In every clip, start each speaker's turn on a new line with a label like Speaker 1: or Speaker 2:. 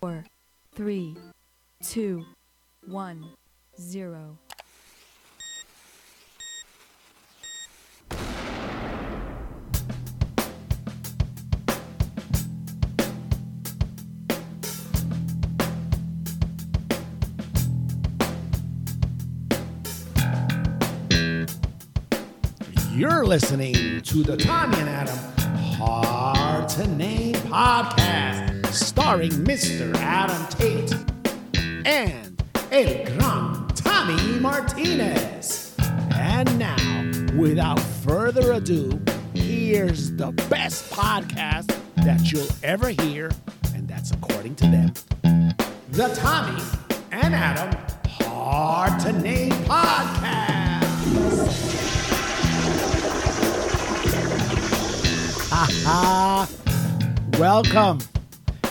Speaker 1: four, three, two, one, zero.
Speaker 2: You're listening to the Tanya and Adam Hard to Name podcast, starring Mr. Adam Tate and El Gran Tommy Martinez. And now, without further ado, here's the best podcast that you'll ever hear, and that's according to them the Tommy and Adam Hard to Name podcast. Ah, welcome.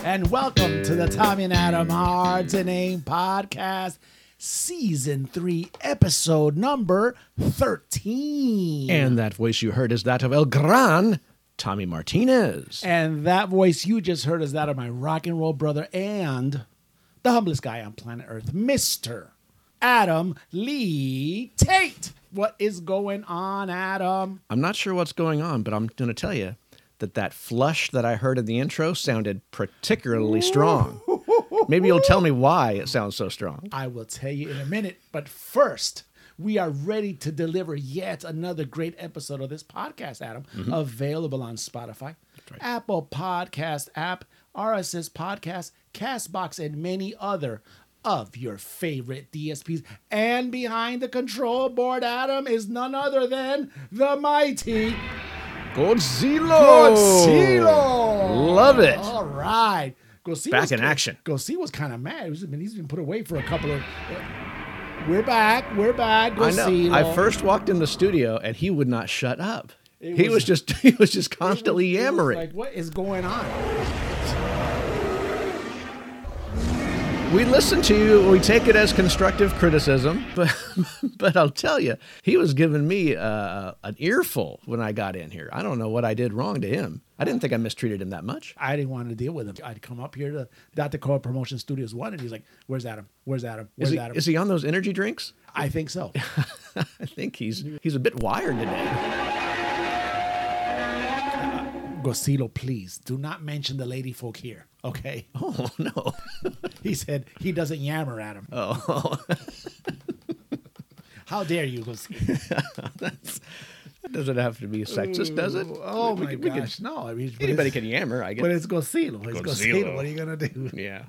Speaker 2: And welcome to the Tommy and Adam Hard to Name podcast, season three, episode number 13.
Speaker 3: And that voice you heard is that of El Gran, Tommy Martinez.
Speaker 2: And that voice you just heard is that of my rock and roll brother and the humblest guy on planet Earth, Mr. Adam Lee Tate. What is going on, Adam?
Speaker 3: I'm not sure what's going on, but I'm going to tell you that that flush that I heard in the intro sounded particularly strong. Maybe you'll tell me why it sounds so strong.
Speaker 2: I will tell you in a minute. But first, we are ready to deliver yet another great episode of this podcast, Adam,
Speaker 3: Mm-hmm.
Speaker 2: available on Spotify, Apple Podcast app, RSS Podcast, Castbox, and many other of your favorite DSPs. And behind the control board, Adam, is none other than the mighty
Speaker 3: Godzilla!
Speaker 2: Godzilla.
Speaker 3: Love it.
Speaker 2: All right. Godzilla
Speaker 3: Back in action.
Speaker 2: Godzilla was kind of mad. He's been, he's been put away for a couple of. We're back. We're back.
Speaker 3: I know.
Speaker 2: Godzilla.
Speaker 3: I first walked in the studio and he would not shut up.
Speaker 2: It
Speaker 3: he
Speaker 2: was-
Speaker 3: was just he was just
Speaker 2: It was-
Speaker 3: constantly
Speaker 2: it was
Speaker 3: yammering.
Speaker 2: Like, what is going on?
Speaker 3: We listen to you. We take it as constructive criticism, but but I'll tell you, he was giving me uh, an earful when I got in here. I don't know what I did wrong to him. I didn't think I mistreated him that much.
Speaker 2: I didn't want to deal with him. I'd come up here to Dr. Cole Promotion Studios One, and he's like, "Where's Adam? Where's Adam?
Speaker 3: Is
Speaker 2: Where's
Speaker 3: he,
Speaker 2: Adam?"
Speaker 3: is he on those energy drinks?
Speaker 2: I think so.
Speaker 3: I think he's he's a bit wired today.
Speaker 2: Godzilla, please do not mention the lady folk here. Okay,
Speaker 3: Oh no!
Speaker 2: he said he doesn't yammer at him.
Speaker 3: Oh,
Speaker 2: How dare you, Godzilla?
Speaker 3: that doesn't have to be sexist, does it?
Speaker 2: Oh
Speaker 3: We
Speaker 2: my
Speaker 3: can- we can-
Speaker 2: gosh, no! I mean, but it's-
Speaker 3: anybody can yammer, I guess.
Speaker 2: But it's Godzilla. It's Godzilla.
Speaker 3: Godzilla.
Speaker 2: What are you gonna do?
Speaker 3: yeah.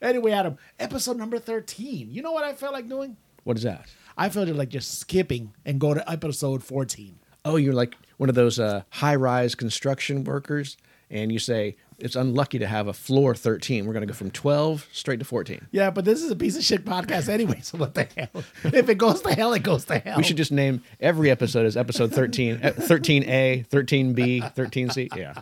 Speaker 2: Anyway, Adam, episode number thirteen. You know what I felt like doing?
Speaker 3: What is that?
Speaker 2: I felt like just skipping and go to episode fourteen.
Speaker 3: Oh, you're like one of those uh, high rise construction workers, and you say, it's unlucky to have a floor 13. We're going to go from 12 straight to 14.
Speaker 2: Yeah, but this is a piece of shit podcast anyway. So what the hell? If it goes to hell, it goes to hell.
Speaker 3: We should just name every episode as episode 13, eh, 13A, 13B, 13C. Yeah.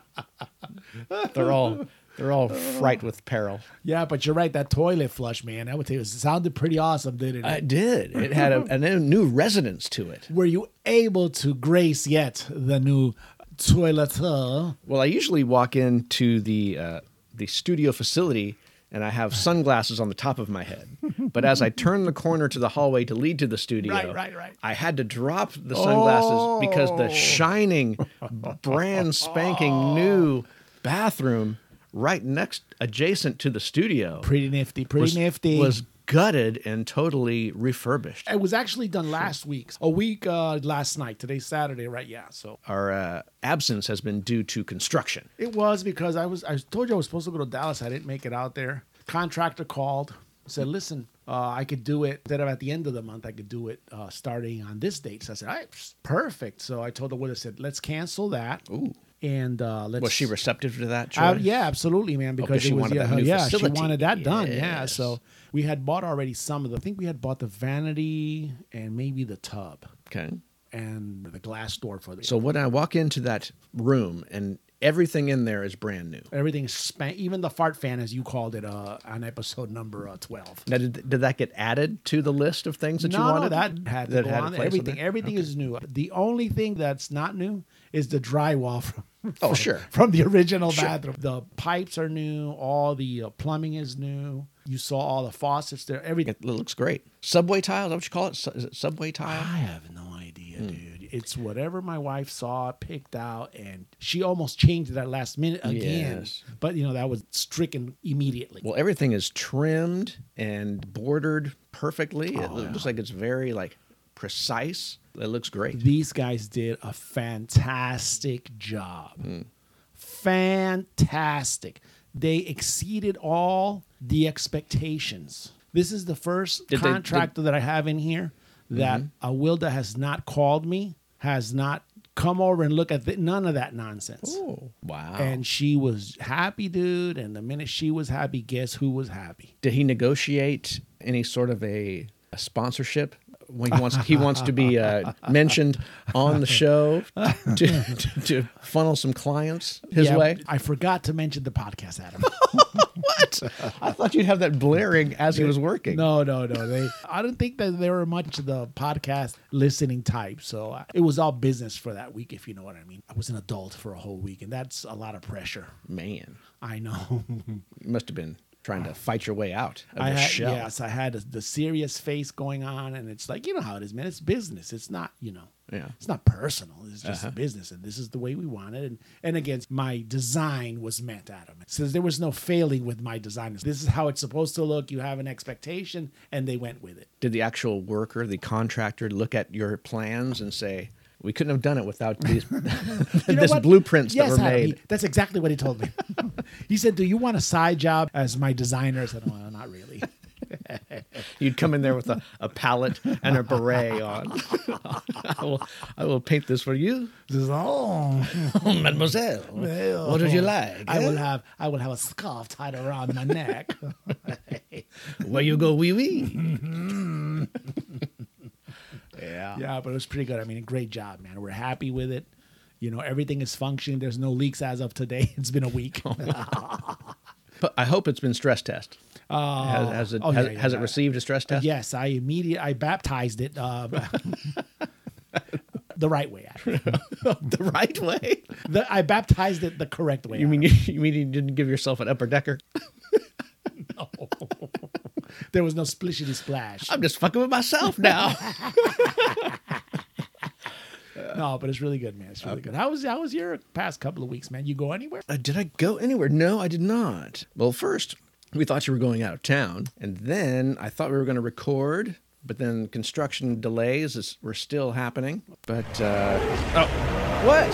Speaker 3: They're all. They're all fright with peril.
Speaker 2: Yeah, but you're right. That toilet flush, man. That would it sounded pretty awesome, didn't it?
Speaker 3: It did. It had a, a new- new resonance to it.
Speaker 2: Were you able to grace yet the new toilet? huh?
Speaker 3: Well, I usually walk into the uh, the studio facility and I have sunglasses on the top of my head. But as I turn the corner to the hallway to lead to the studio,
Speaker 2: Right, right, right.
Speaker 3: I had to drop the sunglasses because
Speaker 2: Oh.
Speaker 3: the shining, brand spanking new bathroom right next adjacent to the studio
Speaker 2: Pretty nifty. Pretty
Speaker 3: was,
Speaker 2: nifty.
Speaker 3: was gutted and totally refurbished.
Speaker 2: it was actually done last week, a week uh, last night. Today's Saturday, right? Yeah. So
Speaker 3: Our uh, absence has been due to construction.
Speaker 2: it was because I was. I told you I was supposed to go to Dallas. I didn't make it out there. Contractor called, said, "Listen, uh, I could do it. That at the end of the month, I could do it uh, starting on this date." So I said, "All right, psh, perfect." So I told the widow, "said Let's cancel that." Ooh. And uh, let's
Speaker 3: Was she receptive to that?
Speaker 2: Uh,
Speaker 3: Troy?
Speaker 2: yeah, absolutely, man. Because
Speaker 3: she
Speaker 2: it was,
Speaker 3: wanted
Speaker 2: yeah,
Speaker 3: that new
Speaker 2: yeah,
Speaker 3: facility.
Speaker 2: she wanted that done. Yeah,
Speaker 3: Yes.
Speaker 2: so we had bought already some of the. I think we had bought the vanity and maybe the tub
Speaker 3: Okay.
Speaker 2: and the glass door for the.
Speaker 3: So when I walk into that room and everything in there is brand new.
Speaker 2: everything's spent. Even the fart fan, as you called it, uh, on episode number uh, twelve.
Speaker 3: Now, did, did that get added to the list of things that you
Speaker 2: no,
Speaker 3: wanted?
Speaker 2: no, that had to
Speaker 3: That
Speaker 2: go
Speaker 3: had a
Speaker 2: on.
Speaker 3: place on
Speaker 2: Everything,
Speaker 3: there?
Speaker 2: everything is new. The only thing that's not new is the drywall from
Speaker 3: Oh, sure.
Speaker 2: from the original bathroom. The pipes are new. All the uh, plumbing is new. You saw all the faucets there. Everything.
Speaker 3: It looks great. Subway tile, is that what you call it? Su- Is it subway tile?
Speaker 2: I have no idea,
Speaker 3: Hmm.
Speaker 2: dude. It's whatever my wife saw, picked out, and she almost changed it at last minute again.
Speaker 3: Yes.
Speaker 2: But you know that was stricken immediately.
Speaker 3: Well, everything is trimmed and bordered perfectly. it
Speaker 2: Oh,
Speaker 3: looks like it's very like precise. It looks great.
Speaker 2: These guys did a fantastic job.
Speaker 3: Hmm.
Speaker 2: Fantastic. They exceeded all the expectations. This is the first
Speaker 3: Did Mm-hmm. they- did-
Speaker 2: contractor that I have in here that uh, Wilda has not called me, has not come over and look at the, none of that nonsense.
Speaker 3: Oh, wow.
Speaker 2: And she was happy, dude. And the minute she was happy, guess who was happy?
Speaker 3: did he negotiate any sort of a, a sponsorship when he wants he wants to be uh, mentioned on the show to, to, to funnel some clients his
Speaker 2: Yeah,
Speaker 3: way?
Speaker 2: I forgot to mention the podcast, Adam.
Speaker 3: What? I thought you'd have that blaring as he was working.
Speaker 2: No, no, no. They, I don't think that they were much the podcast listening type. So uh, it was all business for that week, if you know what I mean. I was an adult for a whole week, and that's a lot of pressure.
Speaker 3: Man,
Speaker 2: I know.
Speaker 3: you must have been trying to fight your way out of
Speaker 2: I
Speaker 3: the
Speaker 2: had,
Speaker 3: shell.
Speaker 2: yes, I had the serious face going on, and it's like you know how it is, man. It's business. It's not, you know.
Speaker 3: Yeah. Uh-huh.
Speaker 2: It's not personal. It's just business, and this is the way we want it. And and again, my design was meant, Adam. Since there was no failing with my design, this is how it's supposed to look. You have an expectation, and they went with it.
Speaker 3: Did the actual worker, the contractor, look at your plans and say, "We couldn't have done it without these
Speaker 2: You know
Speaker 3: this
Speaker 2: what?
Speaker 3: blueprints that were
Speaker 2: Adam,
Speaker 3: made."
Speaker 2: he- that's exactly what he told me. he said, "Do you want a side job as my designer?" I said, "Well, not really."
Speaker 3: You'd come in there with a, a palette and a beret on. I, will, I will paint this for you,
Speaker 2: He says, "Oh,
Speaker 3: mademoiselle.
Speaker 2: well,
Speaker 3: What would you like?
Speaker 2: I will
Speaker 3: eh?
Speaker 2: have I will have a scarf tied around my neck.
Speaker 3: Where you go, wee wee. Mm-hmm. yeah.
Speaker 2: yeah, but it was pretty good. I mean, great job, man. We're happy with it. You know, everything is functioning. There's no leaks as of today. It's been a week.
Speaker 3: Oh, But I hope it's been stress test.
Speaker 2: Uh,
Speaker 3: Has, has it
Speaker 2: oh,
Speaker 3: has,
Speaker 2: yeah, yeah,
Speaker 3: has it
Speaker 2: yeah.
Speaker 3: received a stress test?
Speaker 2: yes, I immediately I baptized it uh, the right way. Adam.
Speaker 3: the right way.
Speaker 2: The, I baptized it the correct way.
Speaker 3: You
Speaker 2: Adam.
Speaker 3: mean you, you mean you didn't give yourself an upper decker?
Speaker 2: There was no splishity splash.
Speaker 3: I'm just fucking with myself now.
Speaker 2: no, but it's really good, man. It's really good. How was how was your past couple of weeks, man? You go anywhere?
Speaker 3: Uh, did I go anywhere? No, I did not. Well, first, we thought you were going out of town, and then I thought we were going to record, but then construction delays is, were still happening. But, uh, oh, what?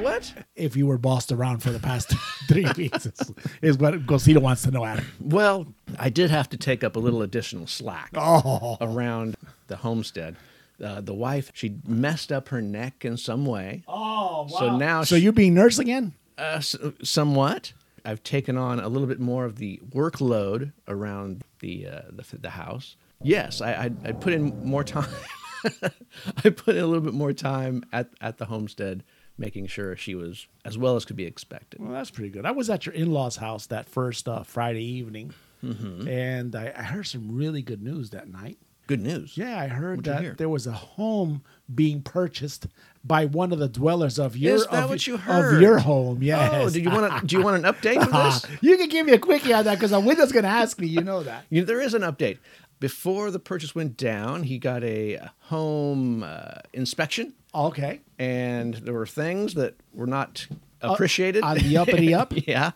Speaker 3: What?
Speaker 2: If you were bossed around for the past three weeks, is, is what Gosita wants to know. Adam.
Speaker 3: Well, I did have to take up a little additional slack
Speaker 2: Oh,
Speaker 3: around the homestead. Uh, the wife, she messed up her neck in some way.
Speaker 2: oh, wow.
Speaker 3: So now
Speaker 2: so you're being nurse again?
Speaker 3: Uh, s- somewhat. I've taken on a little bit more of the workload around the uh, the, f- the house. Yes, I, I I put in more time. I put in a little bit more time at at the homestead, making sure she was as well as could be expected.
Speaker 2: Well, that's pretty good. I was at your in-laws' house that first uh, Friday evening,
Speaker 3: Mm-hmm.
Speaker 2: and I, I heard some really good news that night.
Speaker 3: Good news.
Speaker 2: Yeah, I heard
Speaker 3: What'd you hear?
Speaker 2: that there was a home being purchased by one of the dwellers of your
Speaker 3: Is that
Speaker 2: of,
Speaker 3: what you
Speaker 2: of
Speaker 3: heard?
Speaker 2: your home. Yes.
Speaker 3: Oh, do you want to do you want an update for
Speaker 2: Ah,
Speaker 3: this?
Speaker 2: you can give me a quickie on that because Windows going to ask me. You know that.
Speaker 3: You know, there is an update. Before the purchase went down, he got a home uh, inspection,
Speaker 2: Okay.
Speaker 3: and there were things that were not
Speaker 2: Uh,
Speaker 3: Uh, appreciated
Speaker 2: On the uppity up.
Speaker 3: yeah.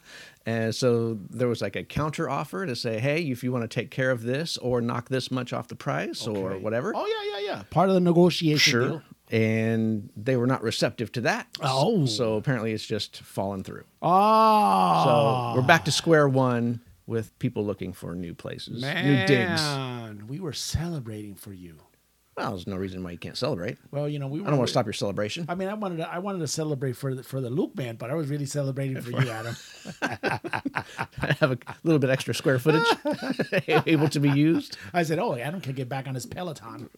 Speaker 3: And so there was like a counter offer to say, hey, if you want to take care of this or knock this much off the price or
Speaker 2: Okay.
Speaker 3: whatever.
Speaker 2: Oh yeah, yeah, yeah. Part of the negotiation.
Speaker 3: sure.
Speaker 2: deal.
Speaker 3: And they were not receptive to that.
Speaker 2: Oh.
Speaker 3: So apparently it's just fallen through. So
Speaker 2: Oh.
Speaker 3: we're back to square one with people looking for new places, new digs.
Speaker 2: Man, We were celebrating for you.
Speaker 3: Well, there's no reason why you can't celebrate.
Speaker 2: Well, you know, we. Were,
Speaker 3: I don't want to stop your celebration.
Speaker 2: I mean, I wanted to. I wanted to celebrate for the, for the Luke man, but I was really celebrating for you, Adam.
Speaker 3: I have a little bit extra square footage able to be used.
Speaker 2: I said, "Oh, Adam can get back on his Peloton."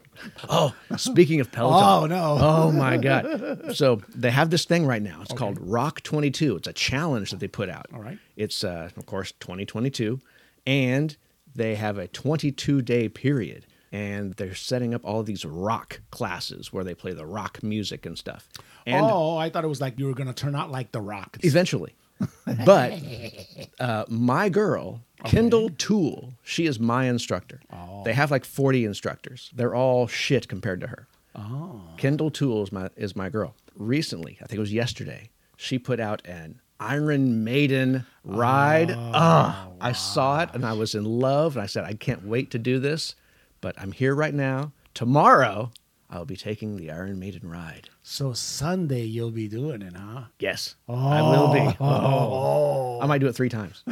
Speaker 3: Oh, speaking of Peloton.
Speaker 2: Oh no.
Speaker 3: Oh my god! So they have this thing right now. It's called Rock 22. It's a challenge that they put out.
Speaker 2: All right.
Speaker 3: It's uh, of course 2022, and they have a 22 day period and they're setting up all these rock classes where they play the rock music and stuff. And
Speaker 2: oh, I thought it was like you were gonna turn out like the Rock.
Speaker 3: eventually. but uh, my girl, Kendall Tool, she is my instructor.
Speaker 2: Oh.
Speaker 3: They have like 40 instructors. They're all shit compared to her. Oh. Kendall Tool is my, is my girl. Recently, I think it was yesterday, she put out an Iron Maiden ride. Ah, I saw it and I was in love and I said, I can't wait to do this, but I'm here right now. Tomorrow, I'll be taking the Iron Maiden ride.
Speaker 2: So Sunday you'll be doing it, huh?
Speaker 3: Yes, I will be. Oh. I might do it three times.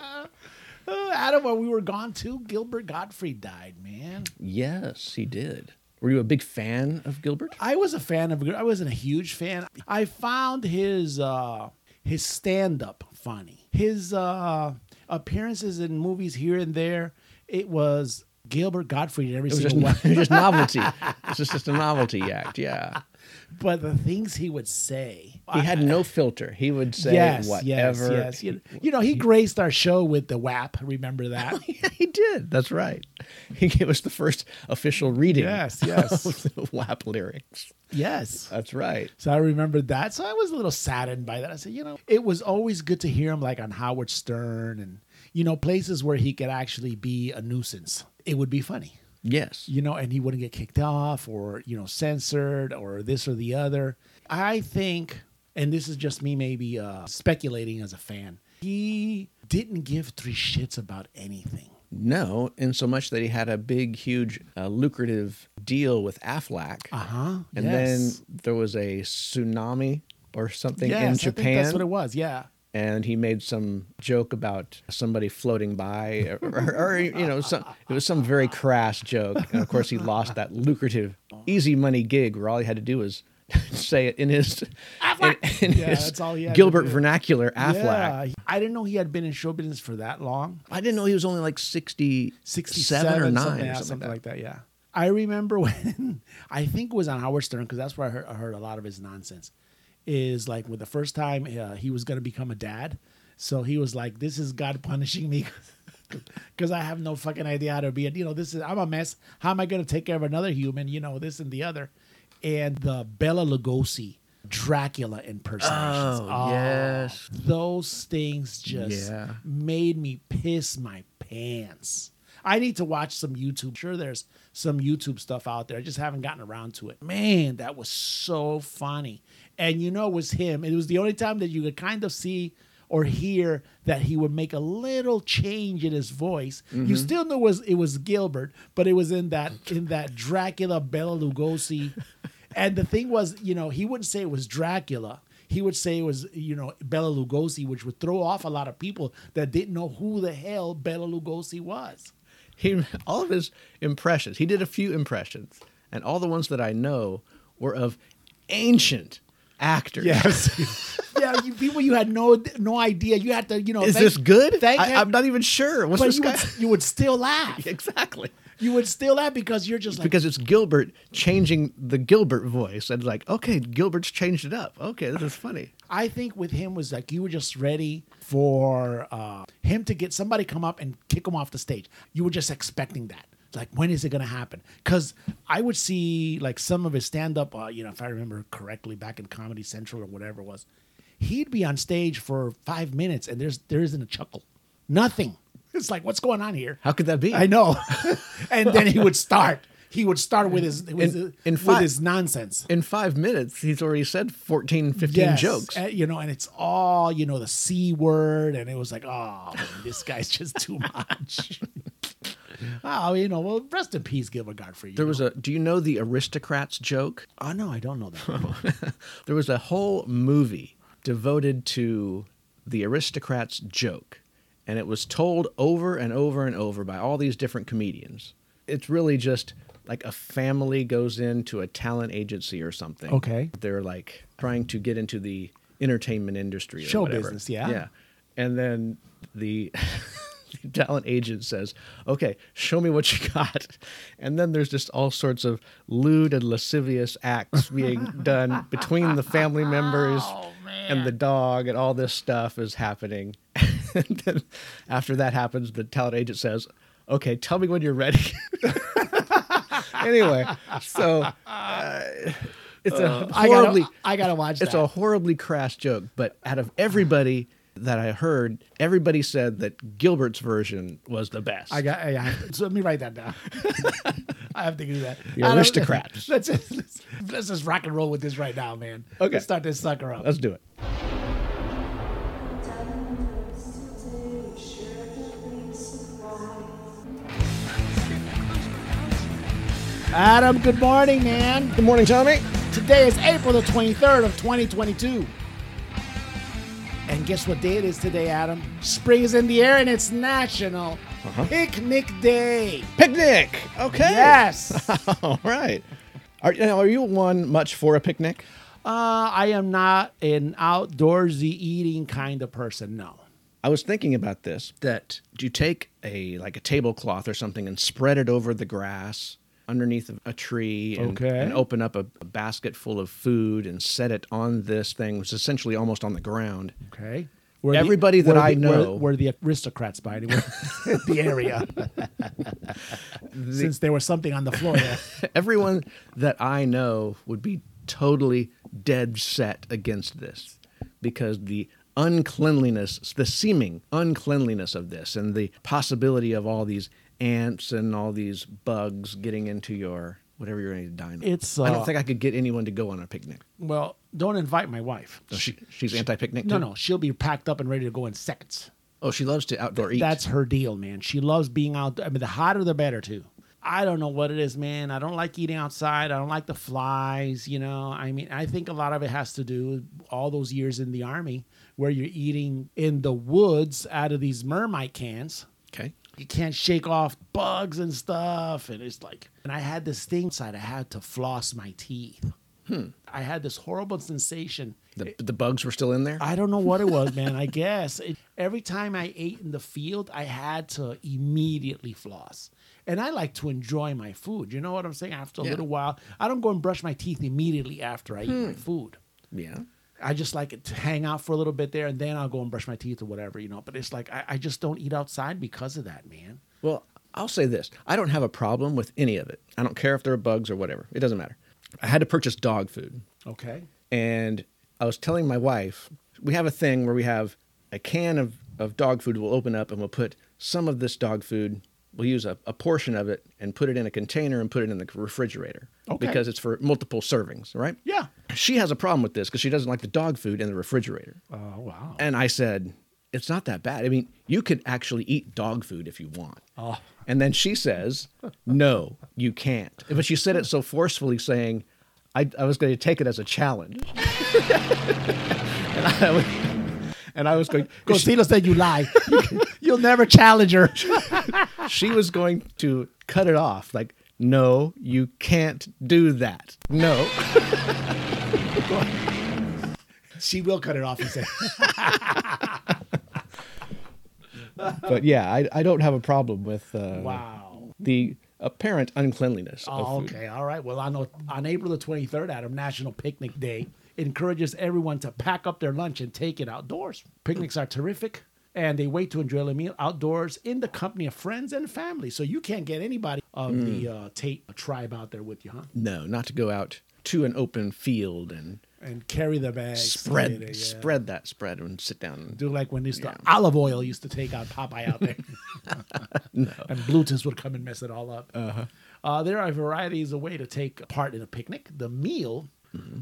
Speaker 2: Uh, Adam, while we were gone too, Gilbert Gottfried died, man.
Speaker 3: yes, he did. Were you a big fan of Gilbert?
Speaker 2: I was a fan of. I wasn't a huge fan. I found his uh, his stand up funny. His uh, appearances in movies here and there. It was Gilbert Gottfried in every
Speaker 3: It was
Speaker 2: single
Speaker 3: just,
Speaker 2: one.
Speaker 3: it was just novelty. It's just, just a novelty act. Yeah,
Speaker 2: But the things he would say.
Speaker 3: he had no filter. He would say
Speaker 2: yes,
Speaker 3: whatever.
Speaker 2: yes, yes. You, you know, he graced our show with the WAP. Remember that?
Speaker 3: Yeah, he did. That's right. He gave us the first official reading.
Speaker 2: Yes, yes.
Speaker 3: of the WAP lyrics.
Speaker 2: yes.
Speaker 3: That's right.
Speaker 2: So I remembered that. So I was a little saddened by that. I said, you know, it was always good to hear him like on Howard Stern and, you know, places where he could actually be a nuisance. It would be funny,
Speaker 3: Yes.
Speaker 2: you know, and he wouldn't get kicked off or, you know, censored or this or the other. I think, and this is just me maybe uh, speculating as a fan, he didn't give three shits about anything.
Speaker 3: No, in so much that he had a big, huge, uh, lucrative deal with Aflac.
Speaker 2: Uh huh.
Speaker 3: Uh-huh. And then there was a tsunami or something
Speaker 2: yes,
Speaker 3: in
Speaker 2: I
Speaker 3: Japan.
Speaker 2: think that's what it was. Yeah.
Speaker 3: and he made some joke about somebody floating by, or, or, or, you know, some, it was some very crass joke. And of course, he lost that lucrative, easy money gig where all he had to do was say it in his, in, in
Speaker 2: Yeah,
Speaker 3: his
Speaker 2: that's all he had to
Speaker 3: Gilbert
Speaker 2: do.
Speaker 3: vernacular,
Speaker 2: Yeah.
Speaker 3: Aflac.
Speaker 2: I didn't know he had been in show business for that long.
Speaker 3: I didn't know he was only like 60,
Speaker 2: 67
Speaker 3: or nine,
Speaker 2: something,
Speaker 3: or
Speaker 2: yeah,
Speaker 3: something, like
Speaker 2: like that. Yeah. I remember when I think it was on Howard Stern because that's where I heard, I heard a lot of his nonsense. Is like with the first time uh, he was going to become a dad, so he was like, "This is God punishing me." Because I have no fucking idea how to be a, you know, this is, I'm a mess. How am I going to take care of another human, you know, this and the other? And the Bella Lugosi Dracula impersonations.
Speaker 3: that. Oh, yes.
Speaker 2: Those things just
Speaker 3: Yeah.
Speaker 2: made me piss my pants. I need to watch some YouTube. Sure, there's some YouTube stuff out there. I just haven't gotten around to it. Man, that was so funny. And you know, it was him. It was the only time that you could kind of see or hear that he would make a little change in his voice. You still knew it was it was Gilbert, but it was in that in that Dracula Bela Lugosi. And the thing was, you know, he wouldn't say it was Dracula he would say it was you know Bela Lugosi, which would throw off a lot of people that didn't know who the hell Bela Lugosi was.
Speaker 3: He, all of his impressions, he did a few impressions, and all the ones that I know were of ancient actors.
Speaker 2: Yes, yeah, you, people you had no no idea. You had to you know
Speaker 3: Is
Speaker 2: thank-
Speaker 3: this good?
Speaker 2: Thank
Speaker 3: I,
Speaker 2: heaven-
Speaker 3: I'm not even sure. What's
Speaker 2: but
Speaker 3: this
Speaker 2: you
Speaker 3: guy?
Speaker 2: would, you would still laugh.
Speaker 3: exactly.
Speaker 2: You would still laugh because you're just like
Speaker 3: Because it's Gilbert changing the Gilbert voice, and like, okay, Gilbert's changed it up. Okay, this is funny.
Speaker 2: I think with him was like you were just ready for uh, him to get somebody come up and kick him off the stage. You were just expecting that. Like when is it gonna happen? Because I would see like some of his stand up. Uh, you know, if I remember correctly, back in Comedy Central or whatever it was, he'd be on stage for five minutes and there's there isn't a chuckle, nothing. It's like what's going on here?
Speaker 3: How could that be?
Speaker 2: I know. and then he would start. He would start with his with,
Speaker 3: In-
Speaker 2: his-
Speaker 3: in
Speaker 2: with
Speaker 3: fact-
Speaker 2: his nonsense.
Speaker 3: In five minutes, he's already said 14, 15
Speaker 2: Yes,
Speaker 3: jokes.
Speaker 2: and, you know, and it's all, you know, the C word. And it was like, oh, this guy's just too much. oh, you know, well, rest in peace, Gilbert Godfrey.
Speaker 3: There was a. Do you know the aristocrats joke?
Speaker 2: oh, no, I don't know that.
Speaker 3: there was a whole movie devoted to the aristocrats joke and it was told over and over and over by all these different comedians it's really just like a family goes into a talent agency or something
Speaker 2: Okay.
Speaker 3: they're like trying to get into the entertainment industry or
Speaker 2: Show
Speaker 3: whatever.
Speaker 2: business, yeah.
Speaker 3: yeah and then the the talent agent says, "Okay, show me what you got." And then there's just all sorts of lewd and lascivious acts being done between the family members
Speaker 2: Oh,
Speaker 3: and the dog, and all this stuff is happening. and then after that happens, the talent agent says, okay, tell me when you're ready. anyway, so uh, it's
Speaker 2: I gotta-
Speaker 3: a Uh, horribly
Speaker 2: I gotta watch
Speaker 3: it's
Speaker 2: that.
Speaker 3: a horribly crass joke, but out of everybody that I heard, everybody said that Gilbert's version was the best.
Speaker 2: I got. Yeah. So let me write that down. I have to do that.
Speaker 3: The
Speaker 2: I don't-
Speaker 3: aristocrats.
Speaker 2: Let's just, let's, let's just rock and roll with this right now, man.
Speaker 3: Okay.
Speaker 2: Let's start this sucker up.
Speaker 3: Let's do it.
Speaker 2: Adam, good morning, man.
Speaker 3: Good morning, Tommy.
Speaker 2: Today is April the 23rd of 2022. And guess what day it is today, Adam? Spring is in the air and it's National Picnic Day.
Speaker 3: Picnic. Okay.
Speaker 2: Yes. uh,
Speaker 3: All right. Are, now, are you one much for a picnic?
Speaker 2: I am not an outdoorsy eating kind of person, no.
Speaker 3: I was thinking about this that you take a like a tablecloth or something and spread it over the grass underneath a tree and,
Speaker 2: Okay.
Speaker 3: and open up a, a basket full of food and set it on this thing which is essentially almost on the ground.
Speaker 2: Okay. We're the-
Speaker 3: Everybody that
Speaker 2: we're
Speaker 3: I
Speaker 2: the-
Speaker 3: know-
Speaker 2: We're, we're the aristocrats, by the way, the area. Since there was something on the floor there.
Speaker 3: Everyone that I know would be totally dead set against this because the uncleanliness, the seeming uncleanliness of this, and the possibility of all these ants and all these bugs getting into your whatever you're going to dine. on.
Speaker 2: It's,
Speaker 3: I don't
Speaker 2: uh,
Speaker 3: think I could get anyone to go on a picnic.
Speaker 2: Well, don't invite my wife.
Speaker 3: No, she, she's anti-picnic.
Speaker 2: No,
Speaker 3: too?
Speaker 2: no, she'll be packed up and ready to go in seconds.
Speaker 3: Oh, she loves to outdoor eat.
Speaker 2: That's her deal, man. She loves being out. I mean, the hotter the better, too. I don't know what it is, man. I don't like eating outside. I don't like the flies. You know, I mean, I think a lot of it has to do with all those years in the army where you're eating in the woods out of these mermite cans.
Speaker 3: okay.
Speaker 2: You can't shake off bugs and stuff. And it's like, and I had this thing inside. I had to floss my teeth. I had this horrible sensation.
Speaker 3: The, the bugs were still in there.
Speaker 2: I don't know what it was, man. I guess it, every time I ate in the field, I had to immediately floss. And I like to enjoy my food. You know what I'm saying? After a
Speaker 3: Yeah.
Speaker 2: little while, I don't go and brush my teeth immediately after I eat my food.
Speaker 3: yeah.
Speaker 2: I just like it to hang out for a little bit there and then I'll go and brush my teeth or whatever, you know. But it's like, I, I just don't eat outside because of that, man.
Speaker 3: Well, I'll say this I don't have a problem with any of it. I don't care if there are bugs or whatever. It doesn't matter. I had to purchase dog food.
Speaker 2: Okay.
Speaker 3: And I was telling my wife, we have a thing where we have a can of, of dog food we'll open up and we'll put some of this dog food, we'll use a, a portion of it and put it in a container and put it in the refrigerator
Speaker 2: Okay.
Speaker 3: because it's for multiple servings, right?
Speaker 2: Yeah.
Speaker 3: She has a problem with this because she doesn't like the dog food in the refrigerator.
Speaker 2: Oh, wow.
Speaker 3: And I said, It's not that bad. I mean, you could actually eat dog food if you want.
Speaker 2: Oh.
Speaker 3: And then she says, No, you can't. But she said it so forcefully, saying, I, I was going to take it as a challenge. and, I, was- and I was going,
Speaker 2: Costino said you lie. You'll never challenge her.
Speaker 3: she was going to cut it off. Like, no, you can't do that. No.
Speaker 2: she will cut it off and say,
Speaker 3: But yeah, I, I don't have a problem with uh,
Speaker 2: wow.
Speaker 3: the apparent uncleanliness. of
Speaker 2: Oh,
Speaker 3: food.
Speaker 2: okay. All right. Well, I know on April the 23rd, Adam, National Picnic Day encourages everyone to pack up their lunch and take it outdoors. Picnics are terrific, and they wait to enjoy the meal outdoors in the company of friends and family. So you can't get anybody of the
Speaker 3: Hmm.
Speaker 2: uh, Tate tribe out there with you, huh?
Speaker 3: No, not to go out to an open field and
Speaker 2: And carry the bags.
Speaker 3: spread
Speaker 2: carry the- yeah.
Speaker 3: spread that spread and sit down. and-
Speaker 2: Do like when they used to, olive oil used to take out Popeye out there. And Bluetooth would come and mess it all up. Uh, there are varieties of way to take part in a picnic. The meal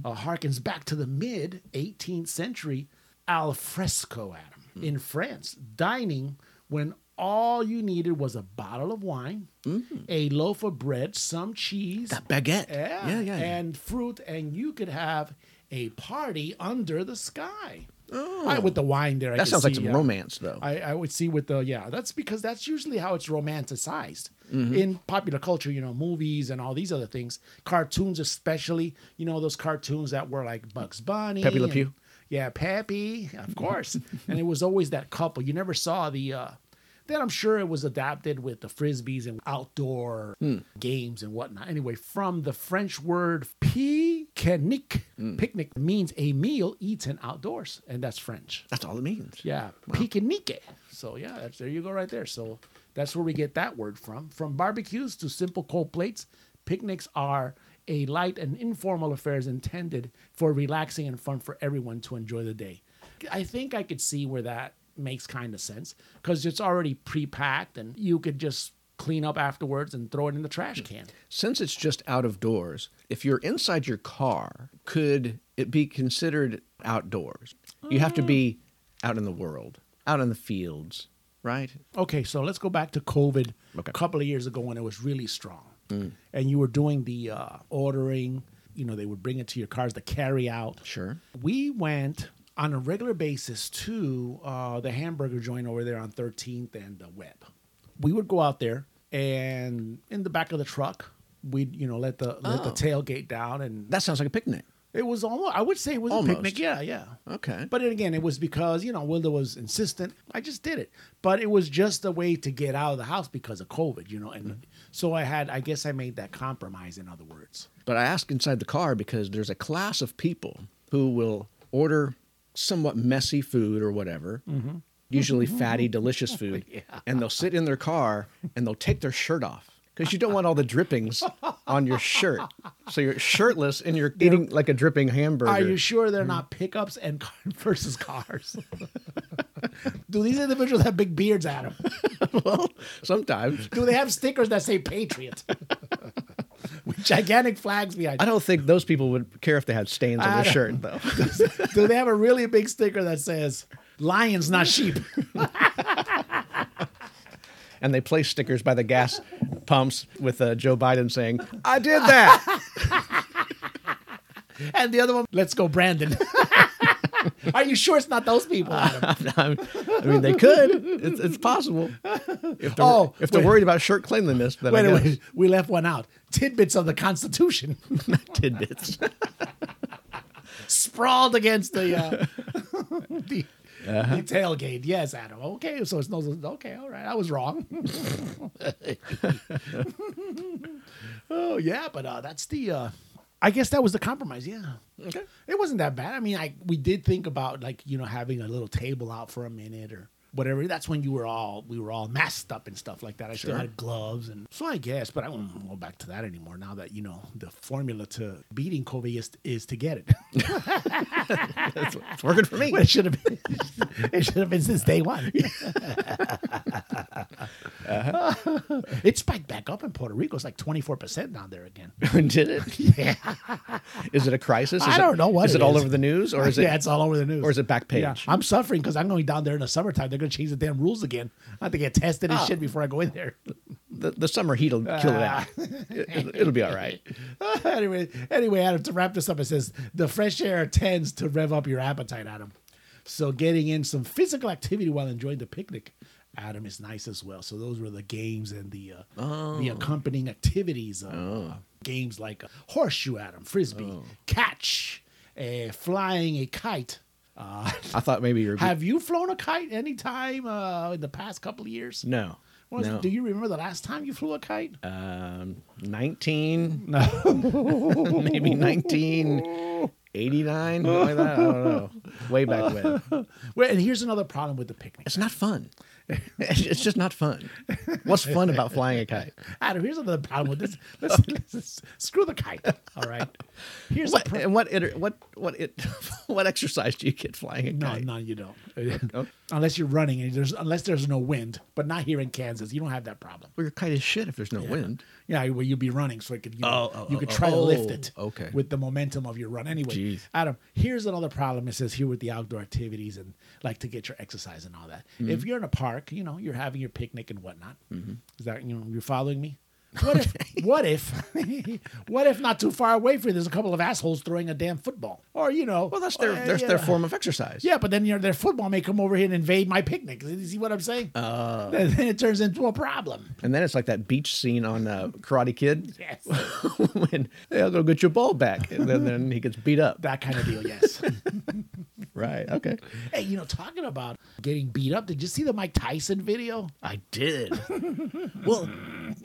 Speaker 2: uh, harkens back to the mid 18th century al fresco, Adam, in France. Dining when all you needed was a bottle of wine, a loaf of bread, some cheese,
Speaker 3: That baguette.
Speaker 2: yeah,
Speaker 3: yeah, yeah.
Speaker 2: and fruit, and you could have a party under the sky. Oh, with the wine there. I
Speaker 3: that
Speaker 2: could
Speaker 3: sounds like
Speaker 2: see, uh,
Speaker 3: some
Speaker 2: yeah.
Speaker 3: romance, though.
Speaker 2: I, I would see with the yeah. That's because that's usually how it's romanticized
Speaker 3: Mm-hmm.
Speaker 2: in popular culture. You know, movies and all these other things, cartoons especially. You know, those cartoons that were like Bugs Bunny,
Speaker 3: Pepe Le
Speaker 2: and-
Speaker 3: Pew. Mm-hmm.
Speaker 2: yeah, Peppy, of course. and it was always that couple. You never saw the. uh then I'm sure it was adapted with the frisbees and outdoor
Speaker 3: Hmm.
Speaker 2: games and whatnot. Anyway, from the French word picnic,
Speaker 3: Hmm.
Speaker 2: picnic means a meal eaten outdoors, and that's French.
Speaker 3: That's all it means.
Speaker 2: Yeah, Picanique. So yeah, that's, there you go right there. So That's where we get that word from. From barbecues to simple cold plates, picnics are a light and informal affairs intended for relaxing and fun for everyone to enjoy the day. I think I could see where that makes kind of sense because it's already pre-packed and you could just clean up afterwards and throw it in the trash can.
Speaker 3: Since it's just out of doors, if you're inside your car, could it be considered outdoors? You have to be out in the world, out in the fields, right?
Speaker 2: Okay, so let's go back to COVID
Speaker 3: Okay. Mm.
Speaker 2: a couple of years ago when it was really strong, and you were doing the uh, ordering. You know, they would bring it to your cars, the carry out.
Speaker 3: Sure.
Speaker 2: We went on a regular basis to uh, the hamburger joint over there on 13th and the Web. We would go out there, and in the back of the truck, we'd you know let the let
Speaker 3: Oh.
Speaker 2: the tailgate down, and
Speaker 3: That sounds like a picnic.
Speaker 2: it was almost I would say it was a
Speaker 3: Almost.
Speaker 2: picnic. Yeah, yeah.
Speaker 3: Okay.
Speaker 2: But then again, it was because, you know, Wilda was insistent. I just did it. But it was just a way to get out of the house because of COVID, you know. And
Speaker 3: Mm-hmm.
Speaker 2: so I had, I guess I made that compromise, in other words.
Speaker 3: But I ask inside the car because there's a class of people who will order somewhat messy food or whatever,
Speaker 2: Mm-hmm.
Speaker 3: usually fatty, delicious food, and they'll sit in their car and they'll take their shirt off because you don't want all the drippings on your shirt. So you're shirtless and you're eating like a dripping hamburger.
Speaker 2: Are you sure
Speaker 3: Mm-hmm.
Speaker 2: they're not pickups and car- versus cars? Do these individuals have big beards, Adam?
Speaker 3: well, sometimes.
Speaker 2: Do they have stickers that say Patriot? With gigantic flags behind.
Speaker 3: I don't think those people would care if they had stains on
Speaker 2: I
Speaker 3: their
Speaker 2: don't-
Speaker 3: shirt, though.
Speaker 2: Do they have a really big sticker that says "Lions, not sheep"?
Speaker 3: and they place stickers by the gas pumps with uh, Joe Biden saying, I did that.
Speaker 2: and the other one, "Let's go, Brandon." Are you sure it's not those people? Adam?
Speaker 3: I mean, they could. It's, it's possible. If they're,
Speaker 2: Oh,
Speaker 3: if they're
Speaker 2: wait.
Speaker 3: worried about shirt cleanliness, then
Speaker 2: Wait,
Speaker 3: I
Speaker 2: wait,
Speaker 3: guess
Speaker 2: wait, we left one out. Tidbits of the Constitution
Speaker 3: tidbits.
Speaker 2: sprawled against the uh, the, the tailgate. Yes, Adam. Okay, so it's no. Okay, all right. I was wrong. oh yeah, but uh, that's the. Uh, I guess that was the compromise. Yeah.
Speaker 3: Okay.
Speaker 2: It wasn't that bad. I mean, I we did think about like you know having a little table out for a minute or whatever. That's when you were all we were all masked up and stuff like that. I still
Speaker 3: Sure.
Speaker 2: had gloves and so I guess, but I won't go back to that anymore. Now that you know the formula to beating COVID is is to get it.
Speaker 3: It's, it's working for me.
Speaker 2: it should have been it should have been since day one. Uh-huh. it spiked back up in Puerto Rico. It's like twenty four percent down there again.
Speaker 3: Did it? Yeah. Is it a crisis? Is
Speaker 2: I don't
Speaker 3: it,
Speaker 2: know what
Speaker 3: is
Speaker 2: it
Speaker 3: it all
Speaker 2: is.
Speaker 3: over the news, or is it?
Speaker 2: yeah, it's all over the news.
Speaker 3: or is it back page?
Speaker 2: I'm suffering because I'm going down there in the summertime. They're going to change the damn rules again. I have to get tested
Speaker 3: Ah.
Speaker 2: and shit before I go in there.
Speaker 3: the, the summer heat'll kill it
Speaker 2: Ah.
Speaker 3: out. It, will be all right.
Speaker 2: anyway, anyway, Adam, to wrap this up, it says the fresh air tends to rev up your appetite, Adam. So getting in some physical activity while enjoying the picnic, Adam, is nice as well. So those were the games and the uh, the accompanying activities. Uh, uh, games like uh, horseshoe, Adam, frisbee, catch, uh, flying a kite. Uh,
Speaker 3: I thought maybe you're.
Speaker 2: have you flown a kite anytime uh, in the past couple of years?
Speaker 3: no.
Speaker 2: What was-
Speaker 3: no.
Speaker 2: Do you remember the last time you flew a kite?
Speaker 3: um, 19 maybe 1989 something like that. I don't know. Way back when.
Speaker 2: Well, and here's another problem with the picnic.
Speaker 3: It's not fun. It's it's just not fun. What's fun about flying a kite?
Speaker 2: Adam, here's another problem with this. Let's, let's- screw the kite. All right. Here's
Speaker 3: What,
Speaker 2: a pro-
Speaker 3: and what inter, what what it what exercise do you get flying a
Speaker 2: no,
Speaker 3: kite?
Speaker 2: no, you don't. unless you're running and there's unless there's no wind, but not here in Kansas, you don't have that problem.
Speaker 3: Well, your kite is shit if there's no wind.
Speaker 2: Yeah, well, you'd be running, so it could you, know,
Speaker 3: Oh, oh,
Speaker 2: you could
Speaker 3: oh,
Speaker 2: try to lift it
Speaker 3: oh, okay.
Speaker 2: with the momentum of your run. Anyway,
Speaker 3: Jeez.
Speaker 2: Adam, here's another problem. It says here with the outdoor activities and like to get your exercise and all that.
Speaker 3: Mm-hmm.
Speaker 2: If you're in a park, you know you're having your picnic and whatnot. Is that you know you're following me? What if? What if? what if not too far away from you, there's a couple of assholes throwing a damn football, or you know?
Speaker 3: Well, that's their
Speaker 2: or,
Speaker 3: that's
Speaker 2: yeah.
Speaker 3: their form of exercise.
Speaker 2: Yeah, but then you know, their football may come over here and invade my picnic. You see what I'm saying? Uh, then it turns into a problem.
Speaker 3: And then it's like that beach scene on uh, Karate Kid
Speaker 2: Yes.
Speaker 3: when they'll go get your ball back, and then, then he gets beat up.
Speaker 2: that kind of deal, yes.
Speaker 3: Right? Okay.
Speaker 2: Hey, you know, talking about getting beat up, did you see the Mike Tyson video?
Speaker 3: I did. well,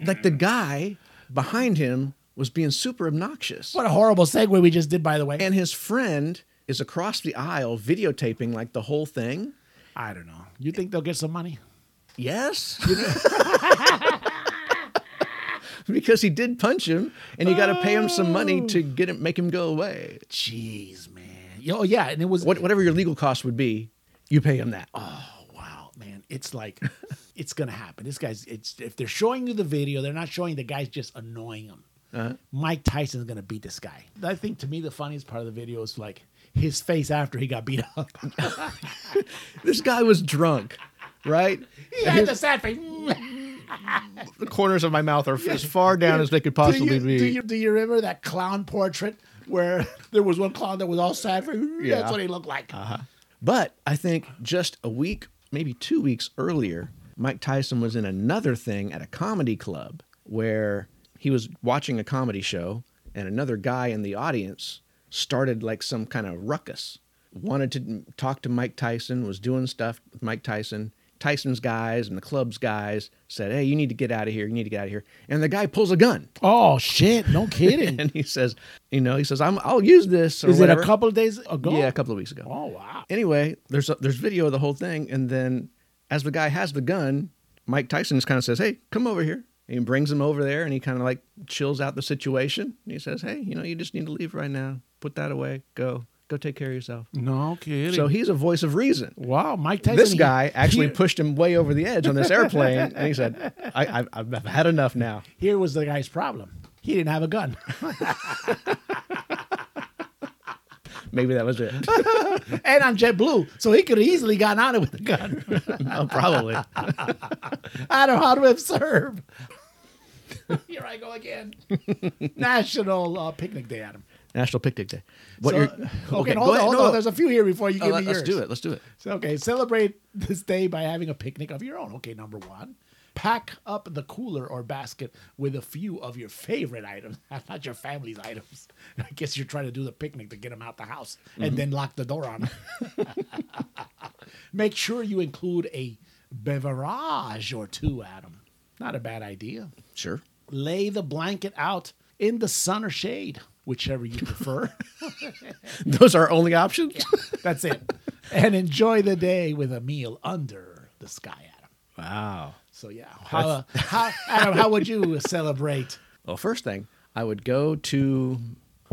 Speaker 3: like the guy behind him was being super obnoxious.
Speaker 2: What a horrible segue we just did, by the way.
Speaker 3: And his friend is across the aisle videotaping like the whole thing.
Speaker 2: I don't know. You think they'll get some money?
Speaker 3: Yes. because he did punch him, and you got to pay him some money to get him, make him go away.
Speaker 2: Jeez, man. Oh yeah, and it was Oh,
Speaker 3: What, whatever your legal cost would be, you pay him that.
Speaker 2: wow, man. It's like it's gonna happen. This guy's it's if they're showing you the video, they're not showing the guy's just annoying him.
Speaker 3: Uh-huh.
Speaker 2: Mike Tyson's gonna beat this guy. I think to me the funniest part of the video is like his face after he got beat up.
Speaker 3: This guy was drunk, right?
Speaker 2: he had the sad face.
Speaker 4: The corners of my mouth are as far down as they could possibly
Speaker 2: do you,
Speaker 4: be.
Speaker 2: Do you, do you remember that clown portrait where there was one clown that was all sad for
Speaker 4: Yeah.
Speaker 2: That's what he looked like. Uh-huh.
Speaker 3: But I think just a week, maybe two weeks earlier, Mike Tyson was in another thing at a comedy club where he was watching a comedy show and another guy in the audience started like some kind of ruckus. Wanted to talk to Mike Tyson, was doing stuff with Mike Tyson. Tyson's guys and the club's guys said, Hey, you need to get out of here. You need to get out of here. And the guy pulls a gun
Speaker 2: Oh shit! No kidding.
Speaker 3: and he says, You know, he says, I'm, I'll use this. Or
Speaker 2: Is it a
Speaker 3: whatever."
Speaker 2: couple of days ago?
Speaker 3: Yeah, a couple of weeks ago
Speaker 2: Oh wow.
Speaker 3: anyway, there's there's video of the whole thing, and then as the guy has the gun, Mike Tyson just kind of says, "Hey, come over here." And he brings him over there, and he kind of like chills out the situation. And he says, "Hey, you know, you just need to leave right now. Put that away. Go, go take care of yourself."
Speaker 2: No kidding.
Speaker 3: So he's a voice of reason.
Speaker 2: wow, Mike Tyson.
Speaker 3: This
Speaker 2: he-
Speaker 3: guy actually
Speaker 2: here-
Speaker 3: pushed him way over the edge on this airplane, and he said, I, I, "I've had enough now."
Speaker 2: Here was the guy's problem. He didn't have a gun.
Speaker 3: Maybe that was it.
Speaker 2: and on JetBlue, so he could have easily gotten out of it with a gun.
Speaker 3: No, probably.
Speaker 2: I don't know how to observe. Here I go again. National uh, Picnic Day, Adam.
Speaker 3: National Picnic Day. What?
Speaker 2: So-
Speaker 3: you're,
Speaker 2: okay, hold
Speaker 3: go
Speaker 2: on,
Speaker 3: ahead.
Speaker 2: hold
Speaker 3: No,
Speaker 2: on. There's a few here before you
Speaker 3: uh,
Speaker 2: give
Speaker 3: let-
Speaker 2: me yours.
Speaker 3: let's do it. Let's do it.
Speaker 2: So, okay, celebrate this day by having a picnic of your own. Okay, number one, pack up the cooler or basket with a few of your favorite items, not your family's items. I guess you're trying to do the picnic to get them out the house and then lock the door on them. Make sure you include a beverage or two, Adam. Not a bad idea.
Speaker 3: Sure.
Speaker 2: Lay the blanket out in the sun or shade, whichever you prefer.
Speaker 3: Those are our only options.
Speaker 2: That's it. and enjoy the day with a meal under the sky, Adam.
Speaker 3: Wow.
Speaker 2: So yeah, how, uh, how Adam, how would you celebrate?
Speaker 3: Well, first thing, I would go to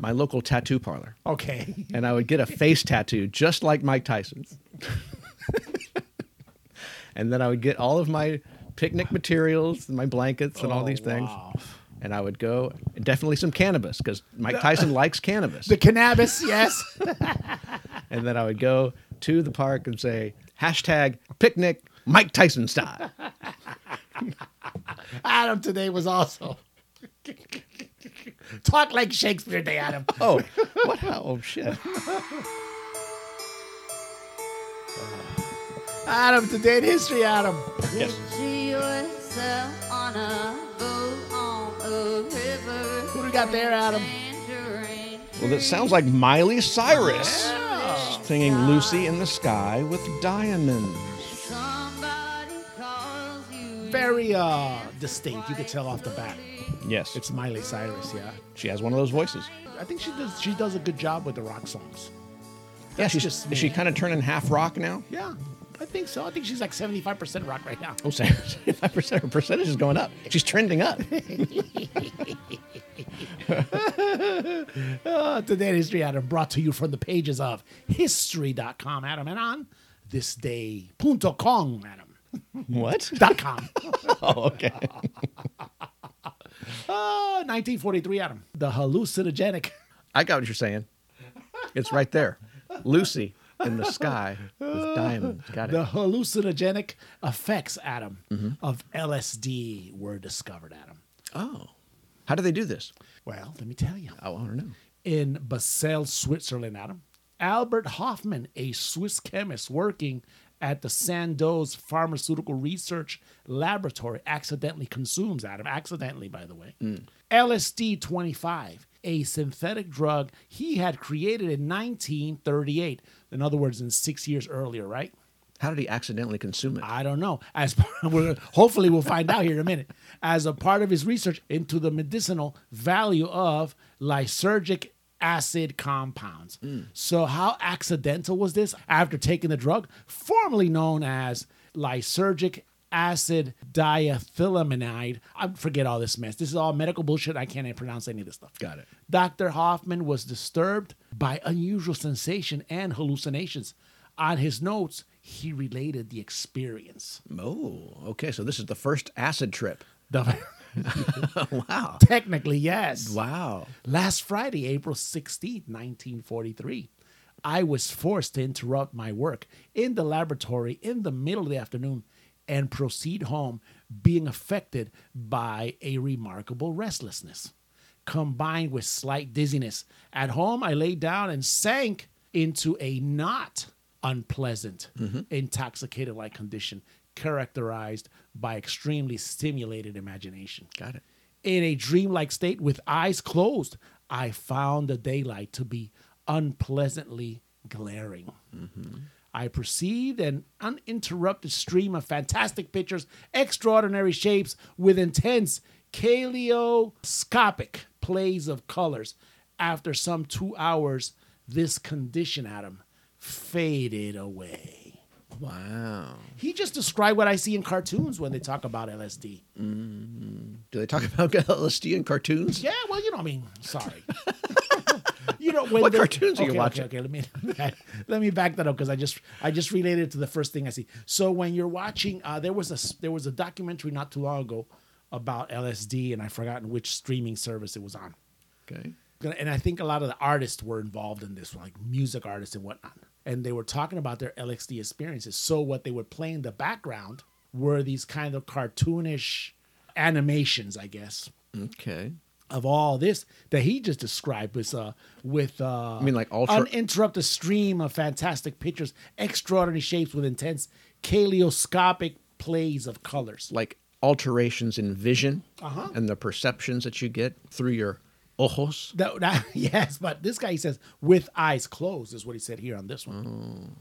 Speaker 3: my local tattoo parlor
Speaker 2: Okay,
Speaker 3: and I would get a face tattoo just like Mike Tyson's. and then I would get all of my picnic materials and my blankets and all these things.
Speaker 2: Oh, wow.
Speaker 3: And I would go and definitely some cannabis because Mike Tyson likes cannabis.
Speaker 2: the cannabis, yes.
Speaker 3: and then I would go to the park and say, hashtag picnic Mike Tyson style.
Speaker 2: Adam today was also talk like Shakespeare Day, Adam.
Speaker 3: Oh, what? Oh, shit.
Speaker 2: Adam today in history, Adam.
Speaker 5: Picture yourself on a boat on a river.
Speaker 2: Who do we got there, Adam?
Speaker 5: Tangerine.
Speaker 3: Well, that sounds like Miley Cyrus singing Lucy in the Sky with Diamonds.
Speaker 5: Somebody calls you.
Speaker 2: Very uh distinct. You could tell off the bat.
Speaker 3: Yes,
Speaker 2: It's Miley Cyrus, yeah.
Speaker 3: she has one of those voices.
Speaker 2: I think she does. She does a good job with the rock songs.
Speaker 3: Yeah, she's
Speaker 2: just
Speaker 3: just
Speaker 2: me.
Speaker 3: is she kind of turning half rock now?
Speaker 2: Yeah, I think so. I think she's like seventy-five percent rock right now.
Speaker 3: Oh, 75 percent. Her percentage is going up. She's trending up.
Speaker 2: Uh, Today in History, Adam, brought to you from the pages of history.com, Adam, and on this day, punto com, Adam,
Speaker 3: what?
Speaker 2: dot com.
Speaker 3: Oh, okay.
Speaker 2: Uh, 1943, Adam, the hallucinogenic.
Speaker 3: I got what you're saying. It's right there. Lucy in the sky with diamonds. Got it.
Speaker 2: The hallucinogenic effects, Adam, of LSD were discovered, Adam.
Speaker 3: Oh, how do they do this? Oh,
Speaker 2: Well, let me tell you.
Speaker 3: I want to know.
Speaker 2: in Basel, Switzerland, Adam. Albert Hoffman, a Swiss chemist working at the Sandoz Pharmaceutical Research Laboratory, accidentally consumes, Adam, accidentally, by the way, LSD 25, a synthetic drug he had created in 1938. In other words, in six years earlier, right?
Speaker 3: How did he accidentally consume it?
Speaker 2: I don't know. As part, we're, hopefully we'll find out here in a minute. As a part of his research into the medicinal value of lysergic acid compounds. So how accidental was this? After taking the drug, formerly known as lysergic acid diethylaminide. I forget all this mess. This is all medical bullshit. I can't pronounce any of this stuff.
Speaker 3: Got it.
Speaker 2: Dr. Hoffman was disturbed by unusual sensation and hallucinations. On his notes, he related the experience.
Speaker 3: Oh, okay. So this is the first acid trip.
Speaker 2: The-
Speaker 3: wow.
Speaker 2: technically, yes.
Speaker 3: Wow.
Speaker 2: Last Friday, April 16th, 1943, I was forced to interrupt my work in the laboratory in the middle of the afternoon and proceed home, being affected by a remarkable restlessness combined with slight dizziness. At home, I lay down and sank into a not unpleasant, intoxicated like condition characterized by extremely stimulated imagination.
Speaker 3: Got it.
Speaker 2: In a dreamlike state with eyes closed, I found the daylight to be unpleasantly glaring. I perceived an uninterrupted stream of fantastic pictures, extraordinary shapes, with intense kaleoscopic plays of colors. After some two hours, this condition, Adam, faded away
Speaker 3: Wow.
Speaker 2: he just described what I see in cartoons when they talk about LSD.
Speaker 3: Do they talk about LSD in cartoons?
Speaker 2: Yeah, well, you know, I mean, sorry. you know, when
Speaker 3: What
Speaker 2: they-
Speaker 3: cartoons are you
Speaker 2: Okay,
Speaker 3: watching?
Speaker 2: Okay, okay, let me let me back that up because I just I just related it to the first thing I see. So when you're watching, uh, there was a s- there was a documentary not too long ago about LSD, and I've forgotten which streaming service it was on.
Speaker 3: Okay.
Speaker 2: and I think a lot of the artists were involved in this one, like music artists and whatnot. And they were talking about their LXD experiences. So what they would play in the background were these kind of cartoonish animations, I guess,
Speaker 3: Okay.
Speaker 2: of all this that he just described with uh with uh I
Speaker 3: mean like ultra-
Speaker 2: uninterrupted stream of fantastic pictures, extraordinary shapes with intense kaleoscopic plays of colors.
Speaker 3: Like alterations in vision and the perceptions that you get through your ojos.
Speaker 2: That, that, yes, but this guy he says with eyes closed is what he said here on this one.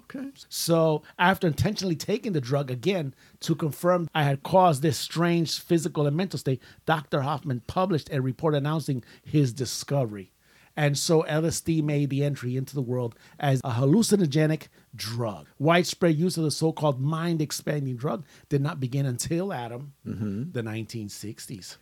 Speaker 3: Okay.
Speaker 2: So, after intentionally taking the drug again to confirm I had caused this strange physical and mental state, Dr. Hoffman published a report announcing his discovery. And so LSD made the entry into the world as a hallucinogenic drug. Widespread use of the so called mind expanding drug did not begin until, Adam, the 1960s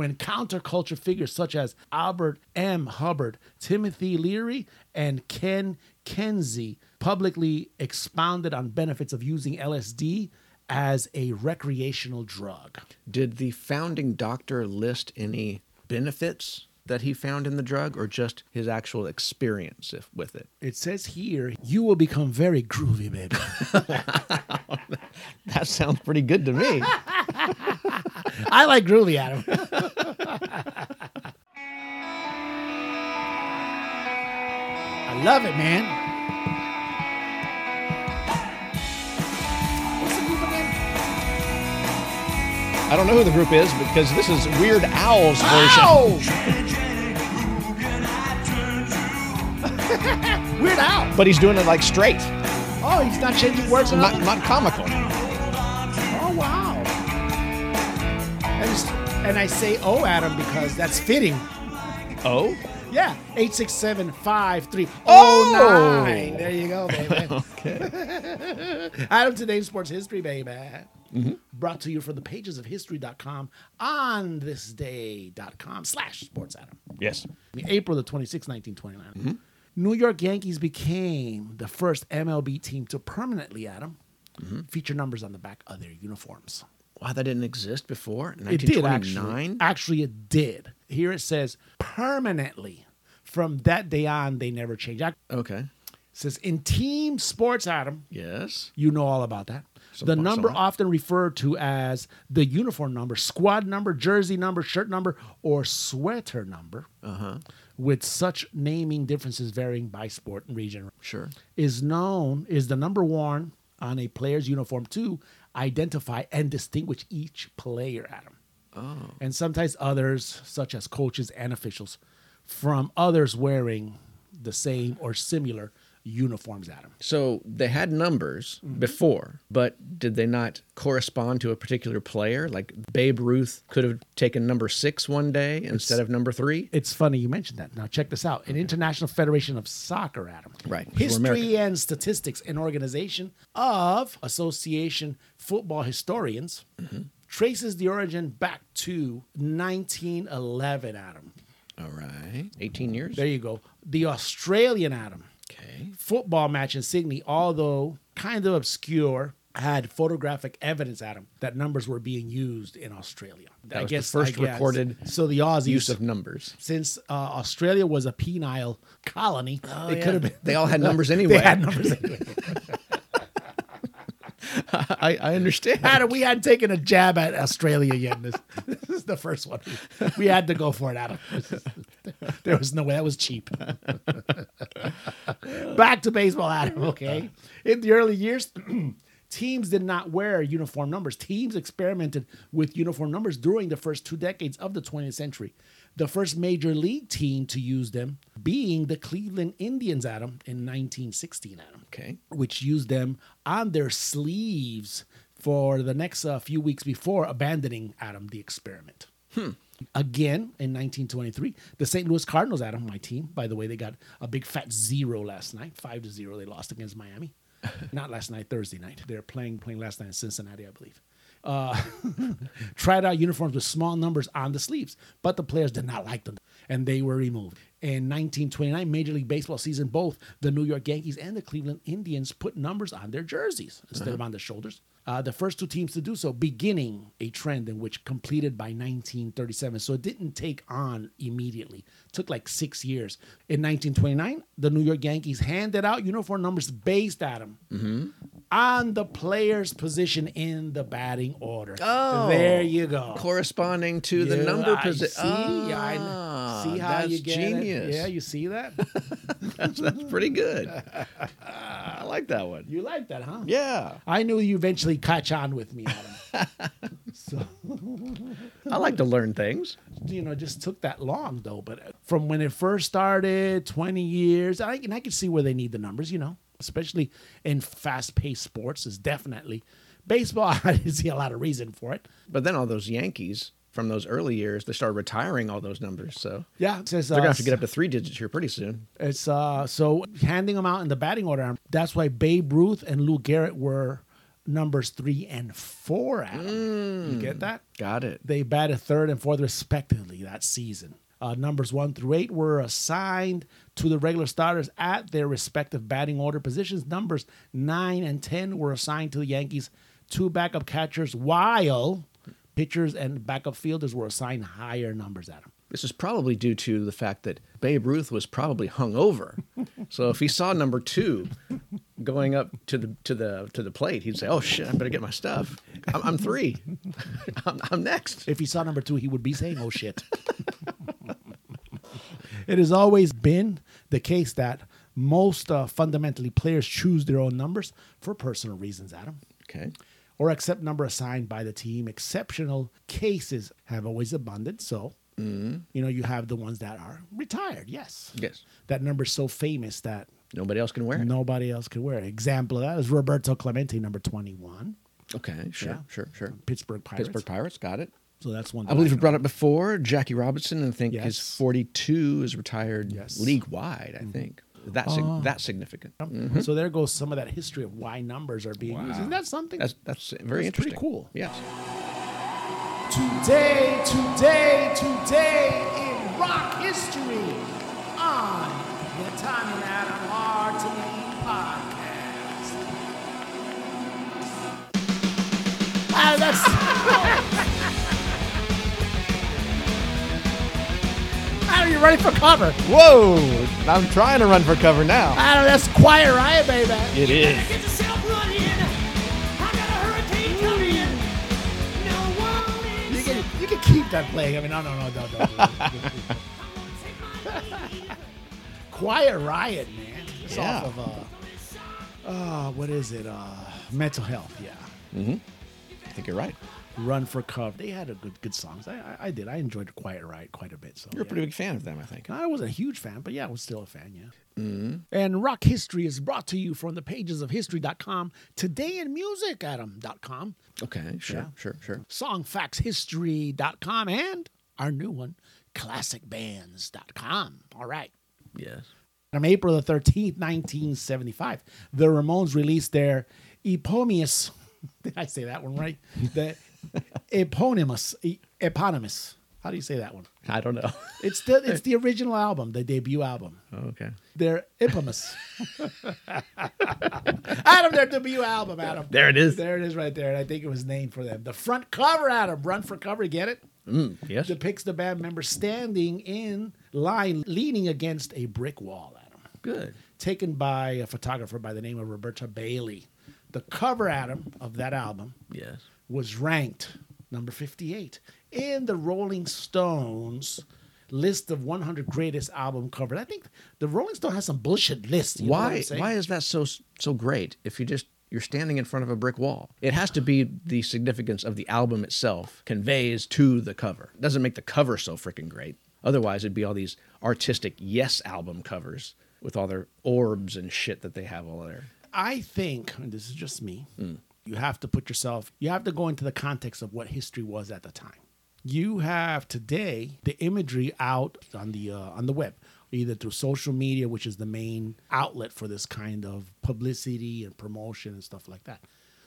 Speaker 2: when counterculture figures such as Albert M. Hubbard, Timothy Leary, and Ken Kenzie publicly expounded on benefits of using LSD as a recreational drug.
Speaker 3: Did the founding doctor list any benefits that he found in the drug or just his actual experience if, with it?
Speaker 2: It says here, you will become very groovy, baby.
Speaker 3: That sounds pretty good to me.
Speaker 2: I like groovy, Adam. I love it, man.
Speaker 3: I don't know who the group is because this is Weird Owl's version.
Speaker 2: Ow! Weird Al.
Speaker 3: But he's doing it like straight,
Speaker 2: Oh, he's not changing words at
Speaker 3: not,
Speaker 2: all.
Speaker 3: not comical.
Speaker 2: Oh wow! And, it's- and I say "oh, Adam" because that's fitting.
Speaker 3: Oh?
Speaker 2: Yeah, eight six seven five three oh
Speaker 3: Oh!
Speaker 2: nine. There you go, baby.
Speaker 3: Okay.
Speaker 2: Adam today in sports history, baby. Brought to you from the pages of history.com on this day.com slash sports Adam.
Speaker 3: yes.
Speaker 2: April the 26th, 1929. New York Yankees became the first MLB team to permanently, Adam, feature numbers on the back of their uniforms.
Speaker 3: Wow, that didn't exist before.
Speaker 2: It did actually.
Speaker 3: 1929?
Speaker 2: Actually, it did. Here it says permanently. From that day on, they never changed. It
Speaker 3: Okay.
Speaker 2: says in team sports, Adam,
Speaker 3: Yes.
Speaker 2: you know all about that. the
Speaker 3: Somewhat,
Speaker 2: number
Speaker 3: somewhat.
Speaker 2: often referred to as the uniform number, squad number, jersey number, shirt number, or sweater number, with such naming differences varying by sport and region
Speaker 3: Sure.
Speaker 2: is known is the number worn on a player's uniform to identify and distinguish each player, Adam.
Speaker 3: Oh.
Speaker 2: And sometimes others, such as coaches and officials, from others wearing the same or similar uniforms at them.
Speaker 3: So they had numbers before, but did they not correspond to a particular player? Like Babe Ruth could have taken number six one day instead of number three?
Speaker 2: It's funny you mentioned that. Now check this out. An International Federation of Soccer, Adam.
Speaker 3: Right, 'cause we're
Speaker 2: History
Speaker 3: American.
Speaker 2: and Statistics, an organization of Association Football Historians,
Speaker 3: Mm-hmm.
Speaker 2: traces the origin back to 1911, Adam.
Speaker 3: All right. 18 years?
Speaker 2: There you go. The Australian, Adam.
Speaker 3: Okay.
Speaker 2: football match in Sydney, although kind of obscure, had photographic evidence, Adam, that numbers were being used in Australia.
Speaker 3: That was the first recorded
Speaker 2: So the Aussies,
Speaker 3: Use of numbers.
Speaker 2: since uh, Australia was a penile colony, it could have been.
Speaker 3: They all had numbers anyway.
Speaker 2: They had numbers. anyway.
Speaker 3: I, I understand.
Speaker 2: Adam, we hadn't taken a jab at Australia yet. This, this is the first one. We had to go for it, Adam. This is- There was no way. That was cheap. Back to baseball, Adam, okay? In the early years, teams did not wear uniform numbers. Teams experimented with uniform numbers during the first two decades of the 20th century. The first major league team to use them being the Cleveland Indians, Adam, in 1916, Adam
Speaker 3: Okay.
Speaker 2: which used them on their sleeves for the next uh, few weeks before abandoning Adam the experiment. Again, in 1923, the St. Louis Cardinals, Adam, my team, by the way, they got a big fat zero last night, five to zero. They lost against Miami. Not last night, Thursday night. They're playing playing last night in Cincinnati, I believe. Uh, tried out uniforms with small numbers on the sleeves, but the players did not like them, and they were removed. In 1929 Major League Baseball season, both the New York Yankees and the Cleveland Indians put numbers on their jerseys instead of on their shoulders. Uh, the first two teams to do so, beginning a trend in which completed by 1937. So it didn't take on immediately. took like six years. In 1929, the New York Yankees handed out uniform numbers based at them on the player's position in the batting order.
Speaker 3: Oh.
Speaker 2: there you go.
Speaker 3: Corresponding to the
Speaker 2: Yeah,
Speaker 3: number
Speaker 2: I See,
Speaker 3: position.
Speaker 2: Yeah, I kn- see how
Speaker 3: that's
Speaker 2: you get it?
Speaker 3: genius.
Speaker 2: Yeah, you see that?
Speaker 3: That's pretty good. I like that one.
Speaker 2: you like that, huh?
Speaker 3: Yeah.
Speaker 2: I knew you eventually catch on with me, Adam. so
Speaker 3: I like to learn things.
Speaker 2: you know, it just took that long though. But uh, from when it first started, twenty years, I and I can see where they need the numbers. You know, especially in fast-paced sports, is definitely baseball. I didn't see a lot of reason for it.
Speaker 3: But then all those Yankees from those early years, they started retiring all those numbers. So
Speaker 2: Yeah, it says
Speaker 3: they're going to
Speaker 2: uh,
Speaker 3: have to get up to three digits here pretty soon.
Speaker 2: It's uh so handing them out in the batting order. That's why Babe Ruth and Lou Garrett were numbers three and four. Adam, you get that?
Speaker 3: Got it.
Speaker 2: They batted third and fourth respectively that season. Uh, numbers one through eight were assigned to the regular starters at their respective batting order positions. Numbers nine and ten were assigned to the Yankees two backup catchers, while pitchers and backup fielders were assigned higher numbers. Adam.
Speaker 3: This is probably due to the fact that Babe Ruth was probably hungover. so if he saw number two going up to the to the to the plate, he'd say, "Oh shit, I better get my stuff. I'm, I'm three. I'm, I'm next."
Speaker 2: If he saw number two, he would be saying, oh shit. it has always been the case that most uh, fundamentally players choose their own numbers for personal reasons, Adam,
Speaker 3: Okay.
Speaker 2: or accept number assigned by the team. Exceptional cases have always abundant. So,
Speaker 3: Mm-hmm.
Speaker 2: you know, you have the ones that are retired, yes.
Speaker 3: Yes.
Speaker 2: That number's so famous that
Speaker 3: Nobody else can wear it.
Speaker 2: nobody else could wear it. Example of that is Roberto Clemente, number 21,
Speaker 3: Okay. Sure.
Speaker 2: Yeah.
Speaker 3: Sure. Sure.
Speaker 2: Pittsburgh Pirates.
Speaker 3: Pittsburgh Pirates got it.
Speaker 2: So that's one.
Speaker 3: I believe we
Speaker 2: know.
Speaker 3: brought up before Jackie Robinson. I think his
Speaker 2: Yes.
Speaker 3: 42 is retired
Speaker 2: Yes.
Speaker 3: league wide. I think that's sig- that's significant.
Speaker 2: So there goes some of that history of why numbers are being used. Isn't that something?
Speaker 3: That's that's very
Speaker 2: That's pretty
Speaker 3: interesting.
Speaker 2: cool.
Speaker 3: Yes.
Speaker 2: today, today, today in rock history on the Tom and Adam Hard to Name podcast. Ah, that's. Adam, you ready for cover?
Speaker 4: Whoa! Oh, I'm trying to run for cover now.
Speaker 2: Adam, that's Quiet Riot, baby.
Speaker 4: It is.
Speaker 6: Get yourself running. I got a hurricane coming. No one
Speaker 2: You
Speaker 6: is.
Speaker 2: can, you can keep that playing. I mean, no, no, no, no, no. no.
Speaker 6: I'm gonna take my leave.
Speaker 2: Quiet Riot, man. It's
Speaker 3: Yeah.
Speaker 2: off of uh, uh, what is it? Uh, mental health. Yeah.
Speaker 3: I think you're right.
Speaker 2: Run for Cover. They had a good good songs. I, I, I did. I enjoyed Quiet Riot quite a bit. So
Speaker 3: You're a
Speaker 2: yeah.
Speaker 3: pretty big fan of them, I think.
Speaker 2: I was a huge fan, but yeah, I was still a fan, yeah.
Speaker 3: Mm-hmm.
Speaker 2: And Rock History is brought to you from the pages of history.com, today in music, Adam.com,
Speaker 3: Okay, sure,
Speaker 2: Yeah.
Speaker 3: sure, sure.
Speaker 2: songfactshistory.com, and our new one, classicbands.com. All right.
Speaker 3: Yes.
Speaker 2: On April the 13th, 1975, the Ramones released their eponymous. Did I say that one right? The eponymous. e- eponymous. How do you say that one?
Speaker 3: I don't know.
Speaker 2: It's the it's the original album, the debut album.
Speaker 3: okay.
Speaker 2: They're infamous. Adam, their debut album, Adam.
Speaker 3: There it is.
Speaker 2: There it is right there. And I think it was named for them. The front cover, Adam, run for cover, get it?
Speaker 3: Yes.
Speaker 2: Depicts the band member standing in line, leaning against a brick wall, Adam.
Speaker 3: Good.
Speaker 2: Taken by a photographer by the name of Roberta Bailey. The cover, Adam, of that album
Speaker 3: Yes.
Speaker 2: was ranked number 58 in the Rolling Stones list of 100 greatest album covers. I think the Rolling Stone has some bullshit list. you know what I'm
Speaker 3: why
Speaker 2: saying?
Speaker 3: why is that so so great if you just you're standing in front of a brick wall it has to be the significance of the album itself conveys to the cover it doesn't make the cover so freaking great otherwise it'd be all these artistic yes album covers with all their orbs and shit that they have all there
Speaker 2: I think, and this is just me, you have to put yourself, you have to go into the context of what history was at the time. You have today the imagery out on the uh, on the web, either through social media, which is the main outlet for this kind of publicity and promotion and stuff like that.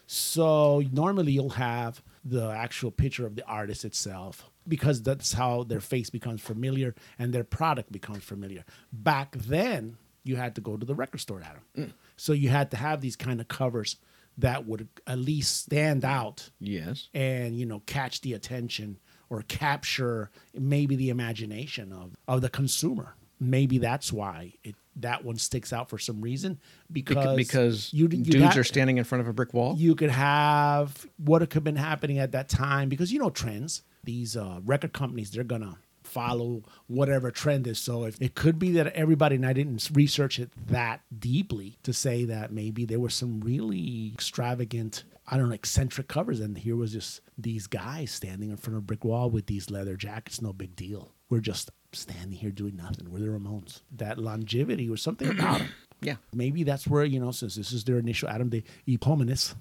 Speaker 2: So normally you'll have the actual picture of the artist itself because that's how their face becomes familiar and their product becomes familiar. Back then, you had to go to the record store, Adam.
Speaker 3: Mm.
Speaker 2: So you had to have these kind of covers that would at least stand out
Speaker 3: yes
Speaker 2: and you know catch the attention or capture maybe the imagination of of the consumer. Maybe that's why it that one sticks out for some reason because
Speaker 3: because, because
Speaker 2: you- you'd
Speaker 3: dudes
Speaker 2: have-
Speaker 3: are standing in front of a brick wall
Speaker 2: you could have what could have been happening at that time because you know trends. These uh, record companies, they're gonna follow whatever trend is. So if, it could be that everybody, and I didn't research it that deeply to say that maybe there were some really extravagant, I don't know, eccentric covers, and here was just these guys standing in front of a brick wall with these leather jackets. No big deal. We're just standing here doing nothing. We're the Ramones. That longevity was something about them.
Speaker 3: yeah
Speaker 2: Maybe that's where you know, since this is their initial Adam, the eponymous.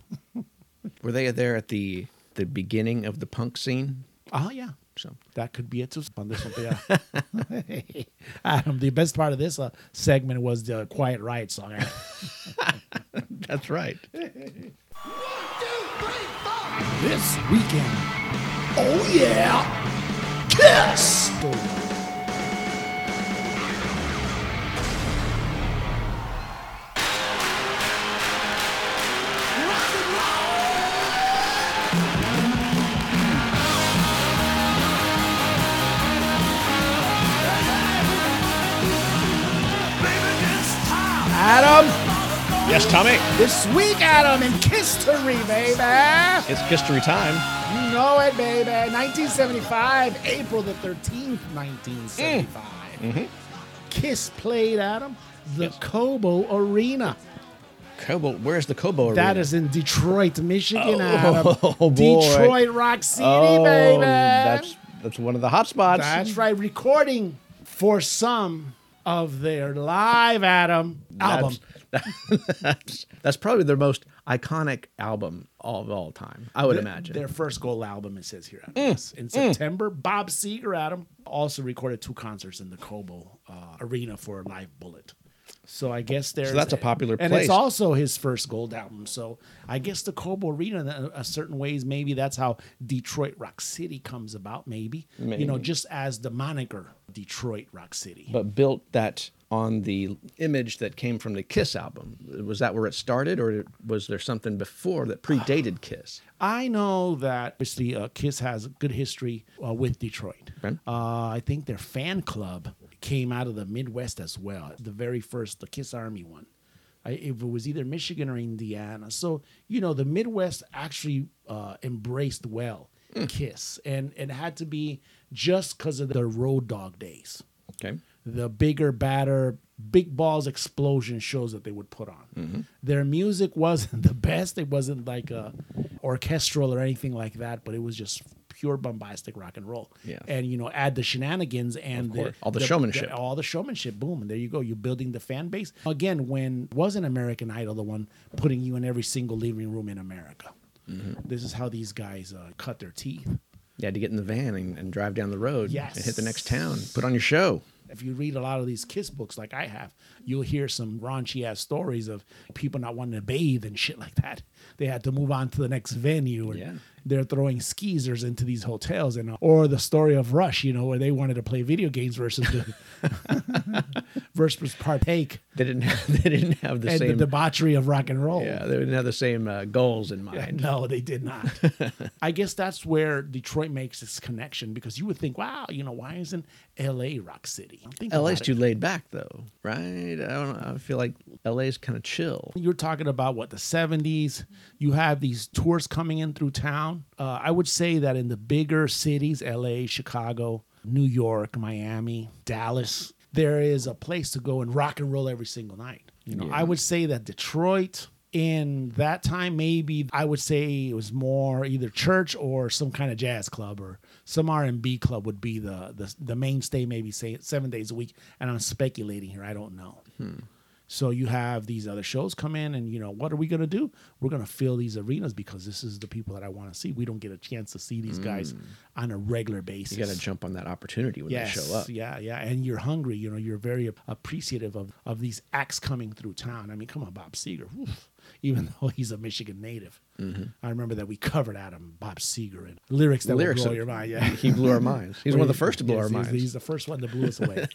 Speaker 3: were they there at the the beginning of the punk scene
Speaker 2: Oh yeah,
Speaker 3: so
Speaker 2: that could be it too. On this one, yeah. Adam, the best part of this uh, segment was the Quiet Riot song.
Speaker 3: that's right
Speaker 2: this weekend, oh yeah, Kiss. Adam,
Speaker 3: yes tommy
Speaker 2: this week, Adam in Kiss history, baby.
Speaker 3: it's history time
Speaker 2: You know it, baby. 1975, April the 13th, 1975.
Speaker 3: Mm. Mm-hmm.
Speaker 2: Kiss played Adam the Cobo Arena.
Speaker 3: kobo where's the kobo
Speaker 2: That
Speaker 3: arena?
Speaker 2: is in Detroit, Michigan,
Speaker 3: Oh,
Speaker 2: Adam.
Speaker 3: boy.
Speaker 2: Detroit Rock City,
Speaker 3: oh,
Speaker 2: baby.
Speaker 3: That's that's one of the hot spots.
Speaker 2: That's right. Recording for some of their live Adam album.
Speaker 3: That's, that's probably their most iconic album of all time. I would imagine. Mm,
Speaker 2: Their first gold album, it says here. Adam. Yes. In September, Bob Seger, Adam, also recorded two concerts in the Cobo uh, Arena for Live Bullet. So I guess there's
Speaker 3: that's a popular
Speaker 2: and
Speaker 3: place.
Speaker 2: it's also his first gold album. So I guess the Cobo Arena, in a, a certain ways, maybe that's how Detroit Rock City comes about. Maybe, you know,
Speaker 3: Maybe.
Speaker 2: just as the moniker Detroit Rock City.
Speaker 3: but built that on the image that came from the Kiss album. Was that where it started, or was there something before that predated Kiss?
Speaker 2: I know that obviously uh, Kiss has a good history uh, with Detroit.
Speaker 3: Okay.
Speaker 2: Uh, I think their fan club came out of the Midwest as well. The very first, the Kiss Army one. I, if it was either Michigan or Indiana. So, you know, the Midwest actually uh, embraced well Kiss. And it had to be just because of the road dog days
Speaker 3: Okay.
Speaker 2: the bigger, badder, big balls
Speaker 3: Mm-hmm.
Speaker 2: explosion shows that they would put on. Their music wasn't the best. It wasn't like a, orchestral or anything like that, but it was just pure bombastic rock and roll.
Speaker 3: Yeah.
Speaker 2: And you know, add the shenanigans and the,
Speaker 3: course. All the showmanship.
Speaker 2: all the showmanship. Boom, and there you go. You're building the fan base again. When wasn't American Idol the one putting you in every single living room in America?
Speaker 3: Mm-hmm.
Speaker 2: This is how these guys uh, cut their teeth.
Speaker 3: You had to get in the van and, and drive down the road
Speaker 2: Yes.
Speaker 3: and hit the next town, put on your show.
Speaker 2: if you read a lot of these kiss books like I have, you'll hear some raunchy ass stories of people not wanting to bathe and shit like that. They had to move on to the next venue, and
Speaker 3: Yeah.
Speaker 2: they're throwing skeezers into these hotels, and uh, or the story of Rush, you know, where they wanted to play video games versus the, versus partake
Speaker 3: They didn't have, they didn't have the
Speaker 2: and
Speaker 3: same
Speaker 2: the debauchery of rock and roll.
Speaker 3: yeah, they didn't have the same uh, goals in mind.
Speaker 2: No, they did not. I guess that's where Detroit makes this connection because you would think, wow, you know, why isn't L.A. Rock City? I'm thinking
Speaker 3: LA's
Speaker 2: about it.
Speaker 3: too laid back though, right? I don't know. I feel like LA's kind of chill.
Speaker 2: you're talking about what the 70s you have these tours coming in through town uh, i would say that in the bigger cities la chicago new york miami dallas there is a place to go and rock and roll every single night you know i would say that detroit in that time maybe i would say it was more either church or some kind of jazz club or some r&b club would be the the, the mainstay maybe say seven days a week and i'm speculating here i don't know so you have these other shows come in, and you know what are we gonna do? We're gonna fill these arenas because this is the people that I want to see. We don't get a chance to see these guys on a regular basis.
Speaker 3: Mm. You got to jump on that opportunity when
Speaker 2: Yes,
Speaker 3: they show up.
Speaker 2: yeah, yeah, and you're hungry. You know, you're very ap- appreciative of of these acts coming through town. I mean, come on, Bob Seger. Oof. Even though he's a Michigan native,
Speaker 3: Mm-hmm.
Speaker 2: I remember that we covered Adam Bob Seger and lyrics that
Speaker 3: Lyrics
Speaker 2: would blow
Speaker 3: that-
Speaker 2: your mind. Yeah,
Speaker 3: He blew our minds. He's one of the first to blow
Speaker 2: Yes,
Speaker 3: our
Speaker 2: he's-
Speaker 3: minds.
Speaker 2: He's, the first one that blew us away.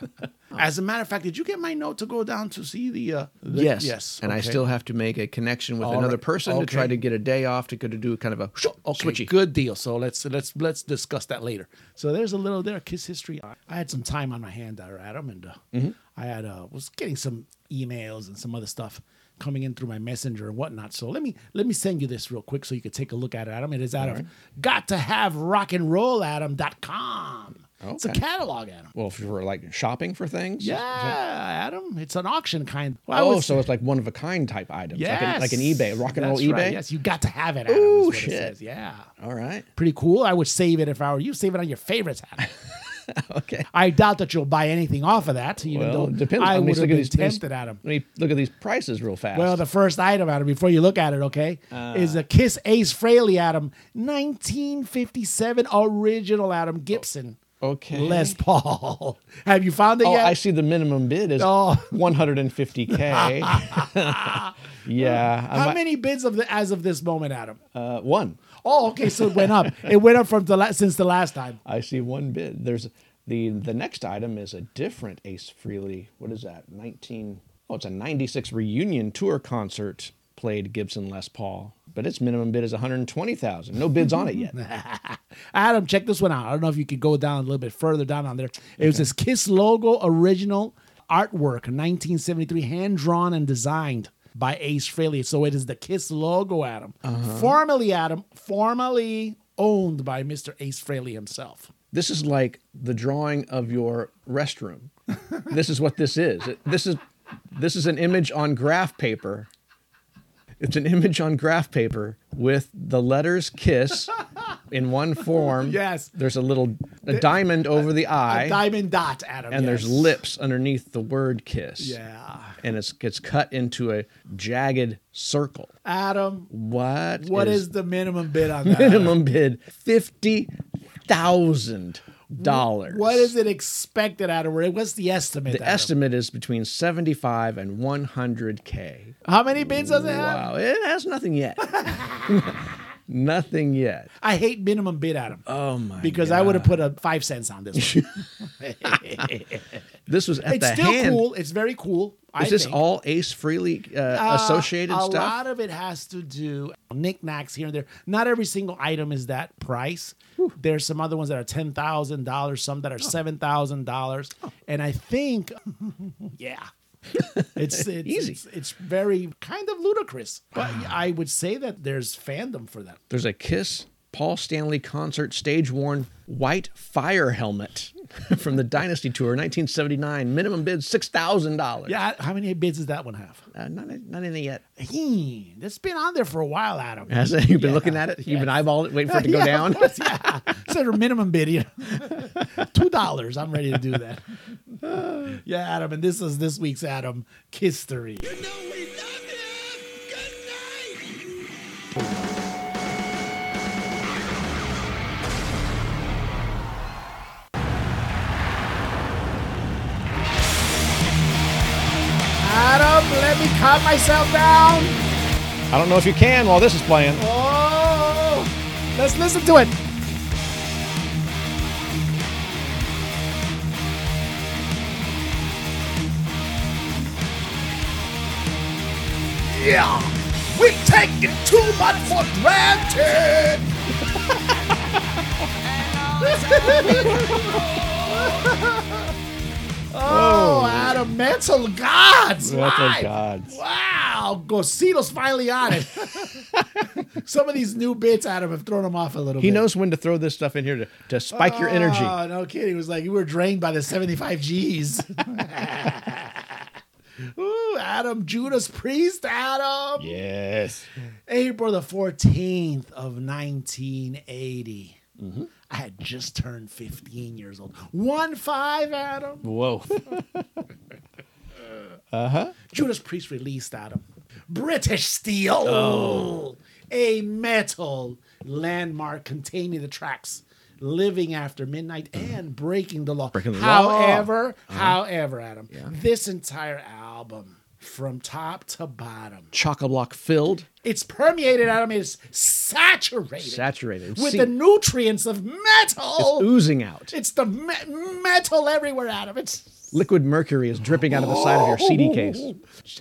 Speaker 2: As a matter of fact, did you get my note to go down to see the? Uh, the
Speaker 3: Yes.
Speaker 2: Yes.
Speaker 3: And I
Speaker 2: okay.
Speaker 3: still have to make a connection with
Speaker 2: All
Speaker 3: another
Speaker 2: right.
Speaker 3: person to try
Speaker 2: Okay.
Speaker 3: to get a day off to go to do kind of a
Speaker 2: Okay,
Speaker 3: switchy.
Speaker 2: Good deal. So let's let's let's discuss that later. So there's a little there kiss history. I- I had some time on my hand there, Adam, and uh,
Speaker 3: Mm-hmm.
Speaker 2: I had uh, was getting some emails and some other stuff coming in through my messenger and whatnot. So let me let me send you this real quick so you could take a look at it, Adam. It is out of got to have rock and roll Adam.com. It's a
Speaker 3: Okay.
Speaker 2: catalog, Adam.
Speaker 3: Well, for like shopping for things.
Speaker 2: Yeah, Adam. It's an auction kind. Well, I
Speaker 3: Oh,
Speaker 2: was-
Speaker 3: so it's like one of a kind type items. Like, an, like an
Speaker 2: Yes.
Speaker 3: eBay, rock and roll
Speaker 2: That's
Speaker 3: eBay.
Speaker 2: right, Yes, you got to have it. Adam, is
Speaker 3: Ooh,
Speaker 2: what it
Speaker 3: shit.
Speaker 2: says. Yeah.
Speaker 3: All right.
Speaker 2: Pretty cool. I would save it if I were you. Save it on your favorites. Adam.
Speaker 3: Okay.
Speaker 2: I doubt that you'll buy anything off of that. Even
Speaker 3: Well,
Speaker 2: though
Speaker 3: it depends.
Speaker 2: I
Speaker 3: mean,
Speaker 2: would
Speaker 3: look
Speaker 2: have
Speaker 3: at
Speaker 2: been
Speaker 3: these,
Speaker 2: tempted,
Speaker 3: these,
Speaker 2: Adam.
Speaker 3: Let me look at these prices real fast.
Speaker 2: Well, the first item, Adam, before you look at it, okay,
Speaker 3: Uh.
Speaker 2: is a Kiss Ace Frehley, Adam, 1957 original Adam Gibson
Speaker 3: okay.
Speaker 2: Les Paul. have you found it
Speaker 3: Oh,
Speaker 2: yet?
Speaker 3: I see the minimum bid is
Speaker 2: Oh.
Speaker 3: 150k. yeah. I
Speaker 2: How
Speaker 3: might-
Speaker 2: many bids of the as of this moment, Adam?
Speaker 3: Uh, one.
Speaker 2: Oh, okay, so it went up. It went up from the la- since the last time.
Speaker 3: I see one bid. There's the the next item is a different Ace Frehley. What is that? 19 Oh, it's a 96 reunion tour concert played Gibson Les Paul, but its minimum bid is 120,000. No bids on it yet.
Speaker 2: Adam, check this one out. I don't know if you could go down a little bit further down on there. It was this Kiss logo original artwork, 1973, hand drawn and designed by Ace Frehley. So it is the Kiss logo, Adam.
Speaker 3: Uh-huh.
Speaker 2: Formerly, Adam, formerly owned by Mr. Ace Frehley himself.
Speaker 3: This is like the drawing of your restroom. this is what this is. It- This is this is an image on graph paper. It's an image on graph paper with the letters kiss in one form.
Speaker 2: Yes.
Speaker 3: There's a little a diamond over the
Speaker 2: A
Speaker 3: eye.
Speaker 2: diamond dot, Adam.
Speaker 3: and there's
Speaker 2: yes.
Speaker 3: lips underneath the word kiss.
Speaker 2: Yeah.
Speaker 3: And it's gets cut into a jagged circle.
Speaker 2: Adam,
Speaker 3: What?
Speaker 2: what is, the minimum bid on that?
Speaker 3: minimum bid? Fifty thousand dollars.
Speaker 2: What is it expected, Adam? Or What's the estimate?
Speaker 3: The
Speaker 2: Adam?
Speaker 3: estimate is between seventy-five and one hundred k.
Speaker 2: How many bids does it have?
Speaker 3: Wow, it has nothing yet. nothing yet.
Speaker 2: I hate minimum bid, Adam.
Speaker 3: Oh my!
Speaker 2: because I would have put a five cents on this. One.
Speaker 3: This was at
Speaker 2: it's
Speaker 3: the
Speaker 2: still
Speaker 3: hand.
Speaker 2: cool. It's very cool. I
Speaker 3: Is this
Speaker 2: think.
Speaker 3: all Ace Freely uh, associated
Speaker 2: a
Speaker 3: stuff?
Speaker 2: lot of it has to do knickknacks here and there. Not every single item is that price. There's some other ones that are ten thousand dollars, some
Speaker 3: Oh.
Speaker 2: that are seven thousand dollars, and I think, yeah, it's, it's
Speaker 3: Easy.
Speaker 2: It's, it's very kind of ludicrous, but I would say that there's fandom for that.
Speaker 3: There's a Kiss Paul Stanley concert stage worn white fire helmet. from the Dynasty Tour, 1979. Minimum bid $6,000.
Speaker 2: Yeah, how many bids does that one have?
Speaker 3: Uh, not, not in it yet.
Speaker 2: He, it's been on there for a while, Adam.
Speaker 3: Has it? You've been looking at it? You've been eyeballing it, waiting for it to go
Speaker 2: Yeah, of
Speaker 3: down?
Speaker 2: course, yeah. It's at a minimum bid. You know. Two dollars. I'm ready to do that. yeah, Adam, and this is this week's Adam history. Adam, let me calm myself down.
Speaker 4: I don't know if you can while this is playing.
Speaker 2: Oh, let's listen to it. Yeah, we take it too much for granted. oh, Adam, mental gods!
Speaker 4: Mental
Speaker 2: live.
Speaker 4: gods.
Speaker 2: Wow, Gosito's finally on it. Some of these new bits, Adam, have thrown him off a little
Speaker 3: He
Speaker 2: bit.
Speaker 3: knows when to throw this stuff in here to, to spike your energy.
Speaker 2: Oh, no kidding. It was like you were drained by the 75 G's. Ooh, Adam, Judas Priest, Adam.
Speaker 4: Yes.
Speaker 2: April the 14th of 1980.
Speaker 3: Mm-hmm.
Speaker 2: I had just turned 15 years old. One five, Adam.
Speaker 4: Whoa.
Speaker 2: Judas Priest released Adam. British Steel,
Speaker 3: Oh.
Speaker 2: a metal landmark containing the tracks Living After Midnight and Breaking the Law.
Speaker 3: Breaking the Law. Uh-huh.
Speaker 2: however, however, Adam, this entire album from top to bottom,
Speaker 3: Chock-a-block filled,
Speaker 2: it's permeated, Adam, it's saturated
Speaker 3: saturated.
Speaker 2: with
Speaker 3: See,
Speaker 2: the nutrients of
Speaker 3: it's
Speaker 2: metal.
Speaker 3: oozing out.
Speaker 2: It's, the me- metal everywhere, Adam. It's
Speaker 3: Liquid mercury is dripping out of the side of your CD case.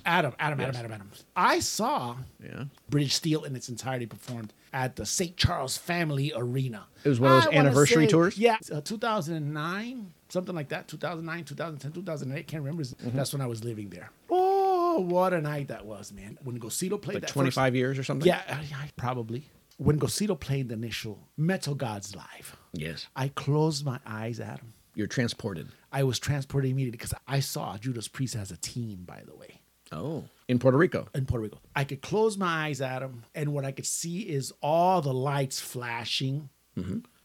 Speaker 2: Adam, Adam, Adam, Adam, Adam. I saw
Speaker 3: Yeah.
Speaker 2: British Steel in its entirety performed at the St. Charles Family Arena.
Speaker 3: It was one of those
Speaker 2: I wanna
Speaker 3: anniversary
Speaker 2: say-
Speaker 3: tours?
Speaker 2: Yeah, uh, 2009, something like that. 2009, 2010, 2008. Can't remember.
Speaker 3: Mm-hmm.
Speaker 2: That's when I was living there. Oh, what a night that was, man! When Gosito played
Speaker 3: Like
Speaker 2: that
Speaker 3: 25 years or something?
Speaker 2: First, yeah, uh, yeah, probably. When Gosito played the initial Metal Gods live,
Speaker 3: Yes.
Speaker 2: I closed my eyes, Adam.
Speaker 3: You're transported.
Speaker 2: I was transported immediately because I saw Judas Priest as a team, by the way.
Speaker 3: Oh. In Puerto Rico.
Speaker 2: in Puerto Rico. I could close my eyes, Adam, and what I could see is all the lights flashing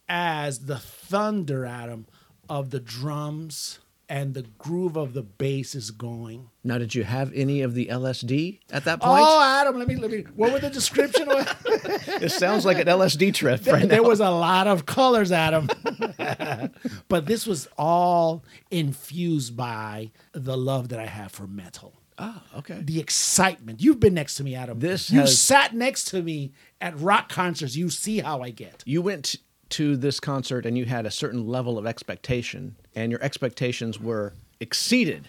Speaker 2: as the thunder, Adam, of the drums and the groove of the bass is going.
Speaker 3: Now, did you have any of the LSD at that point?
Speaker 2: Oh, Adam, let me let me. What was the description?
Speaker 3: It sounds like an LSD trip right
Speaker 2: there
Speaker 3: now.
Speaker 2: was a lot of colors, Adam, but this was all infused by the love that I have for metal.
Speaker 3: Ah, okay.
Speaker 2: the excitement. You've been next to me, Adam.
Speaker 3: This
Speaker 2: you
Speaker 3: has-
Speaker 2: sat next to me at rock concerts. You see how I get.
Speaker 3: You went to this concert and you had a certain level of expectation, and your expectations were exceeded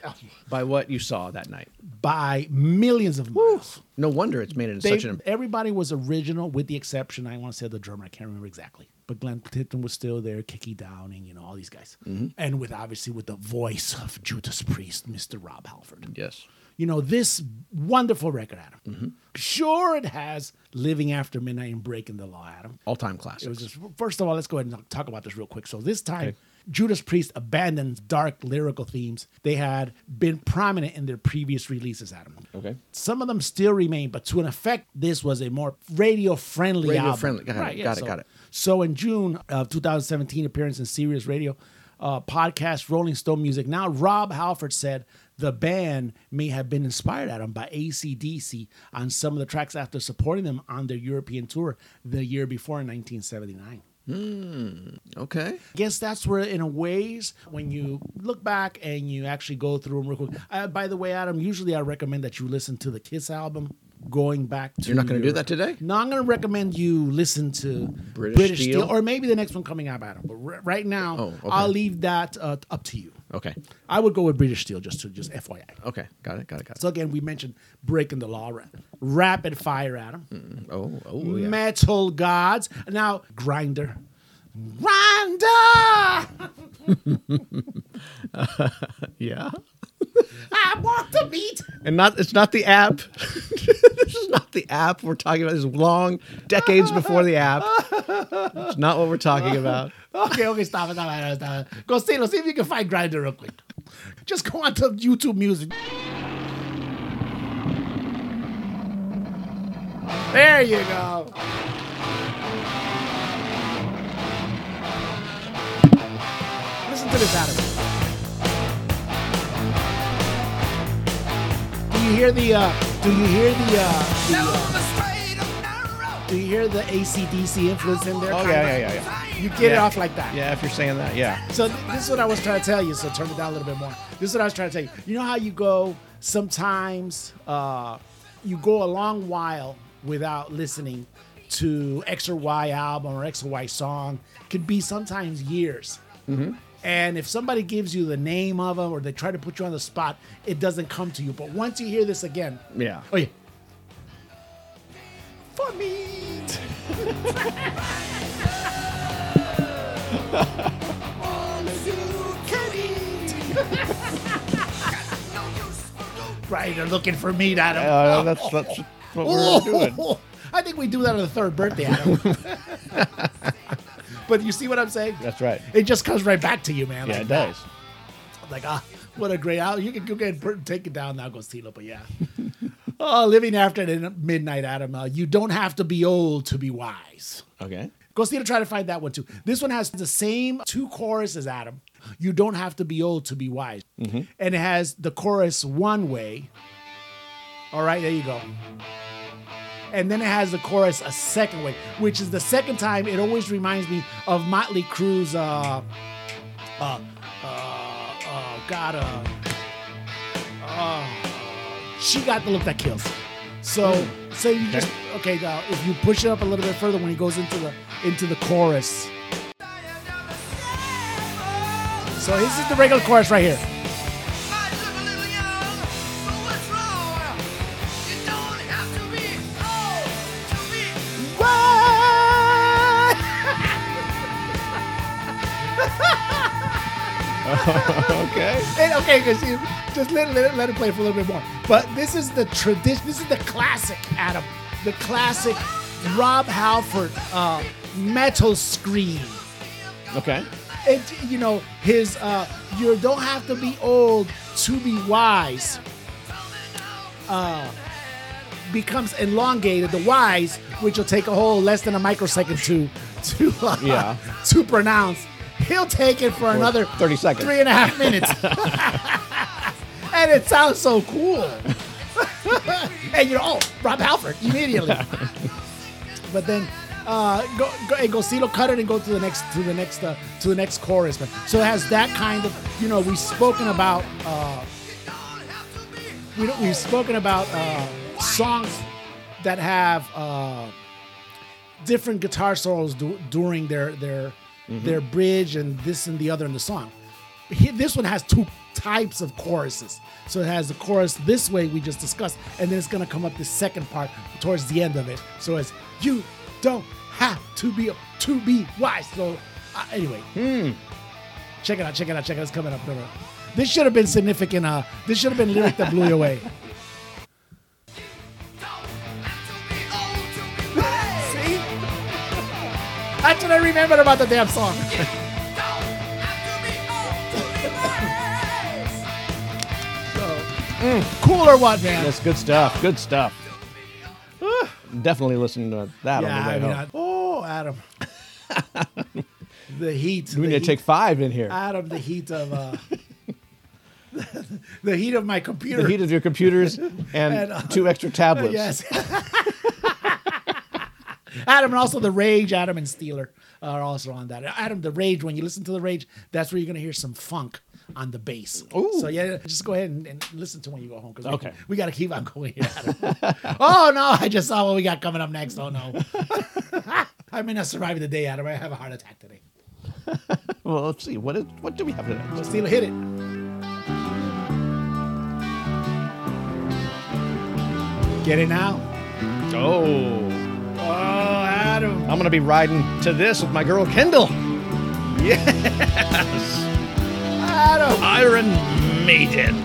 Speaker 3: by what you saw that night.
Speaker 2: By millions of miles.
Speaker 3: No wonder it's made it
Speaker 2: They-
Speaker 3: such an.
Speaker 2: everybody was original, with the exception, I want to say the drummer, I can't remember exactly. But Glenn Tipton was still there, Kiki Downing, you know, all these guys.
Speaker 3: Mm-hmm.
Speaker 2: And with obviously with the voice of Judas Priest, Mr. Rob Halford.
Speaker 3: Yes.
Speaker 2: You know, this wonderful record, Adam.
Speaker 3: Mm-hmm.
Speaker 2: Sure, it has Living After Midnight and Breaking the Law, Adam.
Speaker 3: All time classics.
Speaker 2: It was just first of all, let's go ahead and talk about this real quick. So this time, Judas Priest abandoned dark lyrical themes they had been prominent in their previous releases. Adam,
Speaker 3: Okay.
Speaker 2: some of them still remain, but to an effect, this was a more radio friendly.
Speaker 3: Radio
Speaker 2: album.
Speaker 3: friendly. Got it, got it,
Speaker 2: so,
Speaker 3: got it.
Speaker 2: So in June of 2017, appearance in Sirius Radio uh, podcast Rolling Stone Music. Now Rob Halford said. The band may have been inspired, Adam, by ACDC on some of the tracks after supporting them on their European tour the year before in 1979
Speaker 3: okay.
Speaker 2: guess that's where, in a ways, when you look back and you actually go through them real quick. Uh, by the way, Adam, usually I recommend that you listen to the Kiss album. Going back to
Speaker 3: You're not gonna do
Speaker 2: your-
Speaker 3: that today?
Speaker 2: No, I'm going to recommend you listen to British,
Speaker 3: British
Speaker 2: Steel.
Speaker 3: Steel?
Speaker 2: or maybe the next one coming out, Adam. But r- right now,
Speaker 3: Oh, okay.
Speaker 2: I'll leave that uh, up to you.
Speaker 3: Okay.
Speaker 2: I would go with British Steel just to just FYI.
Speaker 3: Okay. Got it. Got it. Got it.
Speaker 2: So again, we mentioned breaking the law, ra- rapid fire, Adam
Speaker 3: oh, oh, yeah.
Speaker 2: metal gods. Now, Grinder. Grinder!
Speaker 3: yeah.
Speaker 2: I want the meat.
Speaker 3: And not it's not the app. this is not the app we're talking about. This is long decades before the app. It's not what we're talking about.
Speaker 2: Okay, okay, stop it, stop it, stop it. Go see, see if you can find Grinder real quick. Just go onto YouTube Music. There you go. Listen to this, Adam. Do you hear the? Uh, do you hear the? Uh, the, uh, do you hear the ACDC influence in there?
Speaker 4: Oh, yeah,
Speaker 2: kinda?
Speaker 4: yeah, yeah, yeah.
Speaker 2: You get it
Speaker 4: Yeah.
Speaker 2: off like that.
Speaker 4: Yeah, if you're saying that, yeah.
Speaker 2: So th- this is what I was trying to tell you. So turn it down a little bit more. This is what I was trying to tell you. You know how you go sometimes uh, you go a long while without listening to X or Y album or X or Y song. Could be sometimes years. And if somebody gives you the name of them or they try to put you on the spot, it doesn't come to you. But once you hear this again,
Speaker 3: Yeah.
Speaker 2: oh yeah, for me. Right, they're looking for me, Adam.
Speaker 4: Uh, that's that's what we're all doing.
Speaker 2: Ooh, I think we do that on the third birthday, Adam. but you see what I'm saying?
Speaker 4: That's right.
Speaker 2: It just comes right back to you, man.
Speaker 4: Yeah,
Speaker 2: like,
Speaker 4: it does.
Speaker 2: Like, ah, what a great album. You can go ahead and take it down now, Gostilo, but yeah. oh, Living After the Midnight, Adam. Uh, you don't have to be old to be wise.
Speaker 3: Okay.
Speaker 2: Gostilo, try to find that one too. This one has the same two choruses, Adam. You don't have to be old to be wise. And it has the chorus one way. All right, there you go. And then it has the chorus a second way, which is the second time. It always reminds me of Motley Crue's, uh, uh, uh, uh, God, uh, uh, she got the look that kills. So, so you just okay. Now, if you push it up a little bit further when he goes into the into the chorus. So this is the regular chorus right here.
Speaker 4: Okay.
Speaker 2: And, okay, because you just let, let, it- let it play for a little bit more. But this is the tradition. This is the classic, Adam. The classic Rob Halford uh, metal scream.
Speaker 4: Okay.
Speaker 2: It, you know his. Uh, you don't have to be old to be wise. Uh, becomes elongated. The wise, which will take a whole less than a microsecond to to uh,
Speaker 4: Yeah.
Speaker 2: to pronounce. He'll take it for another
Speaker 4: 30 seconds.
Speaker 2: three and a half minutes. and it sounds so cool. and you're, oh, Rob Halford, immediately. but then, uh, go, go, and go, Cito, cut it and go to the next, to the next, uh, to the next chorus. man. So it has that kind of, you know, we've spoken about, uh, we don't, we've spoken about uh, songs that have uh, different guitar solos du- during their their their bridge and this and the other in the song. He- this one has two types of choruses, so it has the chorus this way we just discussed, and then it's gonna come up the second part towards the end of it. So it's you don't have to be a, to be wise. So uh, anyway, check it out, check it out, check it out. It's coming up. coming up. This should have been significant. Uh, this should have been lyric that blew you away. See? That's what I remembered about the damn song. Cool or what, man?
Speaker 4: That's good stuff. Good stuff. Ah, Definitely listen to that on
Speaker 2: yeah,
Speaker 4: the way
Speaker 2: I mean,
Speaker 4: home.
Speaker 2: I- oh, Adam. the heat.
Speaker 4: we
Speaker 2: the
Speaker 4: need to
Speaker 2: heat,
Speaker 4: take five in here.
Speaker 2: Adam the heat of uh, the heat of my computer.
Speaker 4: the heat of your computers and,
Speaker 2: uh,
Speaker 4: two extra tablets.
Speaker 2: Yes. Adam and also the Rage, Adam and Steeler are also on that. Adam, the Rage, when you listen to the Rage, that's where you're going to hear some funk on the bass. So yeah, just go ahead and, and listen to when you go home because
Speaker 4: Okay.
Speaker 2: we, got to keep on going here. Adam. oh no, I just saw what we got coming up next. Oh no, I may not survive the day, Adam. I have a heart attack today.
Speaker 4: Well, let's see. What is, what do we have today?
Speaker 2: Steeler, hit it. Get it now.
Speaker 4: Oh,
Speaker 2: Oh,
Speaker 3: ah.
Speaker 2: Adam.
Speaker 4: I'm gonna be riding to this with my girl Kendall.
Speaker 2: Adam.
Speaker 4: Iron Maiden.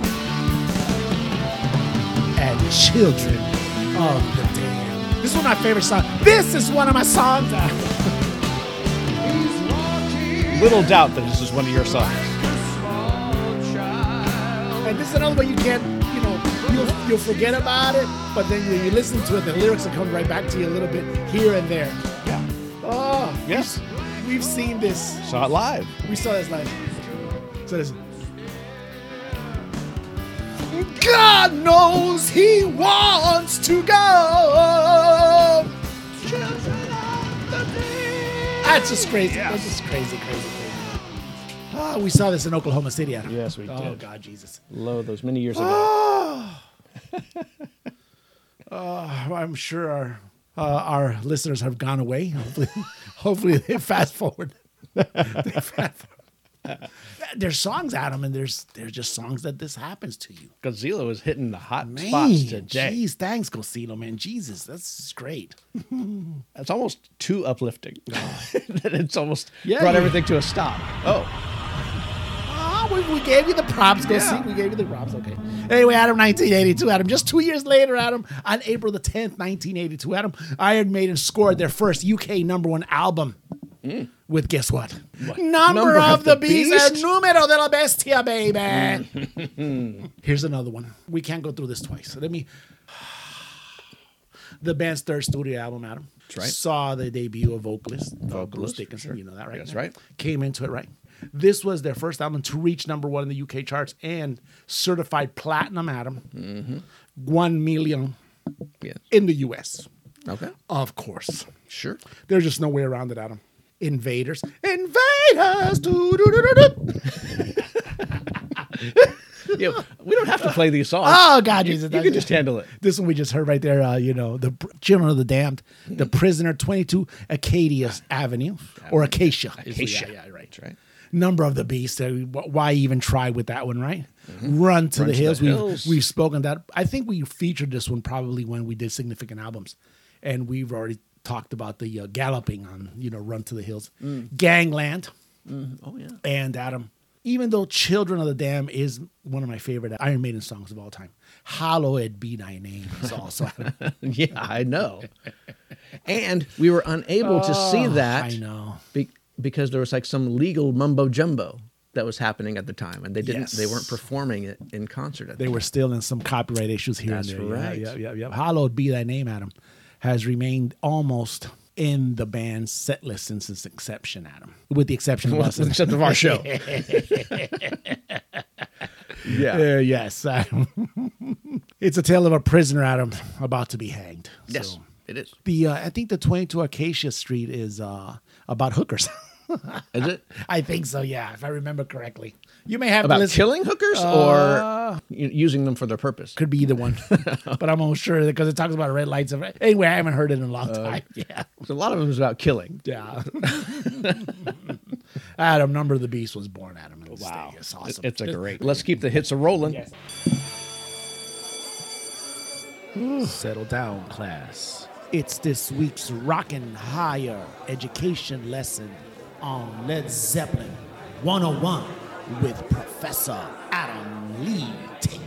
Speaker 2: and children Oh, the damn. This is one of my favorite songs. This is one of my songs.
Speaker 4: Little doubt that this is one of your songs.
Speaker 2: And this is another one you can't, you know, you'll, you'll forget about it, but then you, you listen to it, the lyrics will come right back to you a little bit here and there.
Speaker 4: Yeah.
Speaker 3: Ah.
Speaker 2: Oh,
Speaker 4: Ah. Yes.
Speaker 2: we've seen this.
Speaker 4: Saw it live.
Speaker 2: We saw this last. So this.
Speaker 4: God knows he wants to go.
Speaker 2: That's just crazy. That's just crazy, crazy, crazy. Oh, we saw this in Oklahoma City. Adam.
Speaker 3: Yes, we
Speaker 2: Oh,
Speaker 3: did.
Speaker 2: God, Jesus.
Speaker 3: Low those many years ago.
Speaker 2: Uh, I'm sure our uh, our listeners have gone away. Hopefully, hopefully they fast forward. they fast forward. There's songs, Adam, and there's there's just songs that this happens to you.
Speaker 3: Godzilla is hitting the hot
Speaker 2: Man,
Speaker 3: spots today.
Speaker 2: jeez, thanks, Cosino, man. Jesus, that's great.
Speaker 3: It's almost too uplifting. That it's almost
Speaker 2: Yeah,
Speaker 3: brought
Speaker 2: you-
Speaker 3: everything to a stop. Oh,
Speaker 2: Oh, we, we gave you the props, Go see. We gave you the props. Okay. Anyway, Adam, 1982. Adam, just two years later, Adam, on April the 10th, 1982, Adam, Iron Maiden scored their first UK number one album with guess Hmm. what? Number,
Speaker 3: Number
Speaker 2: of,
Speaker 3: of
Speaker 2: the,
Speaker 3: the
Speaker 2: beast,
Speaker 3: Beast?
Speaker 2: and numero de la bestia, baby. Here's another one. We can't go through this twice. Let me. The band's third studio album, Adam. That's
Speaker 3: right.
Speaker 2: Saw the debut of vocalist, vocalist Dickinson.
Speaker 3: sure.
Speaker 2: You know that, right?
Speaker 3: That's right.
Speaker 2: Came into it right. This was their first album to reach number one in the UK charts and certified platinum, Adam.
Speaker 3: Mm-hmm.
Speaker 2: One million
Speaker 3: yes.
Speaker 2: in the US,
Speaker 3: Okay.
Speaker 2: of course.
Speaker 3: Sure.
Speaker 2: There's just no way around it, Adam. Invaders. Invaders! doo-doo-doo-doo-doo.
Speaker 3: You know, we don't have to play these songs.
Speaker 4: Ah!
Speaker 2: Oh, God, Jesus.
Speaker 3: you can just handle it.
Speaker 2: This one we just heard right there, uh, you know, the pr- Children of the Damned, The Prisoner, 22 Acacia Avenue, or Acacia.
Speaker 3: Acacia.
Speaker 2: Yeah, yeah, right.
Speaker 3: That's right.
Speaker 2: Number of the Beast. uh, wh- Why even try with that one, right? Mm-hmm. Run to the
Speaker 3: to the
Speaker 2: Hills.
Speaker 3: Hills.
Speaker 2: We've, we've spoken that. I think we featured this one probably when we did significant albums, and we've already talked about the uh, galloping on, you know, Run to the Hills, Gangland,
Speaker 3: Oh yeah.
Speaker 2: and Adam. Even though Children of the Dam is one of my favorite Iron Maiden songs of all time, Hallowed Be Thy Name is also Adam.
Speaker 3: yeah, I know. And we were unable to see that.
Speaker 2: I know.
Speaker 3: Be- because there was like some legal mumbo jumbo that was happening at the time, and they didn't. They
Speaker 2: Yes.
Speaker 3: weren't performing it in concert. At
Speaker 2: They
Speaker 3: the
Speaker 2: were still in some copyright issues here
Speaker 3: That's
Speaker 2: and there.
Speaker 3: right.
Speaker 2: Yeah, yeah, yeah, yeah. Hallowed Be Thy Name, Adam, has remained almost in the band's set list since its inception, Adam. With the exception of us.
Speaker 3: time. except of our show. yeah.
Speaker 2: Uh, yes. Adam. it's a tale of a prisoner, Adam, about to be hanged.
Speaker 3: Yes,
Speaker 2: So,
Speaker 3: it is.
Speaker 2: the uh, I think the 22 Acacia Street is uh, about hookers.
Speaker 3: Is it
Speaker 2: I think so, yeah, if I remember correctly. You may have to
Speaker 3: about
Speaker 2: listen-
Speaker 3: killing hookers or u- using them for their purpose?
Speaker 2: Could be either one, but I'm almost sure because it talks about red lights. Of anyway, I haven't heard it in a long
Speaker 3: Uh,
Speaker 2: time. Yeah,
Speaker 3: A lot of them is about killing.
Speaker 2: yeah. Adam, number of the beast was born. Adam, in wow, it's awesome.
Speaker 3: It's a great. Let's keep the hits a rolling.
Speaker 2: settle down, class. It's this week's rockin' higher education lesson on Led Zeppelin 101 with Professor Adam Lee Tate.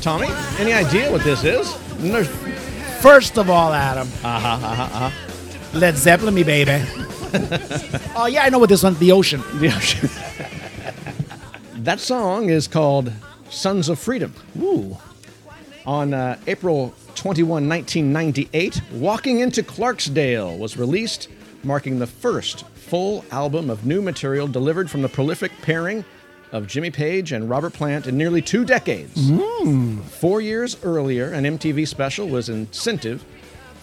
Speaker 3: Tommy, any idea what this is? No-
Speaker 2: First of all, Adam. Uh-huh, uh-huh, uh-huh. Led Zeppelin me, baby. oh, yeah, I know what this one, The Ocean.
Speaker 3: Yeah, sure. that song is called "Sons of Freedom." Ooh. On uh, April 21, 1998, "Walking into Clarksdale" was released, marking the first full album of new material delivered from the prolific pairing of Jimmy Page and Robert Plant in nearly two decades. Four years earlier, an MTV special was incentive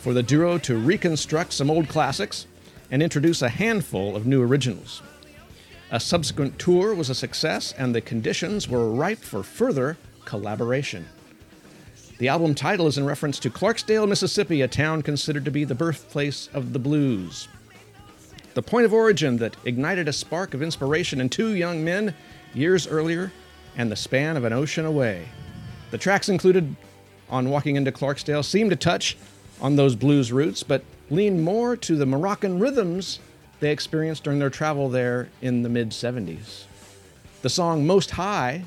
Speaker 3: for the duo to reconstruct some old classics and introduce a handful of new originals. A subsequent tour was a success, and the conditions were ripe for further collaboration. The album title is in reference to Clarksdale, Mississippi, a town considered to be the birthplace of the blues. The point of origin that ignited a spark of inspiration in two young men years earlier and the span of an ocean away. The tracks included on Walking into Clarksdale seemed to touch on those blues roots, but leaned more to the Moroccan rhythms they experienced during their travel there in the mid 70s. The song Most High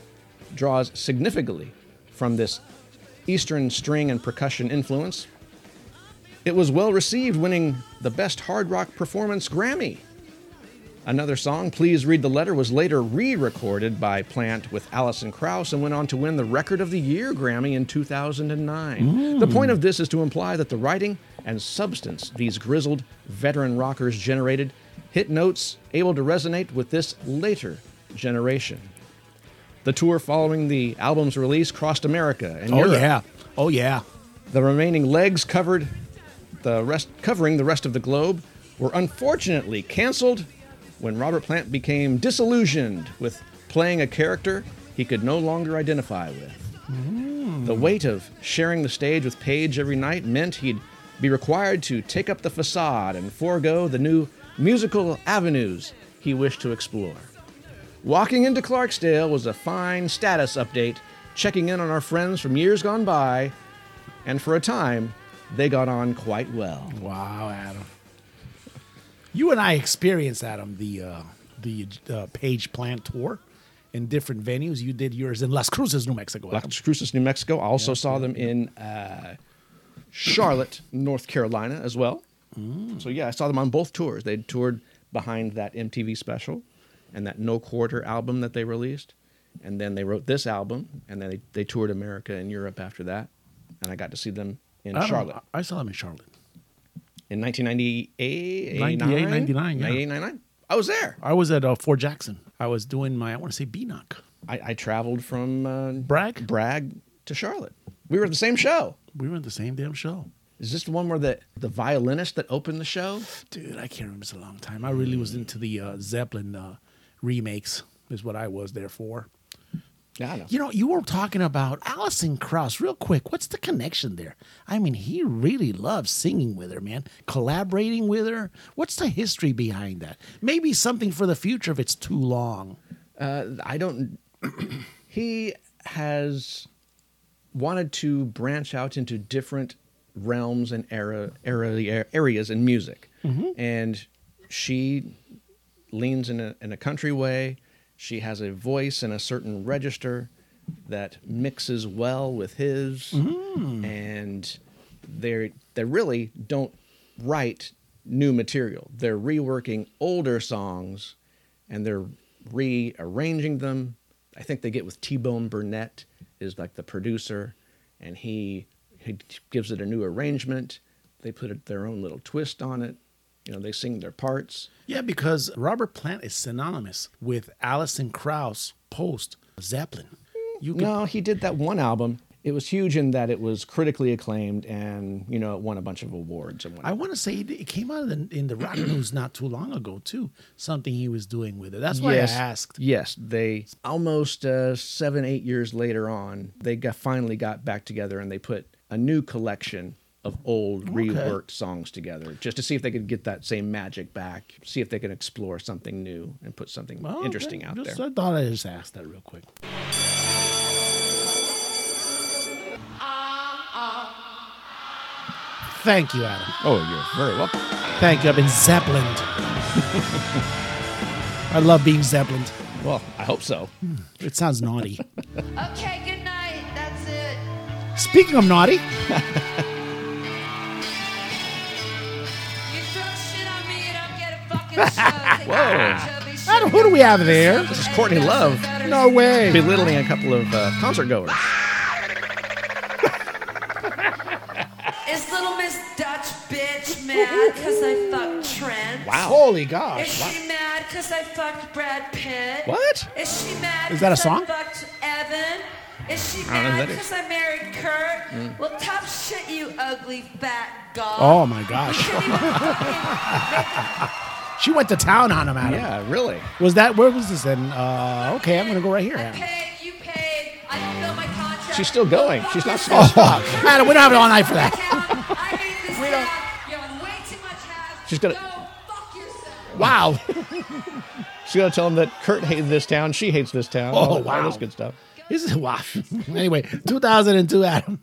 Speaker 3: draws significantly from this Eastern string and percussion influence. It was well received, winning the Best Hard Rock Performance Grammy. Another song, Please Read the Letter, was later re recorded by Plant with Alison Krauss and went on to win the Record of the Year Grammy in 2009. The
Speaker 2: Hmm.
Speaker 3: point of this is to imply that the writing and substance these grizzled veteran rockers generated hit notes able to resonate with this later generation. The tour following the album's release crossed America and
Speaker 2: Oh
Speaker 3: Europe
Speaker 2: yeah. Oh yeah.
Speaker 3: the remaining legs covered the rest covering the rest of the globe were unfortunately canceled when Robert Plant became disillusioned with playing a character he could no longer identify with. The weight of sharing the stage with Page every night meant he'd be required to take up the facade and forego the new musical avenues he wished to explore. Walking into Clarksdale was a fine status update, checking in on our friends from years gone by and for a time, they got on quite well.
Speaker 2: Wow, Adam. You and I experienced Adam the uh, the uh, Page Plant tour in different venues. You did yours in Las Cruces, New Mexico. Adam.
Speaker 3: Las Cruces, New Mexico. I also saw them in uh, Charlotte, North Carolina, as well. So yeah, I saw them on both tours. They toured behind that MTV special and that No Quarter album that they released, and then they wrote this album, and then they, they toured America and Europe after that. And I got to see them in
Speaker 2: I don't-
Speaker 3: Charlotte
Speaker 2: I saw him in Charlotte.
Speaker 3: in 1998,
Speaker 2: 98, 99, yeah.
Speaker 3: 98, 99. I was there.
Speaker 2: I was at uh, Fort Jackson. I was doing my I want to say B knock.
Speaker 3: I, I traveled from uh,
Speaker 2: Bragg?
Speaker 3: Bragg to Charlotte. We were at the same show.
Speaker 2: We were at the same damn show.
Speaker 3: Is this the one where the, the violinist that opened the show?
Speaker 2: Dude, I can't remember. It's a long time. I really was into the uh, Zeppelin uh, remakes. Is what I was there for.
Speaker 3: Yeah, I know.
Speaker 2: You know, you were talking about Alison Krauss real quick. What's the connection there? I mean, he really loves singing with her, man. Collaborating with her. What's the history behind that? Maybe something for the future if it's too long.
Speaker 3: Uh, I don't. he has wanted to branch out into different realms and era, era areas in music, and she leans in a in a country way. She has a voice and a certain register that mixes well with his, and they they really don't write new material. They're reworking older songs, and they're rearranging them. I think they get with T Bone Burnett is like the producer, and he he gives it a new arrangement. They put it, their own little twist on it. You know, they sing their parts.
Speaker 2: Yeah, because Robert Plant is synonymous with Alison Krauss post Zeppelin. You can,
Speaker 3: No, he did that one album. It was huge in that it was critically acclaimed and, you know, it won a bunch of awards and
Speaker 2: I
Speaker 3: whatnot.
Speaker 2: want to say it it came out in, in the rock news not too long ago too. Something he was doing with it. That's why I asked.
Speaker 3: Yes, they almost uh, seven, eight years later on, they got, finally got back together and they put a new collection of old reworked songs together just to see if they could get that same magic back, see if they can explore something new and put something
Speaker 2: Well, Oh, okay,
Speaker 3: interesting out
Speaker 2: just-
Speaker 3: there.
Speaker 2: I thought I just asked that real quick. Thank you, Adam.
Speaker 3: oh, you're very welcome.
Speaker 2: Thank you. I've been Zeppelined. I love being Zeppelined.
Speaker 3: Well, I hope so.
Speaker 2: It sounds naughty.
Speaker 5: Okay, good night. That's it.
Speaker 2: Speaking of naughty,
Speaker 5: You throw shit on me, you don't get a fucking show. Whoa.
Speaker 2: Adam, who do we have there?
Speaker 3: This is Courtney Love
Speaker 2: No way.
Speaker 3: belittling a couple of uh, concert goers.
Speaker 5: It's Little Miss Dutch bitch mad because I fucked Trent.
Speaker 2: Holy
Speaker 5: Is
Speaker 2: gosh.
Speaker 5: she mad because I fucked Brad Pitt?
Speaker 3: What?
Speaker 5: Is she mad?
Speaker 2: Is that a
Speaker 5: 'cause
Speaker 2: song?
Speaker 5: I fucked Evan. Is she
Speaker 3: don't know who
Speaker 5: mad
Speaker 3: that is. Hmm.
Speaker 5: because I married Kurt? Well, top shit, you ugly fat god.
Speaker 2: Oh my gosh.
Speaker 5: You couldn't even fucking make a
Speaker 2: She went to town on him, Adam.
Speaker 3: Yeah, really.
Speaker 2: Was that where was this? in? uh, okay, I'm gonna go right here.
Speaker 5: I
Speaker 2: Adam.
Speaker 5: paid, you paid. I fulfilled my contract.
Speaker 3: She's still going. She's not
Speaker 5: Motherfuckers,
Speaker 3: supposed to stop.
Speaker 2: Adam, we don't have it all night for
Speaker 5: I
Speaker 2: that.
Speaker 5: hate this
Speaker 2: We don't-
Speaker 5: town. You're on way too much ass.
Speaker 3: She's gonna-
Speaker 5: Go fuck yourself.
Speaker 3: Wow. She's gonna tell him that Kurt hated this town. She hates this town.
Speaker 2: Oh,
Speaker 3: all that-
Speaker 2: wow.
Speaker 3: All this good stuff.
Speaker 2: This is wow. anyway, 2002, Adam.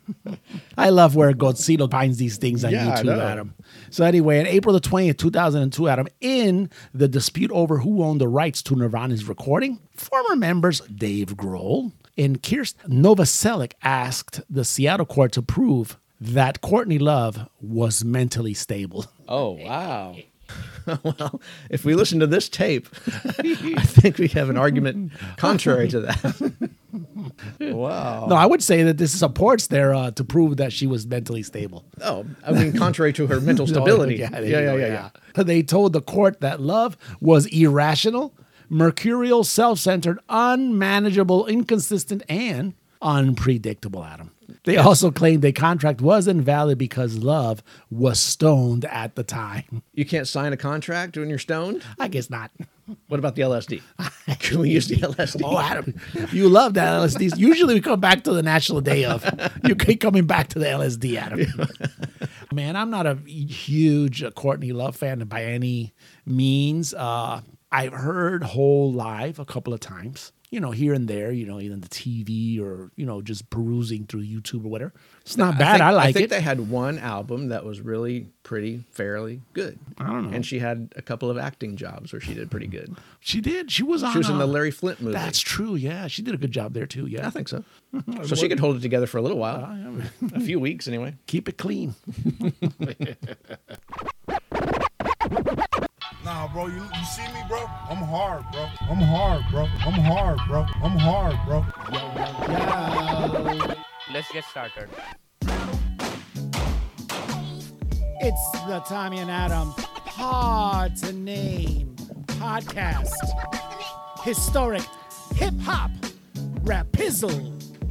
Speaker 2: I love where Godzilla finds these things on
Speaker 3: Yeah, I
Speaker 2: YouTube,
Speaker 3: know.
Speaker 2: Adam. So anyway, on April the 20th, 2002, Adam, in the dispute over who owned the rights to Nirvana's recording, former members Dave Grohl and Kirst Novoselic asked the Seattle court to prove that Courtney Love was mentally stable.
Speaker 3: Oh wow. well, if we listen to this tape, I think we have an argument contrary to that. wow.
Speaker 2: No, I would say that this supports their uh, to prove that she was mentally stable.
Speaker 3: Oh, I mean, contrary to her mental stability.
Speaker 2: Yeah,
Speaker 3: yeah,
Speaker 2: there
Speaker 3: yeah,
Speaker 2: you
Speaker 3: yeah,
Speaker 2: go,
Speaker 3: yeah,
Speaker 2: yeah. They told the court that love was irrational, mercurial, self centered, unmanageable, inconsistent, and unpredictable, Adam. They also claimed the contract was invalid because love was stoned at the time.
Speaker 3: You can't sign a contract when you're stoned.
Speaker 2: I guess not.
Speaker 3: What about the LSD? Can we use the LSD?
Speaker 2: Oh, Adam, you love that LSD. Usually we come back to the national day of. You keep coming back to the LSD, Adam. Man, I'm not a huge uh, Courtney Love fan by any means. Uh, I've heard whole live a couple of times, you know, here and there, you know, either on the TV or, you know, just perusing through YouTube or whatever. It's not bad.
Speaker 3: think-
Speaker 2: I like
Speaker 3: I think
Speaker 2: it.
Speaker 3: they had one album that was really pretty, fairly good. I don't know. And she had a couple of acting jobs where she did pretty good.
Speaker 2: she did. She was on.
Speaker 3: She was in
Speaker 2: uh,
Speaker 3: the Larry Flint movie.
Speaker 2: That's true. Yeah. She did a good job there, too. Yeah.
Speaker 3: I think so. So she could hold it together for a little
Speaker 2: Ah,
Speaker 3: while, a few weeks anyway.
Speaker 2: Keep it clean.
Speaker 7: Nah, bro, you, you see me, bro? I'm hard, bro. I'm hard, bro. I'm hard, bro. I'm hard, bro.
Speaker 8: Let's get started.
Speaker 2: It's the Tommy and Adam Hard to Name podcast. Historic hip hop rapizzle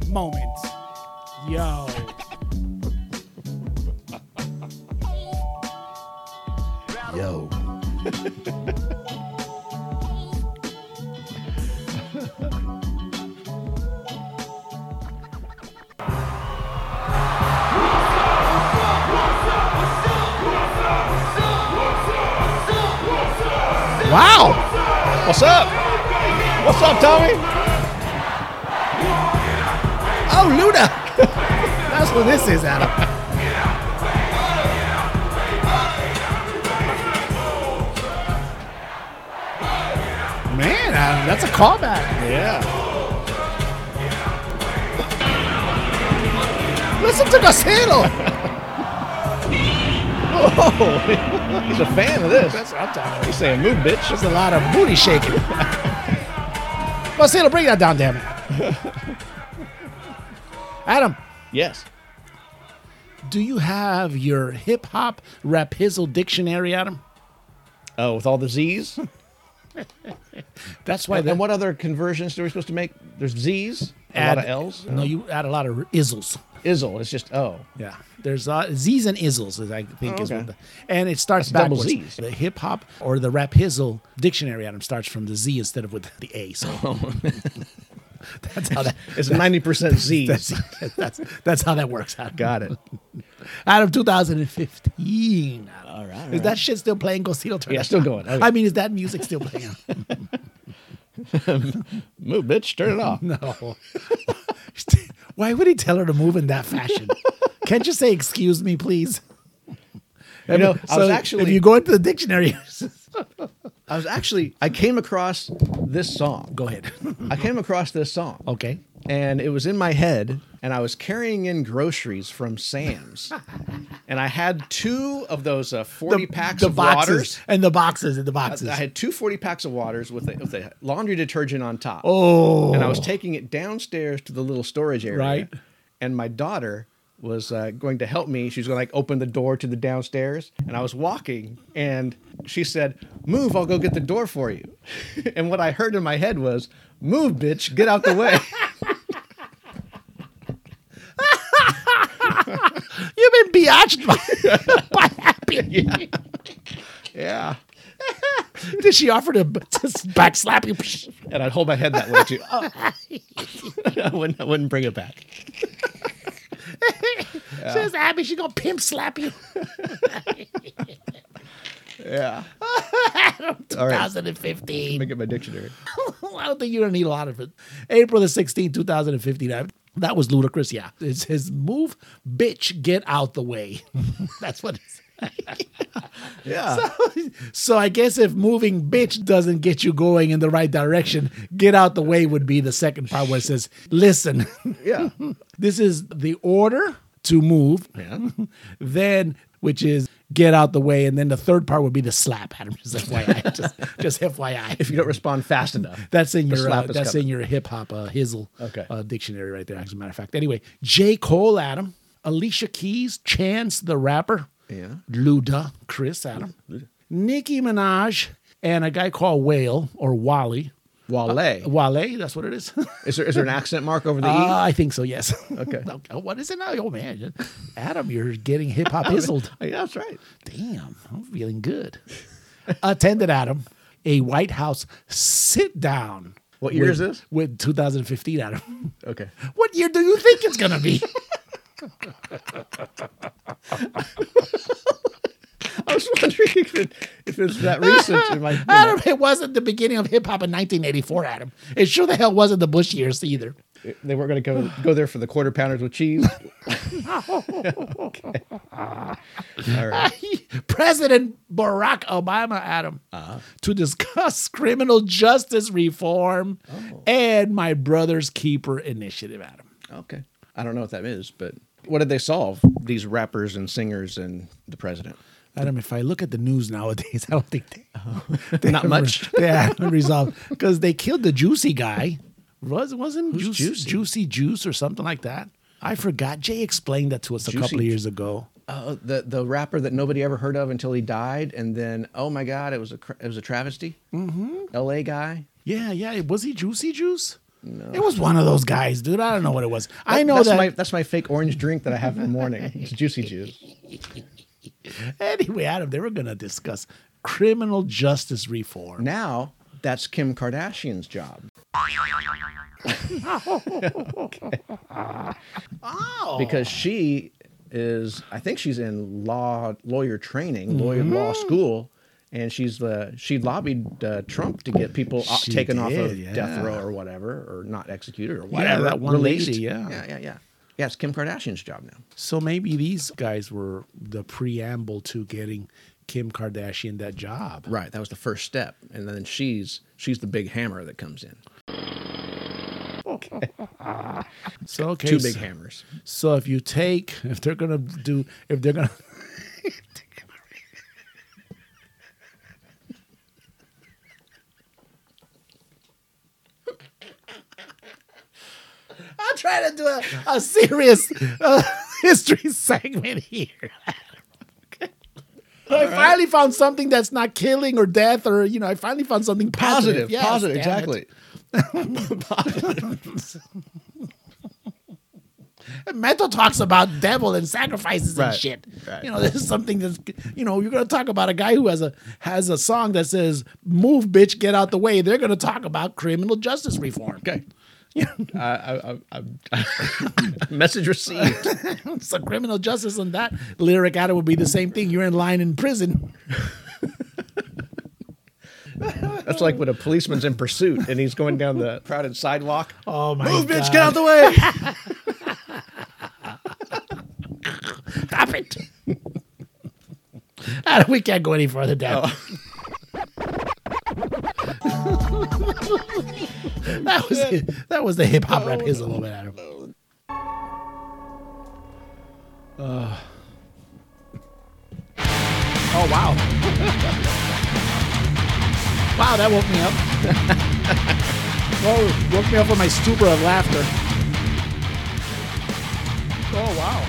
Speaker 2: moment. Yo.
Speaker 3: Yo.
Speaker 2: Wow.
Speaker 3: What's up? What's up, Tommy?
Speaker 2: Oh, Luna. That's what this is, Adam. Man, Adam, that's a callback.
Speaker 3: Yeah.
Speaker 2: Listen to Godzilla.
Speaker 3: He's a fan of this.
Speaker 2: that's what I'm talking about.
Speaker 3: He's saying, move, bitch.
Speaker 2: There's a lot of booty shaking. Marcelo, bring that down, damn it. Adam,
Speaker 3: Yes.
Speaker 2: do you have your hip hop rapizzle dictionary, Adam?
Speaker 3: Oh, with all the Z's?
Speaker 2: That's why.
Speaker 3: and
Speaker 2: that-
Speaker 3: what other conversions are we supposed to make? There's Z's, a
Speaker 2: add-
Speaker 3: lot of L's.
Speaker 2: No, you add a lot of izzles.
Speaker 3: Izzle, it's just O.
Speaker 2: Yeah, there's uh, Z's and izzles, as I think is
Speaker 3: Oh, okay.
Speaker 2: what the, and it starts
Speaker 3: That's double
Speaker 2: backwards.
Speaker 3: Z's.
Speaker 2: The hip hop or the rapizzle dictionary, Adam, starts from the Z instead of with the A. So that's how that.
Speaker 3: It's 90% Z's.
Speaker 2: That's, that's, that's how that works out.
Speaker 3: Got it.
Speaker 2: out of 2015. All right. Is that shit still playing Gosito Turner?
Speaker 3: Yeah, still going. Okay.
Speaker 2: I mean, is that music still playing?
Speaker 3: Move, bitch. Turn it off.
Speaker 2: no. Why would he tell her to move in that fashion? Can't you say, excuse me, please?
Speaker 3: You know, I was
Speaker 2: If
Speaker 3: actually-
Speaker 2: you go into the dictionary,
Speaker 3: I was actually, I came across this song.
Speaker 2: go ahead.
Speaker 3: I came across this song.
Speaker 2: Okay.
Speaker 3: And it was in my head, and I was carrying in groceries from Sam's. and I had two of those uh, 40 packs of
Speaker 2: boxes.
Speaker 3: waters.
Speaker 2: And the boxes. And the boxes.
Speaker 3: I had two 40 packs of waters with a, with a laundry detergent on top.
Speaker 2: oh.
Speaker 3: And I was taking it downstairs to the little storage area.
Speaker 2: Right.
Speaker 3: And my daughter was uh, going to help me. She was going to like open the door to the downstairs. And I was walking and she said, Move, I'll go get the door for you. and what I heard in my head was, Move, bitch, get out the way.
Speaker 2: You've been biatched by, by Happy.
Speaker 3: yeah.
Speaker 2: Did she offer to b- just back slap you?
Speaker 4: and I'd hold my head that way too.
Speaker 3: Oh.
Speaker 4: I wouldn't. I wouldn't bring it back.
Speaker 2: She's happy. She gonna pimp slap you.
Speaker 4: Yeah. All right.
Speaker 2: 2015.
Speaker 4: Let me get my dictionary.
Speaker 2: I don't think you're gonna need a lot of it. April the 16th, 2015. I- that was ludicrous. Yeah, it's his move. Bitch, get out the way. That's what. It's.
Speaker 3: Yeah.
Speaker 2: So I guess if moving bitch doesn't get you going in the right direction, get out the way would be the second part where it says, listen.
Speaker 3: yeah.
Speaker 2: This is the order to move. then, which is get out the way, and then the third part would be the slap. Adam, just FYI, just, just FYI.
Speaker 3: If you don't respond fast enough.
Speaker 2: That's in
Speaker 3: The
Speaker 2: your uh,
Speaker 3: slap is
Speaker 2: that's
Speaker 3: coming.
Speaker 2: in your hip hop uh, hizzle
Speaker 3: Okay.
Speaker 2: uh, dictionary right there. As a matter of fact, anyway, J Cole, Adam, Alicia Keys, Chance the rapper,
Speaker 3: Yeah.
Speaker 2: Luda, Chris, Adam, Nicki Minaj, and a guy called Whale or Wally,
Speaker 3: Wale.
Speaker 2: Wale. That's what it is.
Speaker 3: Is there is there an accent mark over the
Speaker 2: Uh,
Speaker 3: e?
Speaker 2: I think so. Yes.
Speaker 3: Okay.
Speaker 2: Oh, what is it now? Oh man, Adam, you're getting hip hop hizzled.
Speaker 3: Yeah, that's right.
Speaker 2: Damn, I'm feeling good. Attended Adam a White House sit down.
Speaker 3: What year
Speaker 2: with-
Speaker 3: is this?
Speaker 2: With 2015, Adam.
Speaker 3: Okay.
Speaker 2: What year do you think it's gonna be?
Speaker 3: I was wondering if, it, if it's that recent. It might,
Speaker 2: Adam, it wasn't the beginning of hip hop in 1984, Adam. It sure the hell wasn't the Bush years either.
Speaker 3: they weren't going to go go there for the quarter pounders with cheese.
Speaker 2: President Barack Obama, Adam, to discuss criminal justice reform and my brother's keeper initiative, Adam.
Speaker 3: Okay. I don't know what that is, but what did they solve? These rappers and singers and the president.
Speaker 2: Adam, if I look at the news nowadays, I don't think they,
Speaker 3: Not much.
Speaker 2: they haven't resolved because they killed the Juicy guy. Was wasn't
Speaker 3: Who's
Speaker 2: juice,
Speaker 3: Juicy?
Speaker 2: juicy Juice or something like that? I forgot. Jay explained that to us a couple of
Speaker 3: Juicy
Speaker 2: years ago.
Speaker 3: Uh, the the rapper that nobody ever heard of until he died, and then oh my god, it was a cr- it was a travesty. Mm-hmm. L.A. guy.
Speaker 2: Yeah, yeah. Was he Juicy Juice? No. It was one of those guys, dude. I don't know what it was. I know
Speaker 3: that's
Speaker 2: that.
Speaker 3: my that's my fake orange drink that I have in the morning. It's juicy juice.
Speaker 2: Anyway, Adam, they were going to discuss criminal justice reform.
Speaker 3: Now that's Kim Kardashian's job
Speaker 2: oh,
Speaker 3: because she is I think she's in law lawyer training, lawyer law school, and she's uh, she lobbied uh, Trump to get people o-
Speaker 2: She
Speaker 3: taken off
Speaker 2: did,
Speaker 3: of
Speaker 2: yeah.
Speaker 3: death row or whatever, or not executed or whatever.
Speaker 2: that one
Speaker 3: released.
Speaker 2: lady, yeah.
Speaker 3: yeah, yeah, yeah. Yeah, it's Kim Kardashian's job now.
Speaker 2: so maybe these guys were the preamble to getting Kim Kardashian that job.
Speaker 3: Right, that was the first step, and then she's she's the big hammer that comes in.
Speaker 2: So okay,
Speaker 3: Two big
Speaker 2: so-
Speaker 3: hammers.
Speaker 2: So if you take, if they're gonna do, if they're gonna, I'm trying to do a, a serious uh, history segment here. I finally found something that's not killing or death or you know I finally found something positive. Yes, damn it. Metal talks about devil and sacrifices and
Speaker 3: Right,
Speaker 2: shit.
Speaker 3: right.
Speaker 2: You know, this is something that's you know you're gonna talk about a guy who has a has a song that says "Move, bitch, get out the way." They're gonna talk about criminal justice reform.
Speaker 3: Okay. I, I, I, I, message received.
Speaker 2: Hmm, so criminal justice and that lyric out it would be the same thing. You're in line in prison.
Speaker 3: That's like when a policeman's in pursuit and he's going down the crowded sidewalk.
Speaker 2: Oh my
Speaker 3: Move, bitch, get out the way.
Speaker 2: Stop it. Adam, we can't go any further
Speaker 3: Oh.
Speaker 2: down. that was that was the hip hop rap his a little bit, Adam. Oh wow! wow, that woke me up. oh, woke me up from my stupor of laughter. Oh wow!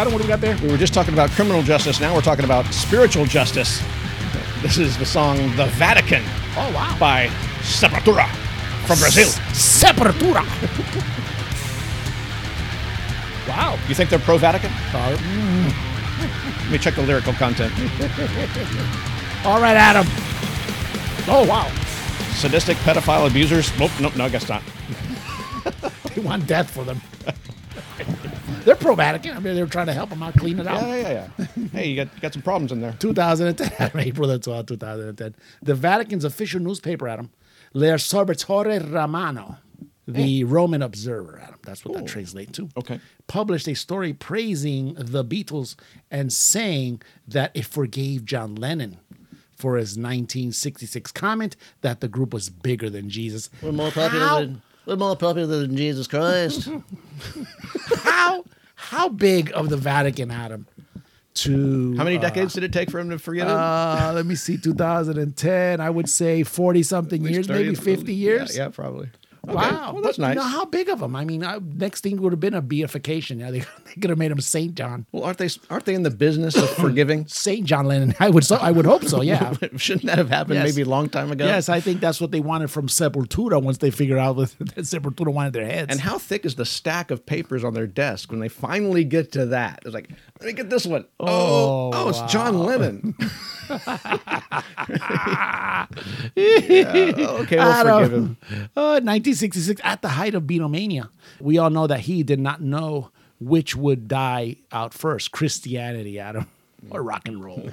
Speaker 2: Adam, what do we got there?
Speaker 3: We were just talking about criminal justice. Now we're talking about spiritual justice. This is the song The Vatican
Speaker 2: Oh wow!
Speaker 3: by Sepultura from Brazil.
Speaker 2: Sepultura. wow.
Speaker 3: You think they're pro Vatican? mm. Let me check the lyrical content.
Speaker 2: All right, Adam. Oh, wow.
Speaker 4: Sadistic pedophile abusers. Nope, nope, no, I guess not.
Speaker 2: They want death for them. They're probiotic. I mean, they're trying to help them out, clean it out.
Speaker 4: Yeah, yeah, yeah. hey, you got, you got some problems in there.
Speaker 2: 2010, April the 12th, 2010. The Vatican's official newspaper, Adam, L'Osservatore Romano, the Roman Observer, Adam, that's what that translates to,
Speaker 4: Okay.
Speaker 2: published a story praising the Beatles and saying that it forgave John Lennon for his 1966 comment that the group was bigger than Jesus.
Speaker 8: We're more popular
Speaker 2: How-
Speaker 8: than we're more popular than Jesus Christ.
Speaker 2: How, how big of the Vatican, Adam, to...
Speaker 3: How many
Speaker 2: uh,
Speaker 3: decades did it take for him to forget it?
Speaker 2: Uh, let me see, 2010. I would say 40 something
Speaker 3: At least
Speaker 2: years,
Speaker 3: 30,
Speaker 2: maybe 50 years.
Speaker 3: Yeah, yeah, probably. Okay.
Speaker 2: Wow,
Speaker 3: Well, that's
Speaker 2: But, you
Speaker 3: nice.
Speaker 2: know, how big of them? I mean, I, next thing would have been a beatification. Yeah, they, they could have made him Saint John,
Speaker 3: well, aren't they aren't they in the business of forgiving?
Speaker 2: Saint John Lennon. I would so I would hope so. Yeah.
Speaker 3: Shouldn't that have happened
Speaker 2: Yes.
Speaker 3: maybe a long time ago?
Speaker 2: yes, I think that's what they wanted from Sepultura once they figured out that Sepultura wanted their heads.
Speaker 3: And how thick is the stack of papers on their desk when they finally get to that? It's like, let me get this one. Oh, oh, it's John Lennon. Yeah, okay, we'll
Speaker 2: Adam,
Speaker 3: forgive him.
Speaker 2: Uh, 1966, at the height of Beatlemania, we all know that he did not know which would die out first Christianity, Adam, or rock and roll.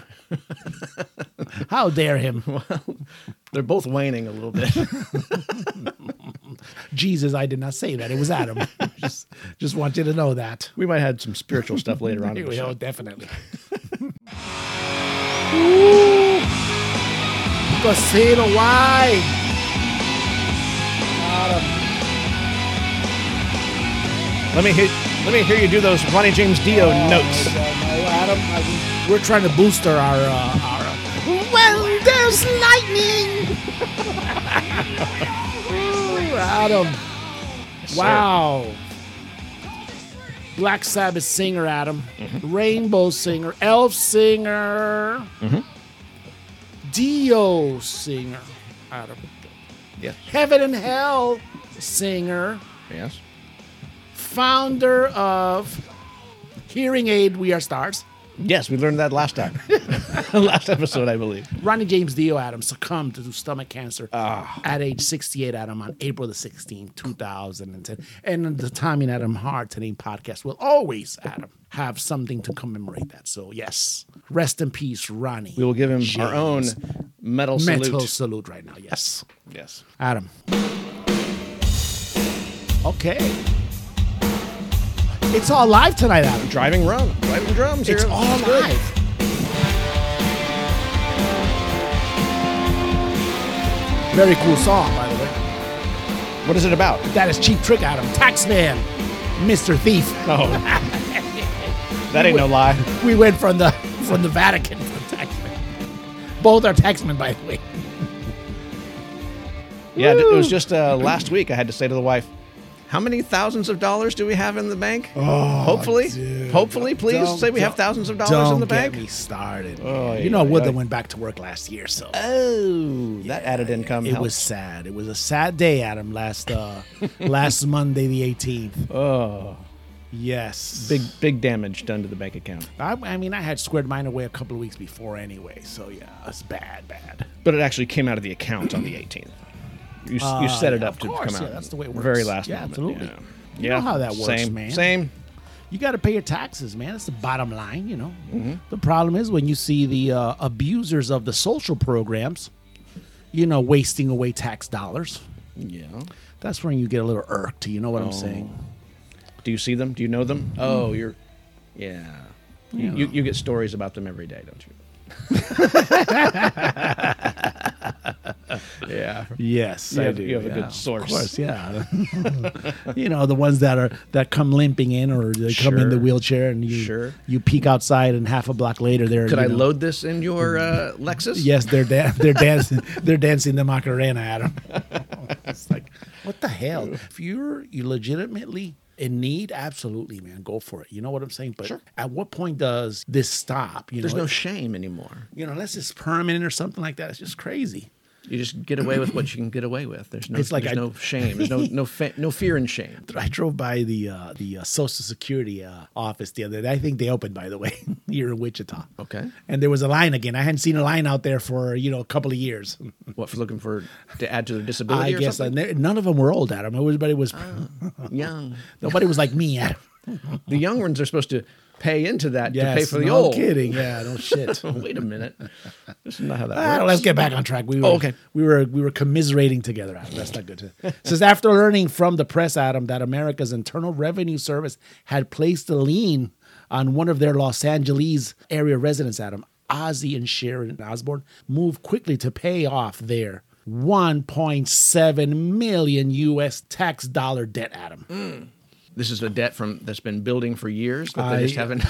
Speaker 2: How dare him?
Speaker 3: They're both waning a little bit.
Speaker 2: Jesus, I did not say that. It was Adam. just, just want you to know that.
Speaker 3: we might have some spiritual stuff later on. in
Speaker 2: Here
Speaker 3: the
Speaker 2: we
Speaker 3: show.
Speaker 2: go, definitely. Casino, why?
Speaker 4: Let me hear, let me hear you do those Ronnie James Dio notes.
Speaker 2: Adam, I- we're trying to boost our. our, uh, our well, there's lightning! Ooh, Adam. Wow. Black Sabbath singer, Adam. Rainbow singer. Elf singer. Dio singer, Adam.
Speaker 3: Yes.
Speaker 2: Heaven and Hell singer
Speaker 3: Yes.
Speaker 2: founder of Hearing Aid We Are Stars,
Speaker 3: Yes, we learned that last time. last episode, I believe.
Speaker 2: Ronnie James Dio Adams succumbed to stomach cancer
Speaker 3: Ah.
Speaker 2: at age 68, Adam, on April the 16th, 2010. And the Tommy and Adam Hard Today podcast will always, Adam, have something to commemorate that. So, yes, rest in peace, Ronnie.
Speaker 3: We will give him
Speaker 2: James.
Speaker 3: our own metal salute.
Speaker 2: mental salute right now. Yes.
Speaker 3: Yes.
Speaker 2: Adam. Okay. It's all live tonight, Adam.
Speaker 3: Driving rum, driving drums.
Speaker 2: It's
Speaker 3: here.
Speaker 2: all
Speaker 3: It's good.
Speaker 2: live. Very cool song, by the way.
Speaker 4: What is it about?
Speaker 2: That is Cheap Trick Adam, Taxman, Mr. Thief.
Speaker 4: Oh. that ain't no lie.
Speaker 2: We went from the from the Vatican to the Taxman. Both are taxmen, by the way.
Speaker 3: Yeah, it was just uh, last week I had to say to the wife, how many thousands of dollars do we have in the bank? hopefully, hopefully, please
Speaker 2: Oh, Don't-
Speaker 3: say we have
Speaker 2: don't-
Speaker 3: thousands of dollars in the bank.
Speaker 2: me started.
Speaker 3: Oh,
Speaker 2: you know,
Speaker 3: yeah,
Speaker 2: Woodland
Speaker 3: yeah.
Speaker 2: went back to work last year, so
Speaker 3: Oh, that added income.
Speaker 2: it
Speaker 3: helps.
Speaker 2: was sad. It was a sad day, Adam. Last uh, last Monday, the 18th. Oh, yes,
Speaker 3: big, big damage done to the bank account,
Speaker 2: I, I mean, I had squared mine away a couple of weeks before anyway, so yeah, it's bad, bad.
Speaker 3: but it actually came out of the account on the 18th. You, s- you set it up to
Speaker 2: course,
Speaker 3: come out.
Speaker 2: Ah, yeah, that's the way it
Speaker 3: Very
Speaker 2: works.
Speaker 3: last
Speaker 2: Yeah,
Speaker 3: moment,
Speaker 2: absolutely.
Speaker 3: Yeah.
Speaker 2: You know
Speaker 3: Yeah,
Speaker 2: how that works,
Speaker 3: same,
Speaker 2: man.
Speaker 3: Same.
Speaker 2: You got to pay your taxes, man. That's the bottom line, you know.
Speaker 3: Mm-hmm.
Speaker 2: The problem is when you see the uh, abusers of the social programs, you know, wasting away tax dollars.
Speaker 3: Yeah.
Speaker 2: That's when you get a little irked. You know what
Speaker 3: Oh.
Speaker 2: I'm saying?
Speaker 3: Do you see them? Do you know
Speaker 2: Mm.
Speaker 3: them? Oh, you're. Yeah. You, you, you get stories about them every day, don't you? yeah.
Speaker 2: Yes,
Speaker 3: You have- you have a good source.
Speaker 2: Of course, yeah. you know the ones that are that come limping in, or they come in the
Speaker 3: Sure.
Speaker 2: wheelchair, and you
Speaker 3: Sure.
Speaker 2: you peek outside, and half a block later, they're
Speaker 3: Could
Speaker 2: you
Speaker 3: I
Speaker 2: know-
Speaker 3: load this in your uh, Lexus?
Speaker 2: Yes, they're da- they're dancing they're dancing the Macarena at him. it's like what the hell? If you're you legitimately in need, absolutely, man, go for it. You know what I'm saying? But at what point does this stop? You
Speaker 3: There's
Speaker 2: know,
Speaker 3: no shame anymore.
Speaker 2: you know, unless it's permanent or something like that, it's just crazy.
Speaker 3: You just get away with what you can get away with. There's no,
Speaker 2: It's like
Speaker 3: there's
Speaker 2: I-
Speaker 3: no shame. There's no no fa- no fear and shame.
Speaker 2: I drove by the uh, the uh, Social Security uh, office the other day. I think they opened, by the way, here in Wichita.
Speaker 3: Okay.
Speaker 2: And there was a line again. I hadn't seen a line out there for you know a couple of years.
Speaker 3: What for looking for to add to their disability?
Speaker 2: I
Speaker 3: or
Speaker 2: guess and
Speaker 3: something? Ah.
Speaker 2: they- none of them were old, Adam. Everybody was
Speaker 3: young.
Speaker 2: nobody was like me, Adam.
Speaker 3: The young ones are supposed to pay into that
Speaker 2: Yes,
Speaker 3: to pay for the
Speaker 2: no
Speaker 3: old. Oh,
Speaker 2: kidding. Yeah, no shit.
Speaker 3: Wait a minute. Ah. This is not how that
Speaker 2: I
Speaker 3: works.
Speaker 2: don't- Ah, let's get back on track. We were,
Speaker 3: Oh, okay.
Speaker 2: We were we were commiserating together. Adam. That's not good. Says after learning from the press, Adam, that America's Internal Revenue Service had placed a lien on one of their Los Angeles area residents, Adam Ozzy and Sharon Osborne moved quickly to pay off their 1.7 million U.S. tax dollar debt, Adam.
Speaker 3: This is a debt from that's been building for years that
Speaker 2: I-
Speaker 3: they just haven't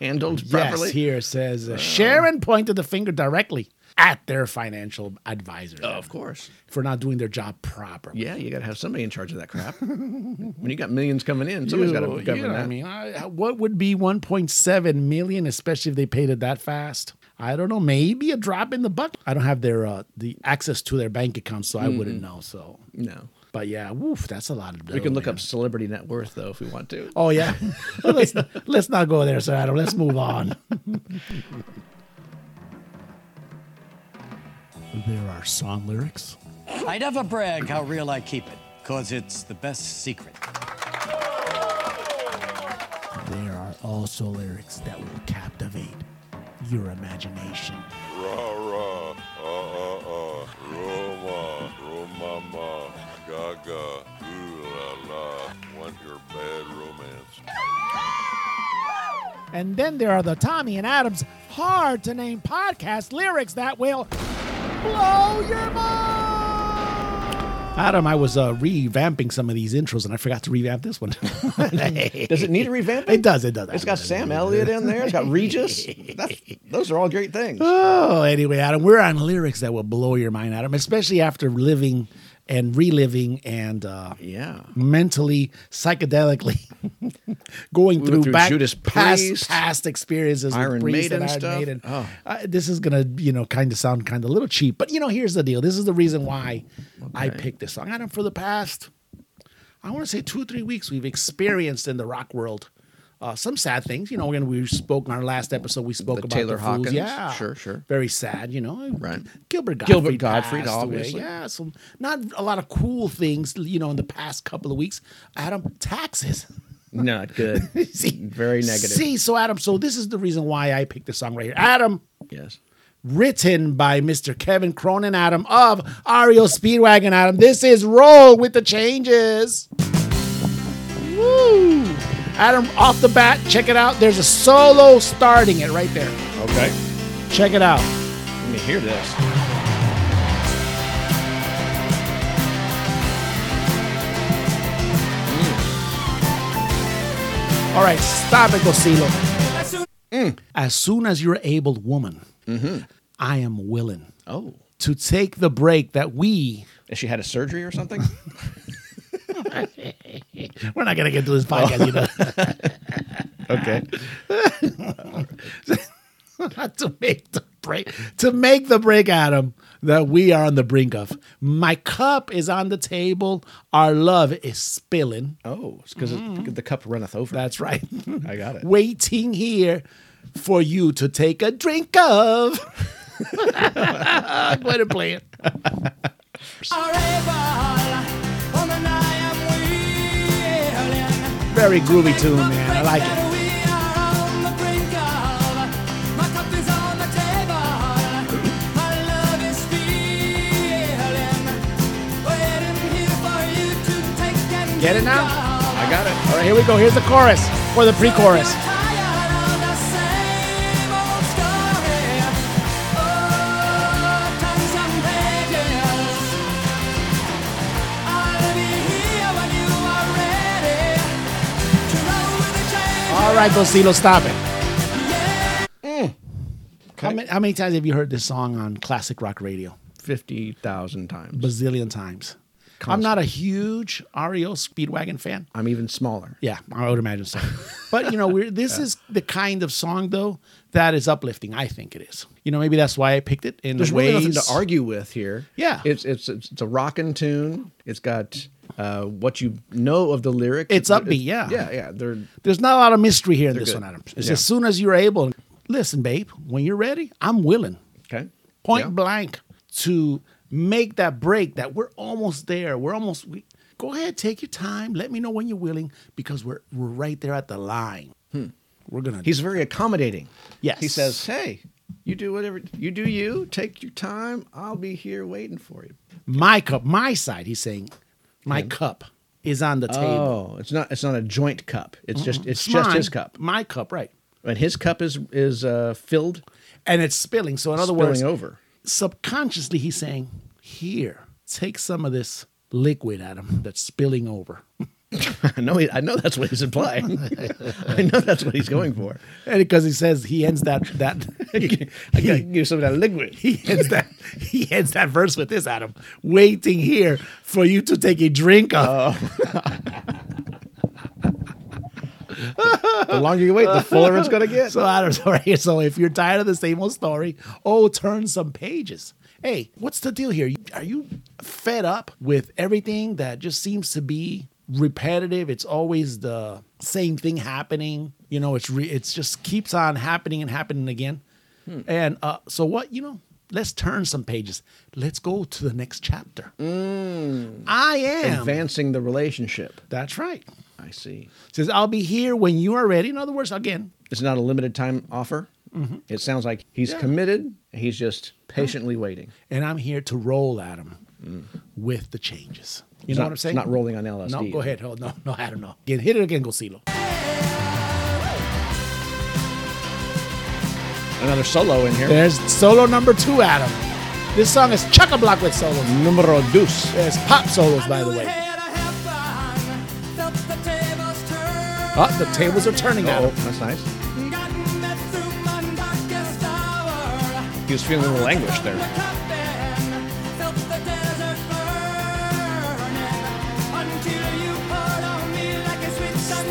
Speaker 3: handled properly. Um,
Speaker 2: Yes, here it says uh, Sharon pointed the finger directly at their financial advisor.
Speaker 3: Oh, of course.
Speaker 2: For not doing their job properly.
Speaker 3: Yeah, you got to have somebody in charge of that crap. when you got millions coming in, somebody's got to
Speaker 2: You-
Speaker 3: govern
Speaker 2: you know what
Speaker 3: that.
Speaker 2: I mean, I- what would be 1.7 million, especially if they paid it that fast? I don't know. Maybe a drop in the bucket. I don't have their uh, the access to their bank account, so I wouldn't know. So,
Speaker 3: No.
Speaker 2: but yeah, woof, that's a lot of.
Speaker 3: Mm-hmm. We can look up celebrity net worth though if we want to.
Speaker 2: Oh yeah, let's let's not go there, Sir Adam. Let's move on. there are song lyrics.
Speaker 9: I never brag how real I keep it, cause it's the best secret.
Speaker 2: There are also lyrics that will captivate your imagination.
Speaker 7: Rah, rah, uh, uh, uh, Roma, Romama, Gaga, ooh la la, want your bad romance.
Speaker 2: And then there are the Tommy and Adams hard to name podcast lyrics that will blow your mind. Adam, I was uh, revamping some of these intros and I forgot to revamp this one.
Speaker 3: Does it need a revamp?
Speaker 2: It does, it does.
Speaker 3: It's got Sam Elliott in there. It's got Regis. That's, those are all great things.
Speaker 2: Oh, anyway, Adam, we're on lyrics that will blow your mind, Adam, especially after living and reliving and uh,
Speaker 3: Yeah.
Speaker 2: mentally, psychedelically going
Speaker 3: went
Speaker 2: through,
Speaker 3: through
Speaker 2: back
Speaker 3: Judas
Speaker 2: past
Speaker 3: Priest,
Speaker 2: past experiences
Speaker 3: Iron
Speaker 2: with Priest
Speaker 3: Maiden
Speaker 2: and Iron
Speaker 3: stuff.
Speaker 2: Maiden.
Speaker 3: Oh.
Speaker 2: Uh, this is gonna, you know, kind of sound kind of a little cheap, but you know, here's the deal. This is the reason why I picked this song. Adam, for the past, I want to say two or three weeks, we've experienced in the rock world. Uh, some sad things, you know. When we spoke in our last episode, we spoke
Speaker 3: The
Speaker 2: about
Speaker 3: Taylor
Speaker 2: the Fools.
Speaker 3: Hawkins?
Speaker 2: yeah,
Speaker 3: Sure, sure.
Speaker 2: very sad, you know.
Speaker 3: Right.
Speaker 2: Gilbert Godfrey.
Speaker 3: Gilbert Gottfried,
Speaker 2: passed away.
Speaker 3: obviously.
Speaker 2: Yeah. So not a lot of cool things, you know, in the past couple of weeks. Adam, taxes.
Speaker 3: Not good.
Speaker 2: See,
Speaker 3: Very negative.
Speaker 2: See, so Adam, so this is the reason why I picked this song right here. Adam,
Speaker 3: Yes.
Speaker 2: written by Mr. Kevin Cronin, Adam of Ario Speedwagon, Adam. This is Roll with the Changes. Woo! Adam, off the bat, check it out. There's a solo starting it right there.
Speaker 3: Okay.
Speaker 2: Check it out.
Speaker 3: Let me hear this.
Speaker 2: All right, stop it, Gosilo. As soon as you're able, woman, I am willing
Speaker 3: Oh.
Speaker 2: to take the break that we.
Speaker 3: And she had a surgery or something?
Speaker 2: We're not gonna get to this podcast, you know,
Speaker 3: okay.
Speaker 2: to make the break, to make the break, Adam, that we are on the brink of. My cup is on the table. Our love is spilling.
Speaker 3: Oh, it's because the cup runneth over.
Speaker 2: That's right.
Speaker 3: I got it.
Speaker 2: Waiting here for you to take a drink of. Go ahead and play it. Very groovy tune, man. I like it. Get it now?
Speaker 3: I got it.
Speaker 2: All right, here we go. Here's the chorus or the pre-chorus. All right, Gosilo, stop it. Mm. How, many, how many times have you heard this song on classic rock radio?
Speaker 3: 50,000 times.
Speaker 2: Bazillion times.
Speaker 3: concert.
Speaker 2: I'm not a huge REO Speedwagon fan.
Speaker 3: I'm even smaller.
Speaker 2: Yeah, I would imagine so. but you know, we're, this is the kind of song though that is uplifting. I think it is. You know, maybe that's why I picked it. In
Speaker 3: There's
Speaker 2: ways,
Speaker 3: really nothing to argue with here.
Speaker 2: Yeah.
Speaker 3: It's it's it's, it's a rockin' tune. It's got uh, what you know of the lyric.
Speaker 2: It's upbeat, yeah.
Speaker 3: Yeah, yeah. They're
Speaker 2: There's not a lot of mystery here in this
Speaker 3: good.
Speaker 2: one, Adam. It's
Speaker 3: Yeah.
Speaker 2: as soon as you're able. Listen, babe, when you're ready, I'm willing,
Speaker 3: okay.
Speaker 2: point
Speaker 3: Yeah.
Speaker 2: blank, to make that break. That we're almost there. We're almost. We, go ahead, take your time. Let me know when you're willing, because we're we're right there at the line. We're gonna.
Speaker 3: Hmm. He's very accommodating.
Speaker 2: Yes.
Speaker 3: He says, "Hey, you do whatever you do. You take your time. I'll be here waiting for you."
Speaker 2: my cup, my side. He's saying, my cup is on the table.
Speaker 3: Hmm. Oh, it's not it's not a joint cup. It's just
Speaker 2: It's
Speaker 3: it's just
Speaker 2: mine,
Speaker 3: his cup,
Speaker 2: My cup, right?
Speaker 3: and his cup is is uh, filled.
Speaker 2: And it's spilling. So in other
Speaker 3: spilling
Speaker 2: words,
Speaker 3: over.
Speaker 2: subconsciously he's saying, "Here, take some of this liquid, Adam, that's spilling over."
Speaker 3: I know. He, I know that's what he's implying. I know that's what he's going for.
Speaker 2: And because he says he ends that that
Speaker 3: I gotta give some of that liquid.
Speaker 2: he ends that he ends that verse with this, Adam, waiting here for you to take a drink of.
Speaker 3: The longer you wait, the fuller it's gonna get.
Speaker 2: So Adam, sorry. So if you're tired of the same old story, oh, turn some pages. Hey, what's the deal here? Are you fed up with everything that just seems to be repetitive? It's always the same thing happening. You know, it's re- it's just keeps on happening and happening again. And uh, so what? You know, let's turn some pages. Let's go to the next chapter. I am.
Speaker 3: Advancing the relationship.
Speaker 2: That's right.
Speaker 3: I see.
Speaker 2: Says I'll be here when you are ready. In other words, again,
Speaker 3: It's not a limited time offer.
Speaker 4: Mm-hmm.
Speaker 3: It sounds like he's committed. He's just patiently waiting.
Speaker 2: and I'm here to roll Adam with the changes. You
Speaker 3: It's
Speaker 2: know
Speaker 3: not-
Speaker 2: what I'm saying?
Speaker 3: it's not rolling on LSD.
Speaker 2: No, go ahead. Hold, no, no, I don't know. Again, hit it again, Gosilo.
Speaker 3: Another solo in here.
Speaker 2: There's solo number two, Adam. This song is chock a block with solos.
Speaker 3: Numero dos.
Speaker 2: There's pop solos, by the way. Oh, the tables are turning
Speaker 3: Oh,
Speaker 2: out.
Speaker 3: that's nice. He was feeling a little anguish there.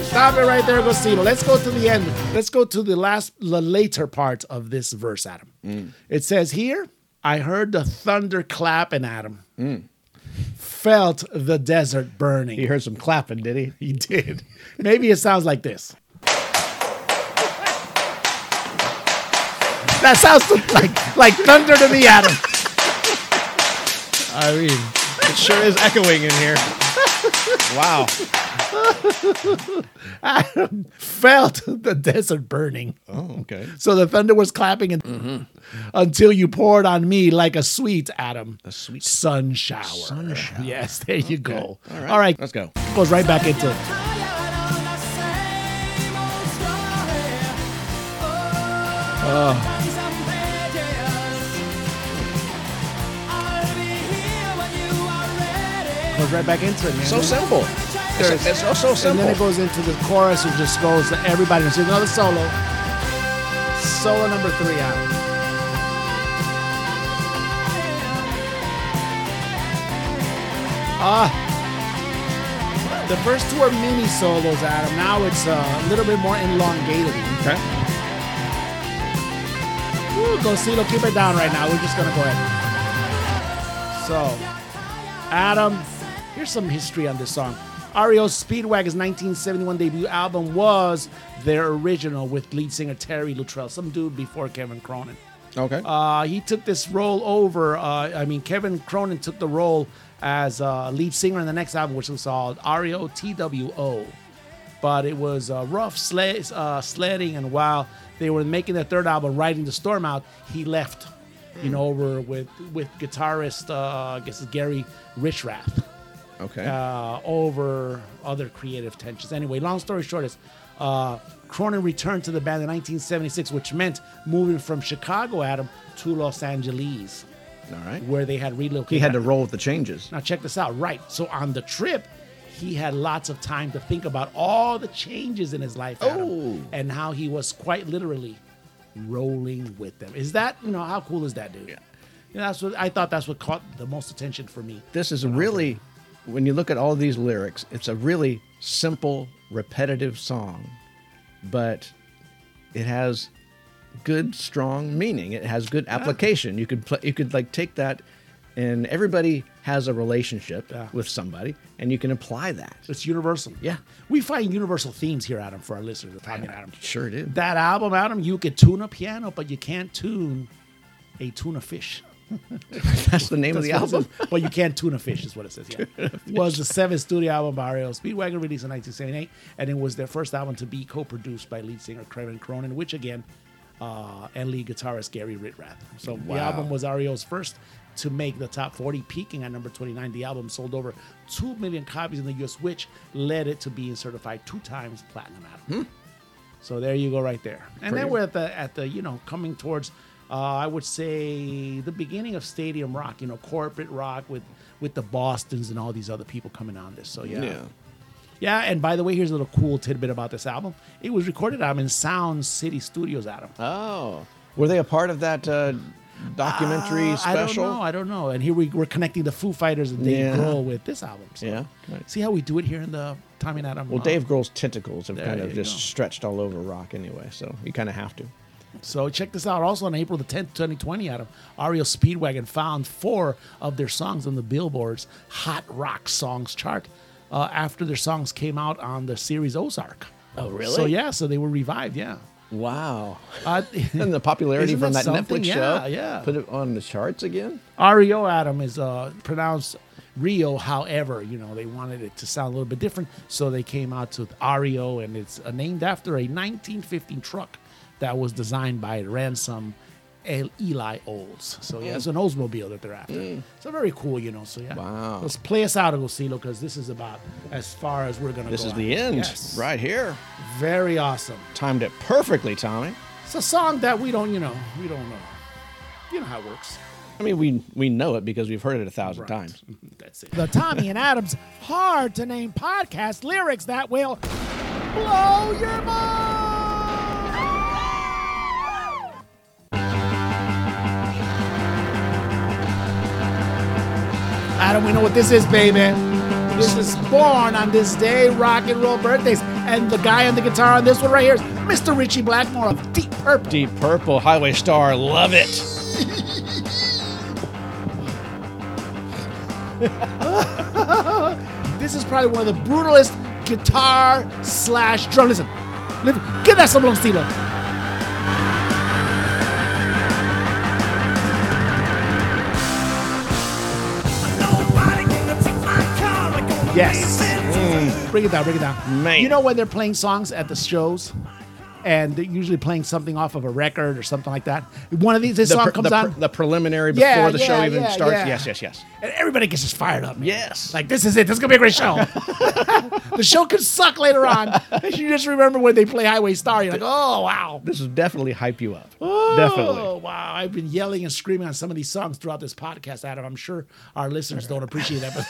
Speaker 2: Stop it right there, Gosilo. Let's go to the end. Let's go to the last, the later part of this verse, Adam.
Speaker 3: Mm.
Speaker 2: It says here, I heard the thunder clapping, Adam.
Speaker 3: Mm.
Speaker 2: Felt the desert burning.
Speaker 3: He heard some clapping, did he?
Speaker 2: He did. Maybe it sounds like this. That sounds to- like like thunder to me, Adam.
Speaker 4: I mean, it sure is echoing in here. Wow.
Speaker 2: Felt the desert burning.
Speaker 4: Oh, okay.
Speaker 2: So the thunder was clapping and until you poured on me like a sweet Adam. A
Speaker 3: sweet-
Speaker 2: sun shower.
Speaker 3: Sun shower.
Speaker 2: Yes, there you go. All right.
Speaker 3: Let's go.
Speaker 2: Goes right back into goes right back into it, man.
Speaker 3: So simple. It's, it's so, so
Speaker 2: and
Speaker 3: simple.
Speaker 2: then it goes into the chorus which just goes to everybody. It's another solo. Solo number three, Adam. Ah. The first two are mini solos, Adam. Now it's uh, a little bit more elongated.
Speaker 3: Okay.
Speaker 2: Ooh, Gosilo, keep it down right now. We're just gonna go ahead. So, Adam, here's some history on this song. E REO Speedwagon's 1971 debut album was their original with lead singer Terry Luttrell, some dude before Kevin Cronin.
Speaker 3: Okay.
Speaker 2: Uh, he took this role over. Uh, I mean, Kevin Cronin took the role as uh, lead singer in the next album, which was called E REO TWO. But it was uh, rough sled, uh, sledding, and while they were making their third album, Riding the Storm Out, he left, you know, over with with guitarist, uh, I guess it's Gary Richrath
Speaker 3: okay.
Speaker 2: uh, over other creative tensions. Anyway, long story short is uh, Cronin returned to the band in 1976, which meant moving from Chicago, Adam, to Los Angeles,
Speaker 3: All right.
Speaker 2: where they had relocated.
Speaker 3: He had to roll with the changes.
Speaker 2: Now check this out. Right. So on the trip, he had lots of time to think about all the changes in his life Adam,
Speaker 3: Oh.
Speaker 2: and how he was quite literally rolling with them. Is that you know how cool is that, dude? Yeah. You know, that's what I thought. That's what caught the most attention for me.
Speaker 3: This is really when you look at all these lyrics, it's a really simple, repetitive song, but it has good, strong meaning. It has
Speaker 2: Ah.
Speaker 3: good application. You could play, you could like take that, and everybody has a relationship
Speaker 2: Yeah.
Speaker 3: with somebody, and you can apply that.
Speaker 2: It's universal.
Speaker 3: Yeah.
Speaker 2: We find universal themes here, Adam, for our listeners. I mean, Adam.
Speaker 3: Sure did.
Speaker 2: That album, Adam, you could tune a piano, but you can't tune a tuna fish.
Speaker 3: That's the name of the
Speaker 2: That's what
Speaker 3: album.
Speaker 2: it says. but you can't tune a fish, is what it says. Yeah. was the seventh studio album by R.L. Speedwagon, released in 1978, and it was their first album to be co-produced by lead singer Kevin Cronin, which again, uh, and lead guitarist Gary Ritrath. So
Speaker 3: Wow.
Speaker 2: the album was R.L.'s first to make the top 40, peaking at number 29. The album sold over two million copies in the U.S., which led it to being certified two times platinum album. So there you go, right there. And then
Speaker 3: Pretty-
Speaker 2: we're at the at the you know coming towards, uh, I would say the beginning of stadium rock. You know, corporate rock with with the Boston's and all these other people coming on this. So yeah, yeah. and by the way, here's a little cool tidbit about this album. It was recorded out in Sound City Studios, Adam.
Speaker 3: Oh, were they a part of that uh, documentary
Speaker 2: Uh, I don't
Speaker 3: special?
Speaker 2: know. I don't know. And here we, we're connecting the Foo Fighters and Dave
Speaker 3: Yeah.
Speaker 2: Grohl with this album. So
Speaker 3: Yeah, right.
Speaker 2: See how we do it here in the Tommy and Adam.
Speaker 3: Well,
Speaker 2: uh,
Speaker 3: Dave Grohl's tentacles have
Speaker 2: There
Speaker 3: kind of
Speaker 2: you
Speaker 3: just
Speaker 2: go.
Speaker 3: stretched all over rock anyway, so you kind of have to.
Speaker 2: So check this out. Also on April the 10th, 2020, Adam, Ariel Speedwagon found four of their songs on the Billboard's Hot Rock Songs chart uh, after their songs came out on the series Ozark.
Speaker 3: Oh, really?
Speaker 2: So yeah, so they were revived. Yeah.
Speaker 3: Wow.
Speaker 2: Uh,
Speaker 3: And the popularity
Speaker 2: Isn't
Speaker 3: from
Speaker 2: that
Speaker 3: that,
Speaker 2: something?
Speaker 3: Netflix
Speaker 2: Yeah,
Speaker 3: show
Speaker 2: yeah.
Speaker 3: put it on the charts again.
Speaker 2: REO E Adam is uh, pronounced Rio. However, you know they wanted it to sound a little bit different, so they came out to REO, and it's uh, named after a 1915 truck that was designed by Ransom El- Eli Olds. So yeah,
Speaker 3: Mm.
Speaker 2: it's an Oldsmobile that they're after. So very cool, you know. So yeah,
Speaker 3: Wow.
Speaker 2: Let's play us out, Agostino, because this is about as far as we're gonna.
Speaker 3: This
Speaker 2: go
Speaker 3: is
Speaker 2: on
Speaker 3: the
Speaker 2: it.
Speaker 3: end
Speaker 2: Yes.
Speaker 3: right here.
Speaker 2: Very awesome.
Speaker 3: Timed it perfectly, Tommy.
Speaker 2: It's a song that we don't, you know, we don't know. You know how it works.
Speaker 3: I mean, we we know it because we've heard it a thousand times.
Speaker 2: That's it. The Tommy and Adams Hard to Name podcast lyrics that will blow your mind. Adam, we know what this is, baby. This is born on this day, rock and roll birthdays. And the guy on the guitar on this one right here is Mr. Richie Blackmore of Deep Purple.
Speaker 3: Deep Purple, Highway Star, love it.
Speaker 2: This is probably one of the brutalist guitar slash drum. Listen, li- get that sabloncito. Yes. Bring it down, bring it down.
Speaker 3: Mm. Man.
Speaker 2: You know when they're playing songs at the shows? And they're usually playing something off of a record or something like that. One of these, this
Speaker 3: The,
Speaker 2: song
Speaker 3: pre-
Speaker 2: comes
Speaker 3: the,
Speaker 2: on,
Speaker 3: pre- the preliminary before
Speaker 2: Yeah,
Speaker 3: the
Speaker 2: yeah,
Speaker 3: show even
Speaker 2: yeah,
Speaker 3: starts.
Speaker 2: yeah.
Speaker 3: Yes, yes, yes.
Speaker 2: and everybody gets just fired up. man.
Speaker 3: Yes.
Speaker 2: Like this is it. This is gonna be a great show. the show could suck later on. You just remember when they play Highway Star. You're like, oh wow,
Speaker 3: this would definitely hype you up.
Speaker 2: Oh,
Speaker 3: Definitely.
Speaker 2: wow. I've been yelling and screaming on some of these songs throughout this podcast, Adam. I'm sure our listeners don't appreciate that, but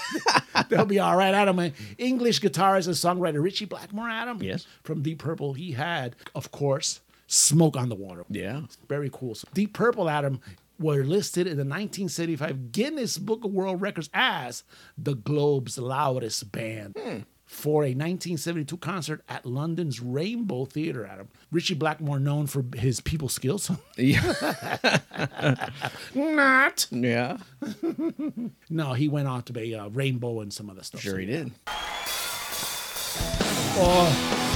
Speaker 2: they'll be all right. Adam, an English guitarist and songwriter Richie Blackmore, Adam,
Speaker 3: Yes.
Speaker 2: from Deep Purple, he had, of course, "Smoke on the Water."
Speaker 3: Yeah.
Speaker 2: very cool. So Deep Purple, Adam, were listed in the 1975 Guinness Book of World Records as the globe's loudest band. For a 1972 concert at London's Rainbow Theatre, Adam Richie Blackmore, known for his people skills, not
Speaker 3: Yeah.
Speaker 2: no, he went on to be uh, Rainbow and some other stuff.
Speaker 3: Sure he did.
Speaker 2: Oh.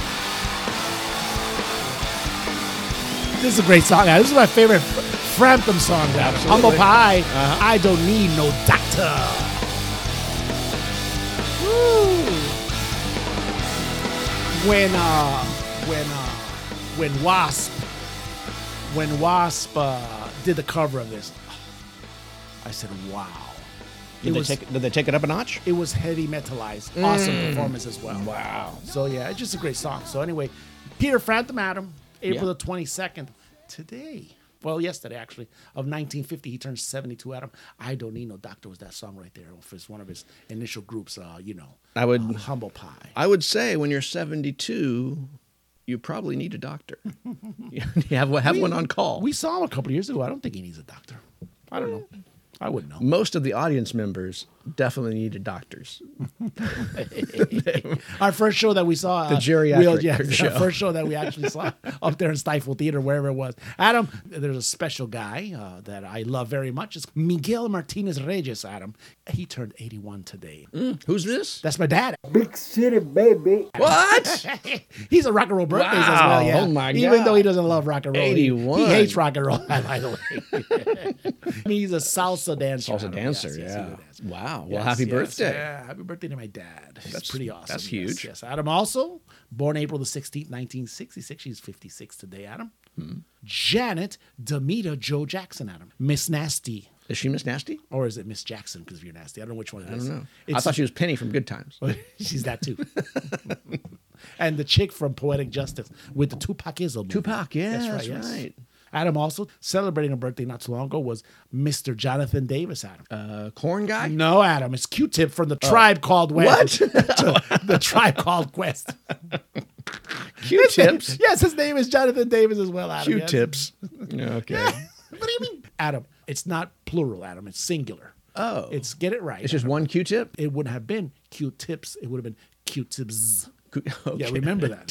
Speaker 2: This is a great song. Adam. This is my favorite Fr- Frampton song. Adam. Humble Pie.
Speaker 3: Uh-huh.
Speaker 2: I don't need no doctor. Woo. When uh, when uh, when Wasp when Wasp uh, did the cover of this, I said, "Wow."
Speaker 3: Did they, take, did they take it up a notch?
Speaker 2: it was heavy metalized.
Speaker 3: Mm.
Speaker 2: Awesome performance as well. Wow. So yeah, it's just a great song. So anyway, Peter Frampton, Adam, April the
Speaker 3: Yeah.
Speaker 2: twenty second today. Well, yesterday actually, of nineteen fifty, he turned seventy two. Adam, I don't need no doctor was that song right there. It's one of his initial groups. Uh, you know,
Speaker 3: I would-
Speaker 2: uh, humble pie.
Speaker 3: I would say when you're 72, you probably need a doctor. you have one- have one on call.
Speaker 2: We saw him a couple of years ago. I don't think he needs a doctor. I don't know. I wouldn't know.
Speaker 3: Most of the audience members definitely needed doctors.
Speaker 2: Our first show that we saw,
Speaker 3: The
Speaker 2: uh,
Speaker 3: geriatric
Speaker 2: real- yeah,
Speaker 3: show.
Speaker 2: Our first show that we actually saw up there in Stifle Theater, wherever it was. Adam, there's a special guy uh, that I love very much. It's Miguel Martinez Reyes. Adam, he turned 81 today.
Speaker 3: Who's this?
Speaker 2: That's my dad.
Speaker 3: What?
Speaker 2: He's a rock and roll birthdays as
Speaker 3: Wow.
Speaker 2: well. Yeah.
Speaker 3: Oh, my
Speaker 2: Even
Speaker 3: God.
Speaker 2: though he doesn't love rock and roll, he-
Speaker 3: 81.
Speaker 2: He, hates rock and roll. By the way, I mean, he's a salsa dancer.
Speaker 3: Salsa
Speaker 2: Adam.
Speaker 3: dancer,
Speaker 2: Yes, yes, he
Speaker 3: yeah.
Speaker 2: would dance.
Speaker 3: Wow. Well,
Speaker 2: Yes,
Speaker 3: happy
Speaker 2: yes,
Speaker 3: birthday.
Speaker 2: Yeah, happy birthday to my dad. He's
Speaker 3: That's-
Speaker 2: pretty awesome.
Speaker 3: that's
Speaker 2: Yes,
Speaker 3: huge.
Speaker 2: Yes, Adam also born April the 16th, 1966. She's 56 today, Adam.
Speaker 3: Hmm.
Speaker 2: Janet Demita Joe Jackson, Adam. Miss Nasty.
Speaker 3: Is she Miss Nasty?
Speaker 2: Or is it Miss Jackson because you're nasty? I don't know which one it is.
Speaker 3: I don't know. I
Speaker 2: It's-
Speaker 3: thought she was Penny from Good Times.
Speaker 2: She's that too. and the chick from Poetic Justice with the Tupacism. movie.
Speaker 3: Tupac, yeah, that's right.
Speaker 2: Adam also celebrating a birthday not too long ago was Mr. Jonathan Davis. Adam,
Speaker 3: Uh, corn guy?
Speaker 2: no, Adam, it's Q-Tip from the Tribe Called West.
Speaker 3: What?
Speaker 2: The- the Tribe Called Quest.
Speaker 3: Q-tips.
Speaker 2: yes, his name is Jonathan Davis as well. Adam. yes.
Speaker 3: Q-tips. okay.
Speaker 2: What do you mean, Adam? It's not plural, Adam. It's singular.
Speaker 3: Oh.
Speaker 2: it's get it right.
Speaker 3: It's just one Q-tip?
Speaker 2: it wouldn't have been Q-tips. It would have been Q-tips.
Speaker 3: Q- okay.
Speaker 2: Yeah, remember that.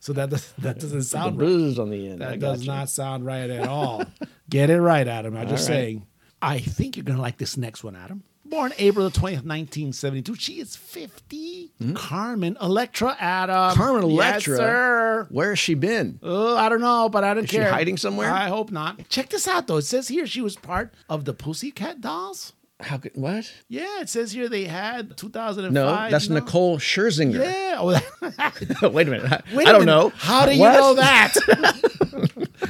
Speaker 2: so that does, that doesn't
Speaker 3: The
Speaker 2: sound right.
Speaker 3: bruise on the end. I
Speaker 2: That
Speaker 3: got
Speaker 2: does
Speaker 3: you.
Speaker 2: not sound right at all. Get it right, Adam. I'm just
Speaker 3: right.
Speaker 2: saying. I think you're gonna like this next one, Adam. Born April the 20th, 1972. She is 50. Carmen Electra, Adam.
Speaker 3: Hmm? Carmen Electra?
Speaker 2: Um, Yes, sir.
Speaker 3: Where has she been?
Speaker 2: Oh, I don't know, but I don't
Speaker 3: Is she
Speaker 2: care.
Speaker 3: hiding somewhere?
Speaker 2: I hope not. Check this out, though. It says here she was part of the Pussycat Dolls.
Speaker 3: How could, what?
Speaker 2: Yeah, it says here they had 2005.
Speaker 3: No, that's
Speaker 2: you know?
Speaker 3: Nicole Scherzinger.
Speaker 2: Yeah. Oh,
Speaker 3: Wait a minute. I,
Speaker 2: Wait
Speaker 3: I
Speaker 2: a minute.
Speaker 3: don't know.
Speaker 2: How do you
Speaker 3: What?
Speaker 2: know that?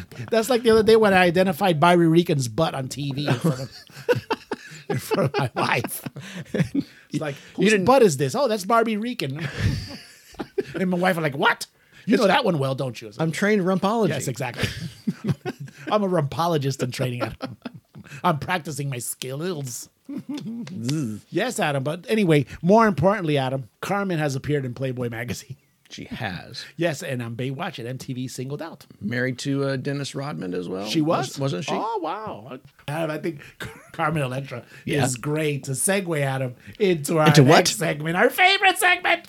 Speaker 2: That's like the other day when I identified Byrie Regan's butt on TV in front of, in front of my wife. It's like, whose
Speaker 3: didn't-
Speaker 2: butt is this? Oh, that's Barbie Regan. and my wife are like, what? You know that one well, don't you? I was like,
Speaker 3: I'm trained rumpology.
Speaker 2: yes, exactly. I'm a rumpologist in training. Adam. I'm practicing my skills. yes, Adam. But anyway, more importantly, Adam, Carmen has appeared in Playboy magazine.
Speaker 3: She has.
Speaker 2: Yes, and on Baywatch, and MTV singled out.
Speaker 3: Married to uh, Dennis Rodman as well.
Speaker 2: She was,
Speaker 3: Wasn't she?
Speaker 2: Oh wow! Adam, I think Carmen Electra
Speaker 3: Yeah.
Speaker 2: is great to segue Adam into our
Speaker 3: Into what?
Speaker 2: next segment, our favorite segment.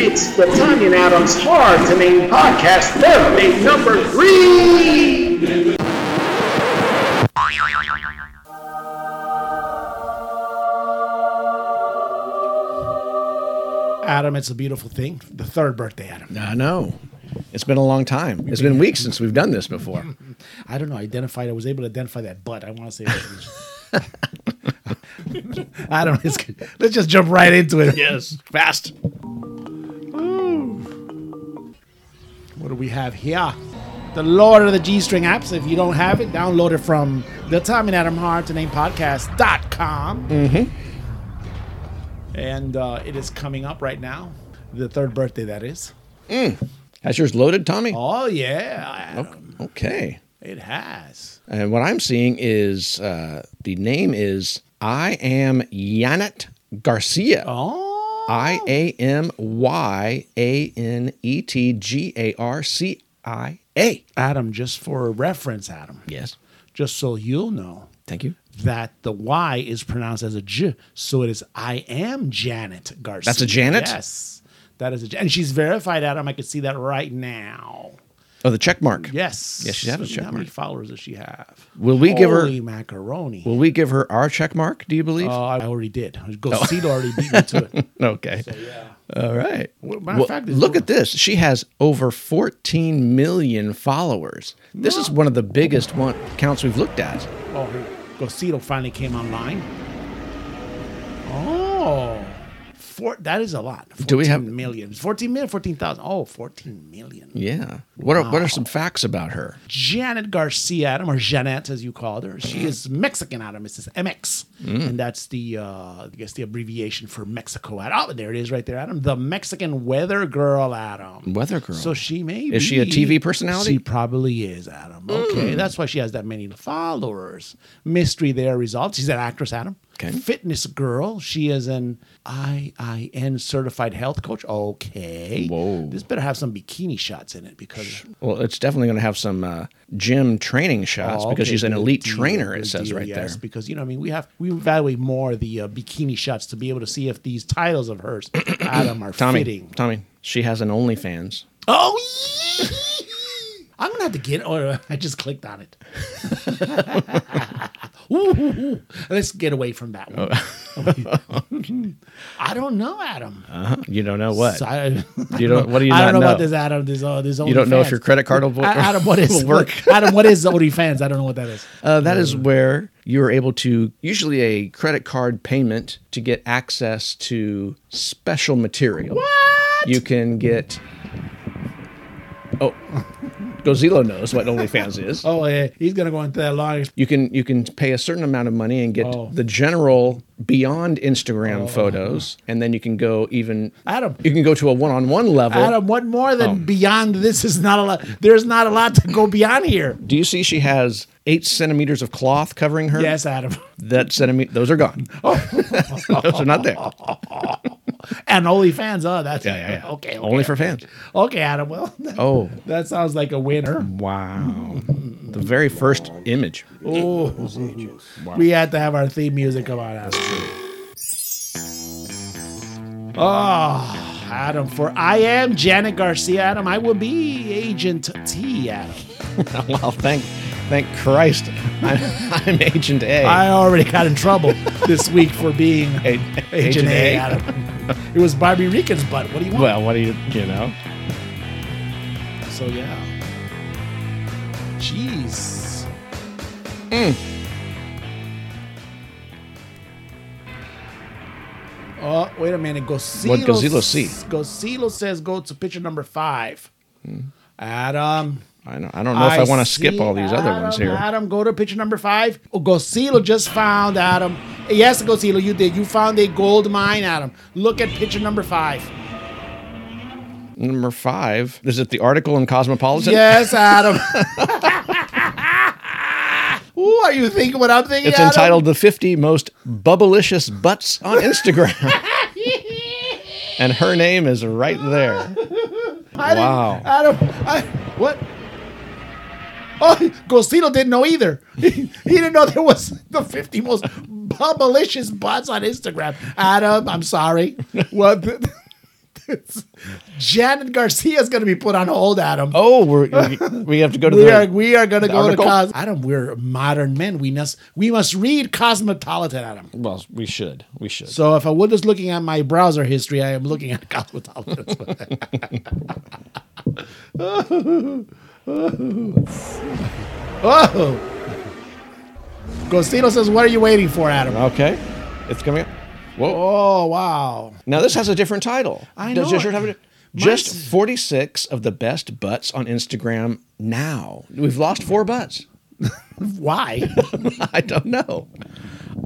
Speaker 6: It's the Tanya and Adams Hard to Name Podcast, birthday number three.
Speaker 2: Adam, it's a beautiful thing. The third birthday, Adam.
Speaker 3: I know. It's been a long time. It's been weeks since we've done this before.
Speaker 2: I don't know. I identified. I was able to identify that butt. I want to say. that. Adam, it's good. let's just jump right into it.
Speaker 3: Yes, fast.
Speaker 2: What do we have here? The Lord of the G String apps. If you don't have it, download it from the Tom and Adam Hard to Name Podcast.com. Mm-hmm. And uh, it is coming up right now. The third birthday, that is.
Speaker 3: Has yours loaded, Tommy?
Speaker 2: Oh, yeah. Adam.
Speaker 3: Okay.
Speaker 2: It has.
Speaker 3: And what I'm seeing is uh, the name is I am Yanet Garcia.
Speaker 2: Oh.
Speaker 3: I A M Y A N E T G A R C I A.
Speaker 2: Adam, just for reference, Adam,
Speaker 3: Yes.
Speaker 2: just so you'll know
Speaker 3: Thank you.
Speaker 2: that the Y is pronounced as a J. So it is I am Janet Garcia.
Speaker 3: That's a Janet?
Speaker 2: Yes. That is a J. And she's verified, Adam. I could see that right now.
Speaker 3: Oh, the check mark.
Speaker 2: Yes.
Speaker 3: Yeah, she's had a
Speaker 2: So
Speaker 3: check
Speaker 2: How many
Speaker 3: mark.
Speaker 2: followers does she have?
Speaker 3: Will we give her-
Speaker 2: Holy macaroni?
Speaker 3: Will we give her our check mark? Do you believe?
Speaker 2: Oh, I already did. Gosito already beat me to it.
Speaker 3: okay. All right.
Speaker 2: Well, matter of fact, it's
Speaker 3: look
Speaker 2: over.
Speaker 3: at this. She has over 14 million followers. This is one of the biggest one counts we've looked at.
Speaker 2: Oh, here. Gosito finally came online. Oh, Four, that is a lot. 14
Speaker 3: Do we have-
Speaker 2: million? 14 million, 14,000. Oh, 14 million.
Speaker 3: Yeah. What are what are some facts about her?
Speaker 2: Janet Garcia Adam, or Janet as you called her. She is Mexican Adam. It's this MX,
Speaker 3: Mm.
Speaker 2: and that's the uh, I guess the abbreviation for Mexico Adam. Oh, there it is, right there, Adam. The Mexican weather girl, Adam.
Speaker 3: Weather girl.
Speaker 2: So she may
Speaker 3: Is she a
Speaker 2: be-
Speaker 3: TV personality? Mm.
Speaker 2: She probably is, Adam. Okay, that's why she has that many followers. Mystery there results. She's an actress, Adam.
Speaker 3: Okay.
Speaker 2: Fitness girl. She is an IIN certified health coach. Okay.
Speaker 3: Whoa.
Speaker 2: This better have some bikini shots in it because
Speaker 3: well, it's definitely going to have some uh, gym training shots
Speaker 2: Oh,
Speaker 3: because
Speaker 2: okay,
Speaker 3: she's an
Speaker 2: good
Speaker 3: elite
Speaker 2: deal,
Speaker 3: trainer. It
Speaker 2: good
Speaker 3: says
Speaker 2: deal,
Speaker 3: right
Speaker 2: yes,
Speaker 3: there.
Speaker 2: Because you know, I mean, we have we evaluate more the uh, bikini shots to be able to see if these titles of hers, Adam, are
Speaker 3: Tommy,
Speaker 2: fitting.
Speaker 3: Tommy, she has an OnlyFans.
Speaker 2: Oh, yeah. I'm gonna have to get. Or uh, I just clicked on it. Ooh, ooh, ooh. Let's get away from that one. I don't know, Adam.
Speaker 3: You don't know what.
Speaker 2: So I-
Speaker 3: You don't. What do you
Speaker 2: I
Speaker 3: not
Speaker 2: don't know,
Speaker 3: know?
Speaker 2: about this, Adam. This, uh, this
Speaker 3: You don't know if
Speaker 2: OnlyFans.
Speaker 3: your credit card will,
Speaker 2: A- Adam, what is
Speaker 3: will work.
Speaker 2: Adam, what is OnlyFans? I don't know what that is.
Speaker 3: Uh, that is where you're able to, usually a credit card payment, to get access to special material. What? You can get. Oh, Gozilo knows what OnlyFans is.
Speaker 2: Oh, yeah, he's gonna go into that line.
Speaker 3: You can you can pay a certain amount of money and get
Speaker 2: Oh.
Speaker 3: the general beyond Instagram photos, and then you can go even
Speaker 2: Adam.
Speaker 3: You can go to a one-on-one level.
Speaker 2: Adam, what more
Speaker 3: oh.
Speaker 2: than beyond this is not a lot. There's not a lot to go beyond here.
Speaker 3: do you see she has eight centimeters of cloth covering her?
Speaker 2: Yes, Oh. Adam.
Speaker 3: that centimeter. Those are gone. those are not there.
Speaker 2: And OnlyFans, oh, that's
Speaker 3: Yeah, yeah, yeah.
Speaker 2: Okay, okay.
Speaker 3: Only for fans.
Speaker 2: Okay, Adam. Well,
Speaker 3: Oh,
Speaker 2: that sounds like a winner.
Speaker 3: wow. the very first image.
Speaker 2: We had to have our theme music come on, Adam. Oh, Adam, for I am Janet Garcia, Adam. I will be Agent T, Adam.
Speaker 3: well, thank thank Christ. I'm, I'm Agent A.
Speaker 2: I already got in trouble this week for being
Speaker 3: A-
Speaker 2: Agent, A, Adam. It was Barbie Rican's butt. What do you want?
Speaker 3: well, what do you you know?
Speaker 2: So yeah. Jeez.
Speaker 3: Mm.
Speaker 2: Oh, wait a minute. Gosilo
Speaker 3: What'd Gosilo see?
Speaker 2: Gosilo says go to picture number five. Adam.
Speaker 3: I don't, Mm. I don't know if I, want to skip
Speaker 2: see
Speaker 3: all these other ones
Speaker 2: Adam,
Speaker 3: here.
Speaker 2: Adam, go to picture number five. Oh, Gosilo just found Adam. Yes, Gosilo, you did. You found a gold mine, Adam. Look at picture number five.
Speaker 3: Number five is it the article in Cosmopolitan?
Speaker 2: Yes, Adam. Ooh, are you thinking what I'm thinking?
Speaker 3: It's
Speaker 2: Adam?
Speaker 3: entitled "The 50 Most Bubblicious Butts on Instagram," and her name is right there.
Speaker 2: I didn't-
Speaker 3: Wow.
Speaker 2: Adam, I, what? Oh, Gosilo didn't know either. He, he didn't know there was the 50 most bubblicious butts on Instagram. Adam, I'm sorry. Well, th- this- Janet Garcia is going to be put on hold, Adam.
Speaker 3: Oh, we're, we- we have to go to
Speaker 2: We
Speaker 3: the.
Speaker 2: are we are gonna
Speaker 3: the
Speaker 2: go
Speaker 3: article?
Speaker 2: to Cos. Adam, we're modern men. We must we must read Cosmopolitan, Adam.
Speaker 3: well, we should. We should.
Speaker 2: So if I was just looking at my browser history, I am looking at Cosmopolitan. oh. Gostino says, "What are you waiting for, Adam?"
Speaker 3: okay, it's coming up. Whoa!
Speaker 2: Oh wow!
Speaker 3: Now this has a different title.
Speaker 2: I
Speaker 3: Does
Speaker 2: know
Speaker 3: yours
Speaker 2: it.
Speaker 3: have a,
Speaker 2: Mine's-
Speaker 3: just 46 of the best butts on Instagram now. We've lost four butts.
Speaker 2: Why,
Speaker 3: I don't know.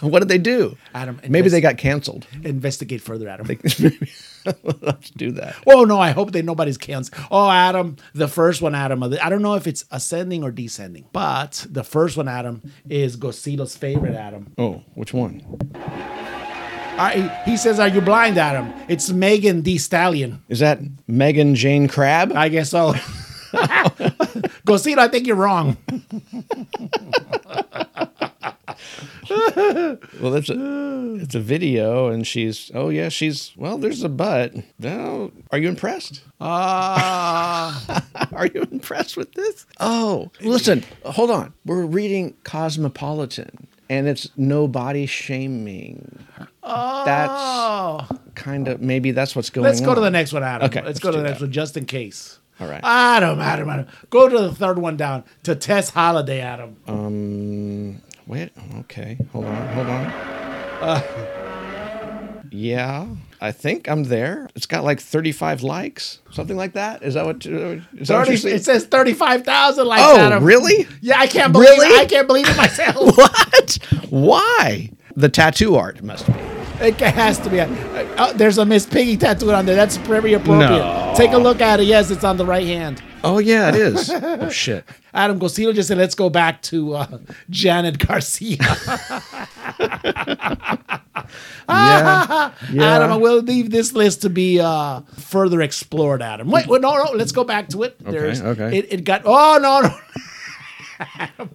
Speaker 3: what did they do?
Speaker 2: Adam?
Speaker 3: Maybe they
Speaker 2: invest-
Speaker 3: got canceled.
Speaker 2: investigate further, Adam.
Speaker 3: Let's do that.
Speaker 2: Oh no, I hope that nobody's canceled. Oh, Adam, the first one, Adam. I don't know if it's ascending or descending, but the first one, Adam, is Gosilo's favorite, Adam.
Speaker 3: Oh, which one?
Speaker 2: Are- he- he says, "Are you blind, Adam?" It's Megan D. Stallion.
Speaker 3: Is that Megan Jane Crab?
Speaker 2: I guess so. Gosilo, I think you're wrong.
Speaker 3: well, that's a, it's a video, and she's oh yeah, she's well. There's a butt. Now, are you impressed?
Speaker 2: Ah.
Speaker 3: are you impressed with this? Oh, listen, hold on. We're reading Cosmopolitan, and it's no body shaming. That's
Speaker 2: Oh,
Speaker 3: kind of maybe that's what's going.
Speaker 2: let's go to
Speaker 3: on.
Speaker 2: the next one, Adam.
Speaker 3: Okay,
Speaker 2: let's,
Speaker 3: let's
Speaker 2: go to
Speaker 3: do
Speaker 2: the next
Speaker 3: that.
Speaker 2: one just in case.
Speaker 3: All right.
Speaker 2: Adam, Adam, Adam. Go to the third one down to Tess Holiday, Adam.
Speaker 3: Oh. Mm, Um, wait. Okay, hold on, hold on. Yeah, I think I'm there. It's got like 35 likes, something like that. Is that what? you- Is that what
Speaker 2: 30,
Speaker 3: you're seeing?
Speaker 2: it says 35,000 likes
Speaker 3: Oh,
Speaker 2: Adam.
Speaker 3: really?
Speaker 2: Yeah, I can't believe
Speaker 3: Really?
Speaker 2: it. I can't believe it myself.
Speaker 3: What? Why? The tattoo art must be.
Speaker 2: it has to be. A, oh, there's a Miss Piggy tattoo on there. That's very appropriate.
Speaker 3: No.
Speaker 2: Take a look at it. Yes, it's on the right hand.
Speaker 3: Oh yeah, it is. oh shit.
Speaker 2: Adam Gosilo just said, let's go back to uh, Janet Garcia.
Speaker 3: Yeah. yeah.
Speaker 2: Adam, I will leave this list to be uh, further explored, Adam. Wait, wait, no, no, let's go back to it. Okay,
Speaker 3: okay.
Speaker 2: It, it got, oh, no, no.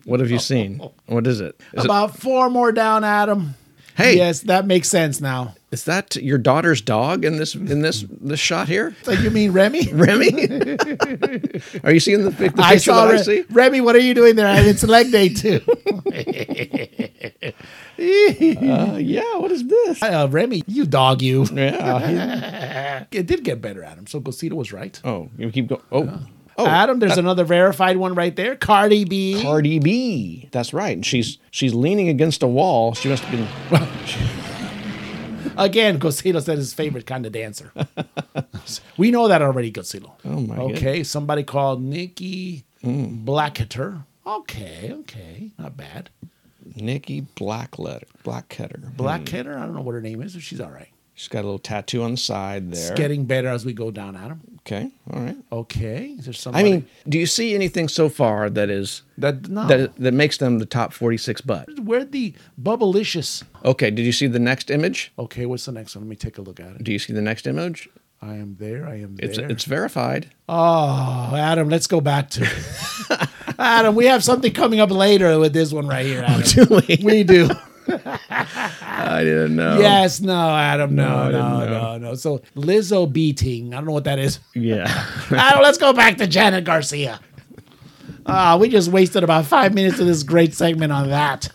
Speaker 3: What have you seen? What is it? Is, it,
Speaker 2: About four more down, Adam.
Speaker 3: Hey.
Speaker 2: Yes, that makes sense now.
Speaker 3: is that your daughter's dog in this in this this shot here?
Speaker 2: So you mean Remy?
Speaker 3: Remy? Are you seeing the, pic- the picture
Speaker 2: I saw
Speaker 3: that
Speaker 2: Re-
Speaker 3: I see?
Speaker 2: Remy, what are you doing there? And it's leg day, too.
Speaker 3: Uh,
Speaker 2: Mm-hmm.
Speaker 3: yeah. What is this?
Speaker 2: uh, Remy, you dog, you.
Speaker 3: Yeah.
Speaker 2: It did get better, Adam. So Gosito was right.
Speaker 3: Oh, you keep going. Oh. Oh,
Speaker 2: Adam, there's another verified one right there. Cardi B.
Speaker 3: Cardi B. That's right. And she's she's leaning against a wall. She must have been.
Speaker 2: Again, Gosilo said his favorite kind of dancer. we know that already, Gosilo.
Speaker 3: Oh, my Mm.
Speaker 2: Okay, somebody called Nikki Blacketer. Okay, okay, not bad.
Speaker 3: Nikki Blackletter. Blackketter.
Speaker 2: Blackheader, I don't know what her name is, but she's all right.
Speaker 3: She's got a little tattoo on the side there.
Speaker 2: It's getting better as we go down, Adam.
Speaker 3: okay. All right.
Speaker 2: Okay, is there somebody?
Speaker 3: I mean, do you see anything so far that is
Speaker 2: that no.
Speaker 3: that that makes them the top 46 butt?
Speaker 2: where the bubblicious?
Speaker 3: Okay, did you see the next image?
Speaker 2: Okay, what's the next one? Let me take a look at it.
Speaker 3: Do you see the next image?
Speaker 2: I am there. I am there.
Speaker 3: It's it's verified.
Speaker 2: Oh, Adam, let's go back to it. Adam, we have something coming up later with this one right
Speaker 3: Oh,
Speaker 2: here, Adam.
Speaker 3: I
Speaker 2: we do.
Speaker 3: didn't know.
Speaker 2: Yes, no, Adam, no,
Speaker 3: Oh. No,
Speaker 2: no,
Speaker 3: I didn't
Speaker 2: no, no. So Lizzo beating. I don't know what that is.
Speaker 3: Yeah.
Speaker 2: Adam, let's go back to Janet Garcia. Ah, we just wasted about five minutes of this great segment on that.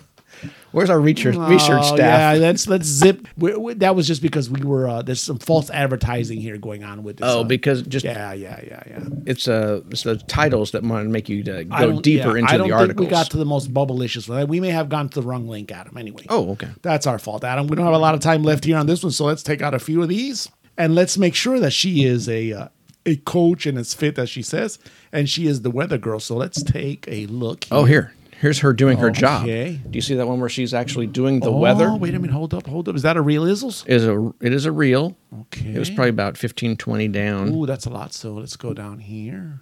Speaker 3: Where's our research research
Speaker 2: Oh,
Speaker 3: staff?
Speaker 2: Yeah, let's let's zip. we we- that was just because we were. Uh, there's some false advertising here going on with this.
Speaker 3: Oh,
Speaker 2: uh,
Speaker 3: because just
Speaker 2: yeah, yeah, yeah, yeah.
Speaker 3: it's uh it's the titles that want to make you to
Speaker 2: I
Speaker 3: go
Speaker 2: don't-
Speaker 3: deeper
Speaker 2: yeah,
Speaker 3: into
Speaker 2: I don't
Speaker 3: the
Speaker 2: think
Speaker 3: articles.
Speaker 2: we got to the most bubblicious one. We may have gone to the wrong link, Adam. Anyway.
Speaker 3: oh, okay.
Speaker 2: That's our fault, Adam. We don't have a lot of time left here on this one, so let's take out a few of these and let's make sure that she is a uh, a coach and as fit as she says, and she is the weather girl. So let's take a look.
Speaker 3: Oh, here. Here's her doing her job.
Speaker 2: Okay.
Speaker 3: Do you see that one where she's actually doing the weather?
Speaker 2: Oh, wait a minute. Hold up. Hold up. Is that a real Izzles?
Speaker 3: Is a it is a reel.
Speaker 2: Okay.
Speaker 3: It was probably about 15 20 down.
Speaker 2: Ooh, that's a lot. So let's go down here.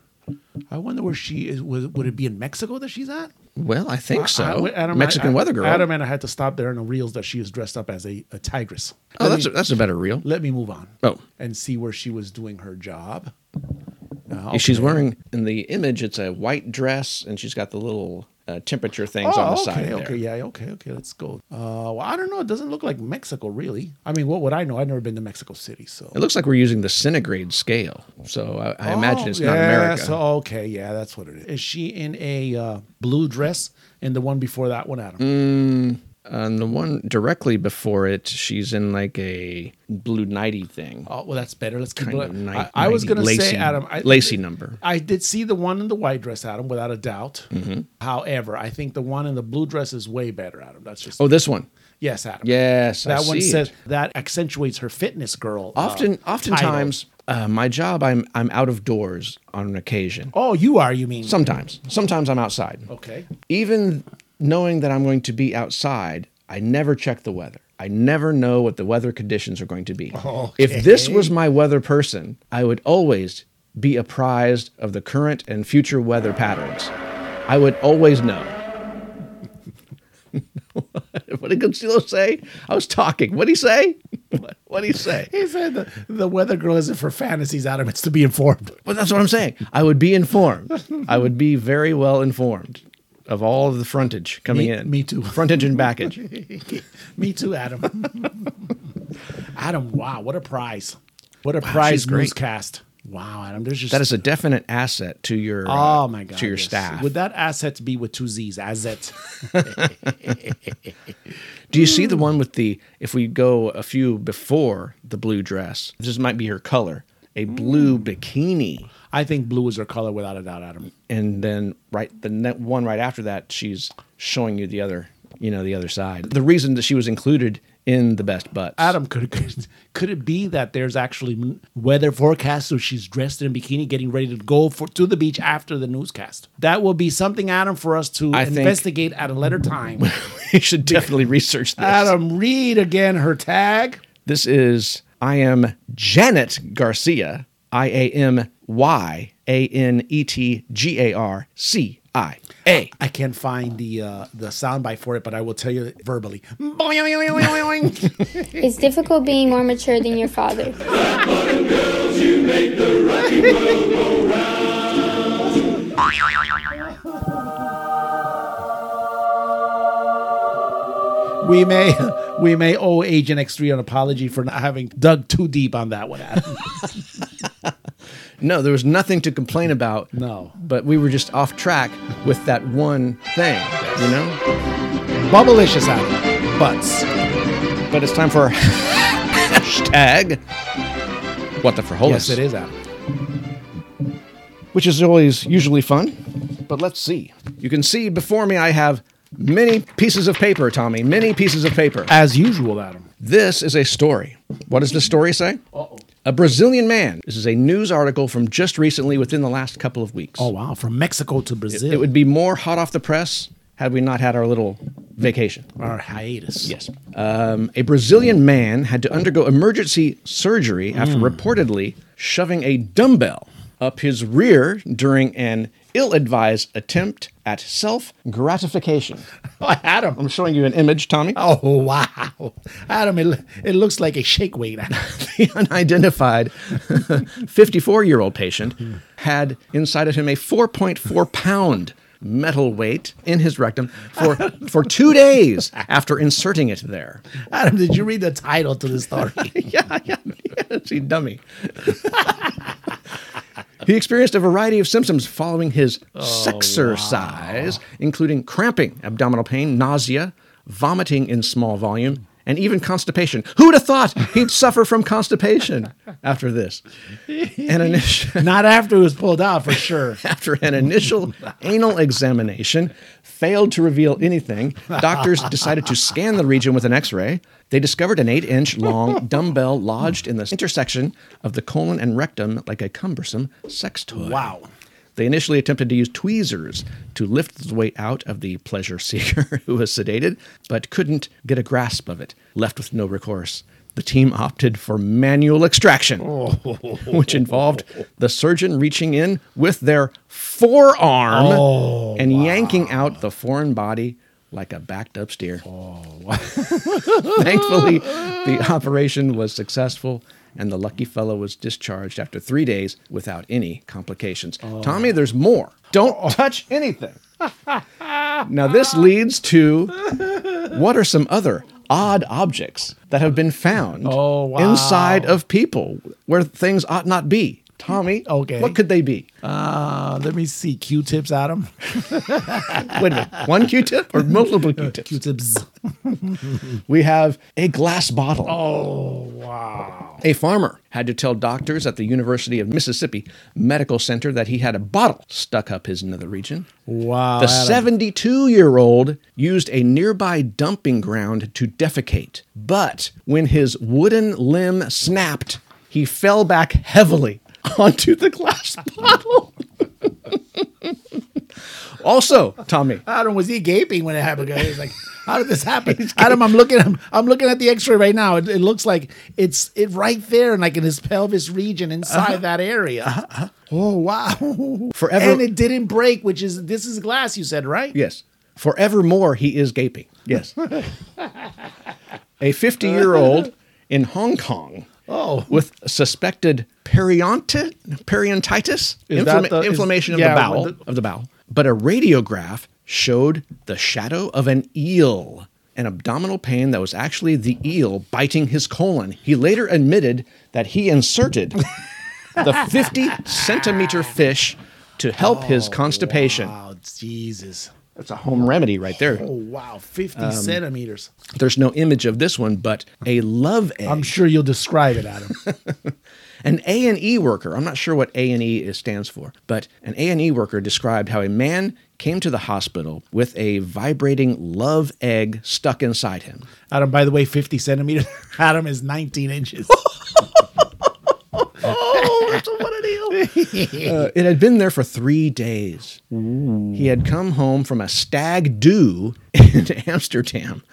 Speaker 2: I wonder where she is. Would, would it be in Mexico that she's at?
Speaker 3: Well, I think so.
Speaker 2: I- Adam,
Speaker 3: Mexican
Speaker 2: I- I-
Speaker 3: weather girl.
Speaker 2: Adam and I had to stop there in the reels that she is dressed up as a, a tigress.
Speaker 3: oh,
Speaker 2: Let
Speaker 3: that's
Speaker 2: me-
Speaker 3: a, that's a better reel.
Speaker 2: let me move on.
Speaker 3: Oh.
Speaker 2: And see where she was doing her job. Uh,
Speaker 3: If Oh, She's
Speaker 2: okay.
Speaker 3: wearing in the image. It's a white dress, and she's got the little uh, temperature things
Speaker 2: Oh,
Speaker 3: on the
Speaker 2: okay,
Speaker 3: side.
Speaker 2: okay,
Speaker 3: there.
Speaker 2: yeah, okay, okay. Let's go. Uh, well, I don't know. It doesn't look like Mexico, really. I mean, what would I know? I've never been to Mexico City, so.
Speaker 3: It looks like we're using the centigrade scale, so I, I imagine
Speaker 2: Oh,
Speaker 3: it's
Speaker 2: yeah,
Speaker 3: not America.
Speaker 2: So okay, yeah, that's what it is. Is she in a uh, blue dress? And the one before that one, Adam.
Speaker 3: Mm. and the one directly before it, she's in like a blue nighty thing.
Speaker 2: Oh well, that's better. Let's keep
Speaker 3: Kind
Speaker 2: it.
Speaker 3: of night-
Speaker 2: I, I was
Speaker 3: nighty,
Speaker 2: gonna say,
Speaker 3: lacy-
Speaker 2: Adam, I,
Speaker 3: lacy number.
Speaker 2: I did see the one in the white dress, Adam, without a doubt.
Speaker 3: Mm-hmm.
Speaker 2: However, I think the one in the blue dress is way better, Adam. That's just
Speaker 3: Oh, this one.
Speaker 2: yes, Adam.
Speaker 3: Yes, I
Speaker 2: that one
Speaker 3: see
Speaker 2: says
Speaker 3: it.
Speaker 2: that accentuates her fitness girl. uh,
Speaker 3: often,
Speaker 2: title.
Speaker 3: oftentimes, uh, my job, I'm I'm out of doors on occasion.
Speaker 2: Oh, you are. You mean
Speaker 3: Sometimes, sometimes I'm outside.
Speaker 2: okay?
Speaker 3: even knowing that I'm going to be outside, I never check the weather. I never know what the weather conditions are going to be. If this was my weather person, I would always be apprised of the current and future weather patterns. I would always know. what did Concealo say? I was talking. What did he say? What did he say?
Speaker 2: He said the, the weather girl isn't for fantasies, Adam. It's to be informed.
Speaker 3: Well, that's what I'm saying. I would be informed. I would be very well informed of all of the frontage coming
Speaker 2: Me-
Speaker 3: in.
Speaker 2: me too.
Speaker 3: Frontage and backage.
Speaker 2: Me too, Adam. Adam, wow, what a prize! What a prize
Speaker 3: she's great.
Speaker 2: newscast. Wow, Adam, there's just
Speaker 3: That is a definite asset to your uh,
Speaker 2: Oh my god!
Speaker 3: to your
Speaker 2: yes.
Speaker 3: staff.
Speaker 2: Would that asset be with two Z's? Asset.
Speaker 3: Do you
Speaker 2: Mm.
Speaker 3: see the one with the if we go a few before the blue dress? This might be her color, a blue
Speaker 2: Mm.
Speaker 3: bikini,
Speaker 2: I think blue is her color without a doubt, Adam.
Speaker 3: and then right the ne- one right after that, she's showing you the other, you know, the other side. The reason that she was included in the best butts.
Speaker 2: Adam, could, could could it be that there's actually m- weather forecast, so she's dressed in a bikini, getting ready to go for, to the beach after the newscast? That will be something, Adam, for us to
Speaker 3: I think-
Speaker 2: investigate at a later time.
Speaker 3: you should definitely research this.
Speaker 2: Adam, read again her tag.
Speaker 3: This is I am Janet Garcia. I A M Y A N E T G A R C I A.
Speaker 2: I can't find the uh, the soundbite for it, but I will tell you verbally. Boing.
Speaker 10: It's difficult being more mature than your father.
Speaker 2: we may we may owe Agent X three an apology for not having dug too deep on that one, Adam.
Speaker 3: No, there was nothing to complain about.
Speaker 2: No.
Speaker 3: But we were just off track with that one thing, you know?
Speaker 2: Bubblicious Adam, butts.
Speaker 3: But it's time for hashtag What the Frijoles.
Speaker 2: Yes, it is Adam.
Speaker 3: which is always usually fun. But let's see. You can see before me I have many pieces of paper, Tommy. Many pieces of paper.
Speaker 2: As usual, Adam.
Speaker 3: This is a story. What does the story say? A Brazilian man. This is a news article from just recently within the last couple of weeks.
Speaker 2: Oh wow, from Mexico to Brazil.
Speaker 3: It would be more hot off the press had we not had our little vacation.
Speaker 2: our hiatus.
Speaker 3: Yes. Um, a Brazilian man had to undergo emergency surgery after reportedly shoving a dumbbell up his rear during an ill advised attempt at self gratification.
Speaker 2: Oh, Adam.
Speaker 3: I'm showing you an image, Tommy.
Speaker 2: Oh wow, Adam! It, it looks like a shake weight.
Speaker 3: The unidentified 54 year old patient had inside of him a 4.4 pound metal weight in his rectum for, for two days after inserting it there.
Speaker 2: Adam, did you read the title to the story?
Speaker 3: yeah, yeah, yeah, she dummy. he experienced a variety of symptoms following his sexercise, including cramping, abdominal pain, nausea, vomiting in small volume, and even constipation. Who'd have thought he'd suffer from constipation after this? An initial
Speaker 2: Not after it was pulled out for sure.
Speaker 3: after an initial anal examination failed to reveal anything, doctors decided to scan the region with an x ray. They discovered an eight inch long dumbbell lodged in the intersection of the colon and rectum like a cumbersome sex toy.
Speaker 2: Wow.
Speaker 3: They initially attempted to use tweezers to lift the weight out of the pleasure seeker who was sedated, but couldn't get a grasp of it, left with no recourse. The team opted for manual extraction, which involved the surgeon reaching in with their forearm and yanking out the foreign body like a backed up steer. Thankfully, the operation was successful and the lucky fellow was discharged after three days without any complications. Tommy, there's more. Don't touch anything. now, this leads to what are some other odd objects that have been found
Speaker 2: Oh, wow.
Speaker 3: inside of people where things ought not be? Tommy,
Speaker 2: Okay.
Speaker 3: what could they be?
Speaker 2: Uh, let me see. Q-tips, Adam.
Speaker 3: Wait a minute, one Q-tip or multiple Q-tips?
Speaker 2: Q-tips.
Speaker 3: We have a glass bottle.
Speaker 2: Oh wow.
Speaker 3: A farmer had to tell doctors at the University of Mississippi Medical Center that he had a bottle stuck up his nether region.
Speaker 2: Wow.
Speaker 3: The
Speaker 2: Oh, Adam.
Speaker 3: 72 year old used a nearby dumping ground to defecate, but when his wooden limb snapped, he fell back heavily onto the glass bottle. also, Tommy,
Speaker 2: Adam was he gaping when it happened? He's like, "How did this happen?" Adam, I'm looking. I'm, I'm looking at the X-ray right now. It, it looks like it's it right there, and like in his pelvis region
Speaker 3: Uh-huh.
Speaker 2: inside that area. Oh wow!
Speaker 3: Forever-
Speaker 2: and it didn't break, which is this is glass. You said right?
Speaker 3: Yes. Forevermore, he is gaping. Yes. a 50 year old in Hong Kong
Speaker 2: Oh.
Speaker 3: with suspected periont- periodontitis,
Speaker 2: Is that the- is-
Speaker 3: inflammation of,
Speaker 2: yeah,
Speaker 3: the bowel,
Speaker 2: with the-
Speaker 3: of the bowel. But a radiograph showed the shadow of an eel, an abdominal pain that was actually the eel biting his colon. He later admitted that he inserted the
Speaker 2: Oh,
Speaker 3: 50 centimeter fish to help his constipation.
Speaker 2: Wow, Jesus.
Speaker 3: That's a home remedy right there.
Speaker 2: Oh wow, fifty
Speaker 3: Um,
Speaker 2: centimeters.
Speaker 3: There's no image of this one, but a love egg.
Speaker 2: I'm sure you'll describe it, Adam.
Speaker 3: An A and E worker. I'm not sure what A and E is stands for, but an A and E worker described how a man came to the hospital with a vibrating love egg stuck inside him.
Speaker 2: Adam, by the way, fifty centimeters. Adam is nineteen inches.
Speaker 3: oh, that's a what a deal! Uh, it had been there for three days. He had come home from a stag do in Amsterdam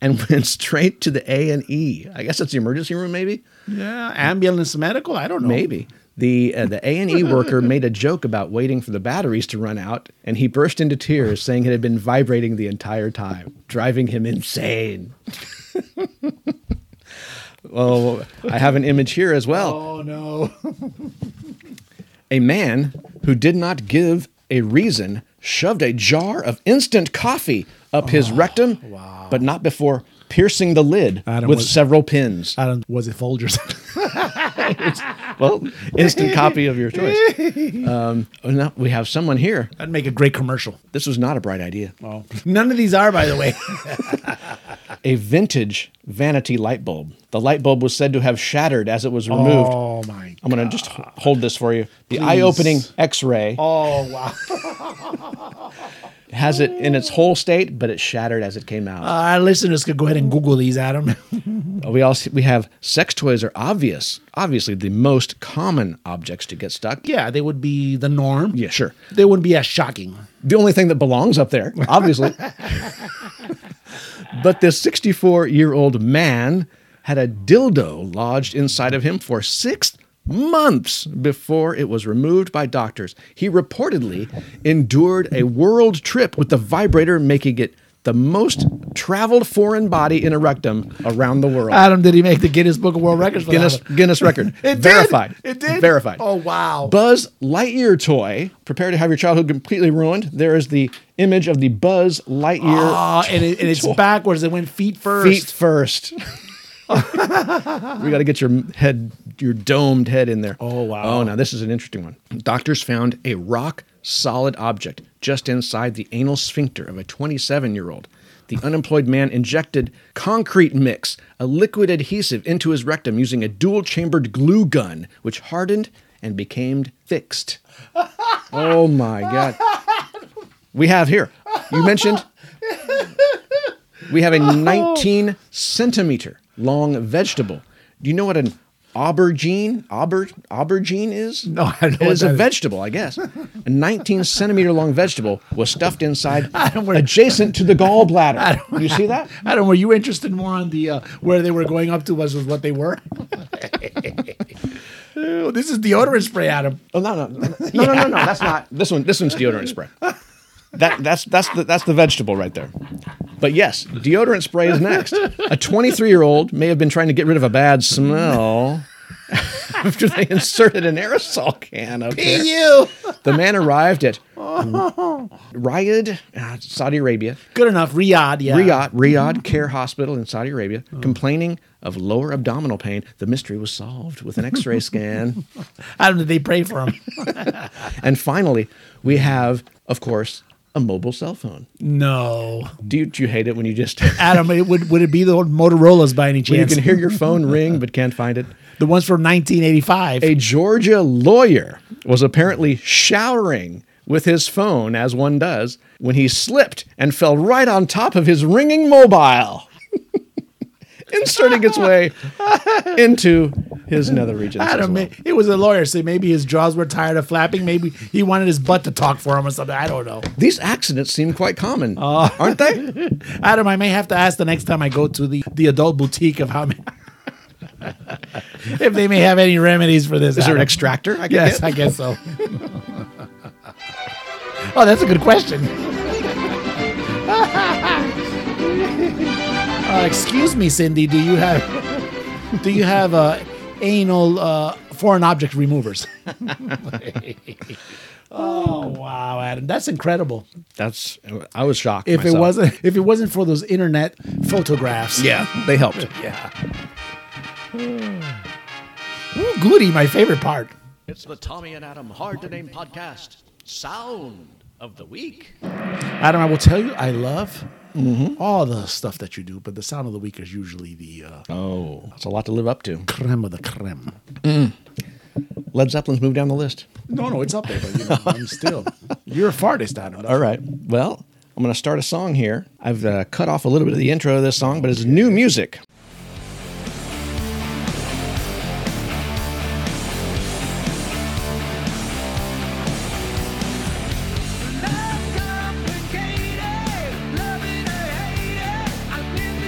Speaker 3: and went straight to the A and E. I guess that's the emergency room, maybe.
Speaker 2: yeah, ambulance medical. I don't know.
Speaker 3: Maybe the uh, the A and E worker made a joke about waiting for the batteries to run out, and he burst into tears, saying it had been vibrating the entire time, driving him insane. well, I have an image here as well.
Speaker 2: Oh no.
Speaker 3: A man who did not give a reason shoved a jar of instant coffee up his rectum, but not before piercing the lid
Speaker 2: Adam
Speaker 3: with
Speaker 2: was-
Speaker 3: several pins.
Speaker 2: Adam was it Folgers?
Speaker 3: well, instant copy of your choice. Um, oh, now we have someone here.
Speaker 2: That'd make a great commercial.
Speaker 3: This was not a bright idea.
Speaker 2: Oh. None of these are, by the way.
Speaker 3: A vintage vanity light bulb. The light bulb was said to have shattered as it was removed.
Speaker 2: Oh my.
Speaker 3: I'm going to just h- hold this for you. The eye opening x ray
Speaker 2: Oh wow.
Speaker 3: has it in its whole state, but it shattered as it came out.
Speaker 2: Our listeners could go ahead and Google these, Adam.
Speaker 3: We also we have sex toys are obvious, obviously the most common objects to get stuck.
Speaker 2: yeah, they would be the norm.
Speaker 3: Yeah, sure.
Speaker 2: They wouldn't be as shocking.
Speaker 3: The only thing that belongs up there, obviously. but this 64-year-old man had a dildo lodged inside of him for 6 months before it was removed by doctors. He reportedly endured a world trip with the vibrator making it the most traveled foreign body in a rectum around the world.
Speaker 2: Adam, did he make the Guinness Book of World Records? For
Speaker 3: Guinness
Speaker 2: That one?
Speaker 3: Guinness record.
Speaker 2: It did.
Speaker 3: verified.
Speaker 2: It did.
Speaker 3: Verified.
Speaker 2: Oh wow.
Speaker 3: Buzz Lightyear toy. Prepare to have your childhood completely ruined. There is the image of the Buzz Lightyear
Speaker 2: Ah, and, it, and it's backwards. It went feet first.
Speaker 3: feet first. we got to get your head, your domed head in there.
Speaker 2: Oh, wow.
Speaker 3: Oh, now this is an interesting one. Doctors found a rock solid object just inside the anal sphincter of a 27 year old. The unemployed man injected concrete mix, a liquid adhesive, into his rectum using a dual chambered glue gun, which hardened and became fixed. oh my God. We have here, you mentioned we have a
Speaker 2: Oh.
Speaker 3: 19 centimeter long vegetable. Do you know what an aubergine auber, aubergine is?
Speaker 2: No, I don't know
Speaker 3: It
Speaker 2: what
Speaker 3: is
Speaker 2: that
Speaker 3: a
Speaker 2: is.
Speaker 3: vegetable, I guess. A 19 centimeter long vegetable was stuffed inside,
Speaker 2: Adam, we're-
Speaker 3: adjacent to the gallbladder. You see that?
Speaker 2: Adam, were you interested more on the uh, where they were going up to was was what they were? Ew, Oh, this is deodorant spray, Adam.
Speaker 3: Oh no no no no no, no, no that's not this one this one's deodorant spray. That that's that's the that's the vegetable right there. But yes, deodorant spray is next. A 23-year-old may have been trying to get rid of a bad smell after they inserted an aerosol can up there.
Speaker 2: You
Speaker 3: The man arrived at Oh. Riyadh, uh, Saudi Arabia.
Speaker 2: good enough, Riyadh. Yeah,
Speaker 3: Riyadh, Riyadh Care Hospital in Saudi Arabia, complaining of lower abdominal pain. The mystery was solved with an X-ray scan.
Speaker 2: Adam, did they pray for him?
Speaker 3: And finally, we have, of course, a mobile cell phone.
Speaker 2: no,
Speaker 3: Do you, do you hate it when you just
Speaker 2: Adam. It would would it be the old Motorola's by any
Speaker 3: when you
Speaker 2: chance?
Speaker 3: can hear your phone ring but can't find it?
Speaker 2: the ones from 1985.
Speaker 3: A Georgia lawyer was apparently showering with his phone as one does when he slipped and fell right on top of his ringing mobile. Inserting its way into his nether regions. as
Speaker 2: Adam,
Speaker 3: well.
Speaker 2: it- it was a lawyer, so maybe his jaws were tired of flapping. Maybe he wanted his butt to talk for him or something. I don't know.
Speaker 3: These accidents seem quite common, aren't they?
Speaker 2: Adam, I may have to ask the next time I go to the, the adult boutique of how many. if they may have any remedies for this.
Speaker 3: Is there an
Speaker 2: Adam.
Speaker 3: extractor? I guess.
Speaker 2: Yes, I guess so. oh, that's a good question. uh, excuse me, Cindy. Do you have do you have uh, anal uh, foreign object removers? oh wow, Adam, that's incredible.
Speaker 3: That's. I was shocked.
Speaker 2: If it
Speaker 3: myself.
Speaker 2: wasn't if it wasn't for those internet photographs,
Speaker 3: yeah, they helped.
Speaker 2: Ooh, goody, my favorite part.
Speaker 3: It's the Tommy and Adam Hard to Name podcast. Sound. of the week.
Speaker 2: Adam, I will tell you, I love all the stuff that you do, but the sound of the week is usually the uh,
Speaker 3: Oh, that's a lot to live up to.
Speaker 2: creme of the creme.
Speaker 3: Led Zeppelin's moved down the list.
Speaker 2: No, no, it's up there, but you know, I'm still. You're a fartist, Adam.
Speaker 3: All right. Well, I'm going to start a song here. I've uh, cut off a little bit of the intro of this song, but it's new music.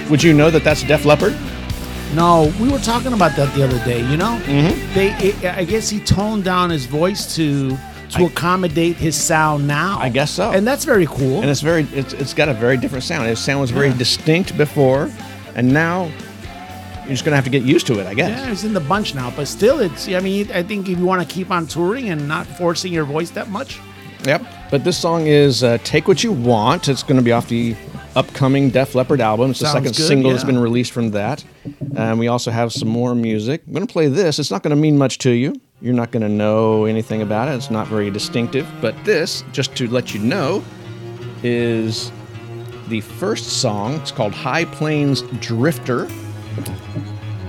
Speaker 3: Would you know that that's Def Leppard?
Speaker 2: No, we were talking about that the other day. You know, they. It, I guess he toned down his voice to to accommodate his sound now.
Speaker 3: I guess so.
Speaker 2: and that's very cool.
Speaker 3: and it's very it's, it's got a very different sound. His sound was very distinct before, and now you're just gonna have to get used to it, I guess.
Speaker 2: yeah, he's in the bunch now, but still, it's. I mean, I think if you want to keep on touring and not forcing your voice that much,
Speaker 3: Yep. But this song is uh, "Take What You Want." It's going to be off the upcoming Def Leppard album. It's the
Speaker 2: Sounds
Speaker 3: second
Speaker 2: good,
Speaker 3: single that's
Speaker 2: yeah.
Speaker 3: been released from that. And we also have some more music. I'm going to play this. It's not going to mean much to you. You're not going to know anything about it. It's not very distinctive. But this, just to let you know, is the first song. It's called "High Plains Drifter,"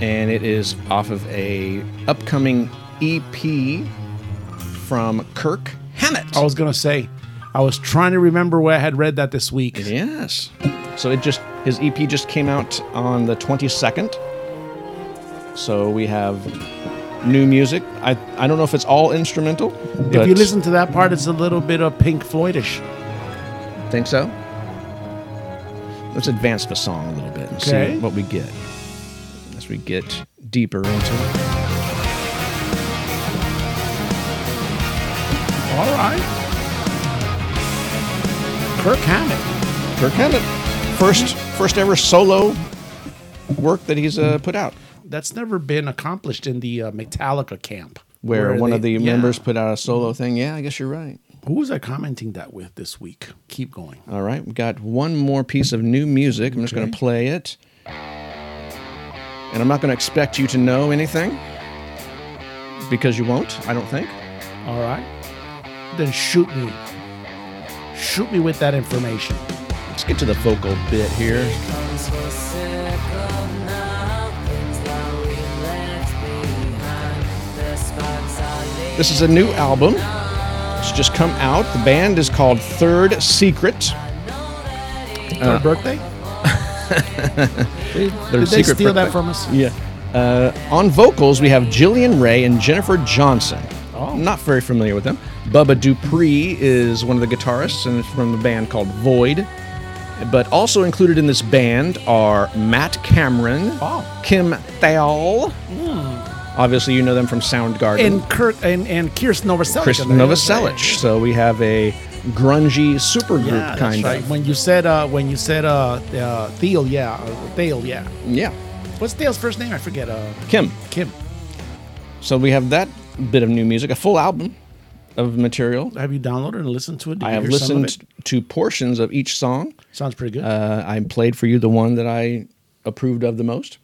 Speaker 3: and it is off of a upcoming EP from Kirk Hammett.
Speaker 2: I was gonna say, I was trying to remember where I had read that this week.
Speaker 3: Yes. So it just his EP just came out on the 22nd. So we have new music. I I don't know if it's all instrumental.
Speaker 2: If you listen to that part, it's a little bit of Pink Floydish.
Speaker 3: think so. Let's advance the song a little bit and
Speaker 2: Okay.
Speaker 3: see what we get as we get deeper into it.
Speaker 2: All right. Kirk Hammett.
Speaker 3: Kirk Hammett, first first ever solo work that he's uh, put out.
Speaker 2: That's never been accomplished in the uh, Metallica camp.
Speaker 3: Where, one
Speaker 2: they-
Speaker 3: of the
Speaker 2: yeah.
Speaker 3: members put out a solo thing. Yeah, I guess you're right.
Speaker 2: Who was I commenting that with this week? Keep going.
Speaker 3: All right, we've got one more piece of new music. I'm just going to play it. And I'm not going to expect you to know anything because you won't, I don't think.
Speaker 2: All right. Then shoot me. Shoot me with that information.
Speaker 3: Let's get to the vocal bit here. This is a new album. It's just come out. The band is called Third Secret. Uh,
Speaker 2: Third birthday? Did-
Speaker 3: Their
Speaker 2: Did they
Speaker 3: secret
Speaker 2: steal
Speaker 3: birthday.
Speaker 2: that from us?
Speaker 3: Yeah. Uh, on vocals, we have Jillian Ray and Jennifer Johnson.
Speaker 2: Oh.
Speaker 3: Not very familiar with them. Bubba Dupree is one of the guitarists and is from a band called Void. But also included in this band are Matt Cameron,
Speaker 2: Oh.
Speaker 3: Kim Thal. Obviously, you know them from Soundgarden.
Speaker 2: Hmm. And Kirk and, and Kirsten Novoselic.
Speaker 3: Chris
Speaker 2: on the other side.
Speaker 3: Novoselic. So we have a grungy supergroup
Speaker 2: Yeah, that's
Speaker 3: kind
Speaker 2: right.
Speaker 3: of.
Speaker 2: When you said uh, when you said uh, uh, Thiel, yeah, uh, Thiel, yeah.
Speaker 3: Yeah.
Speaker 2: What's Dale's first name? I forget. Uh,
Speaker 3: Kim.
Speaker 2: Kim.
Speaker 3: So we have that bit of new music, a full album of material.
Speaker 2: Have you downloaded and listened to it? Did
Speaker 3: I
Speaker 2: you
Speaker 3: have
Speaker 2: hear some of
Speaker 3: listened to portions of each song.
Speaker 2: it? Sounds pretty good.
Speaker 3: Uh, I played for you the one that I approved of the most.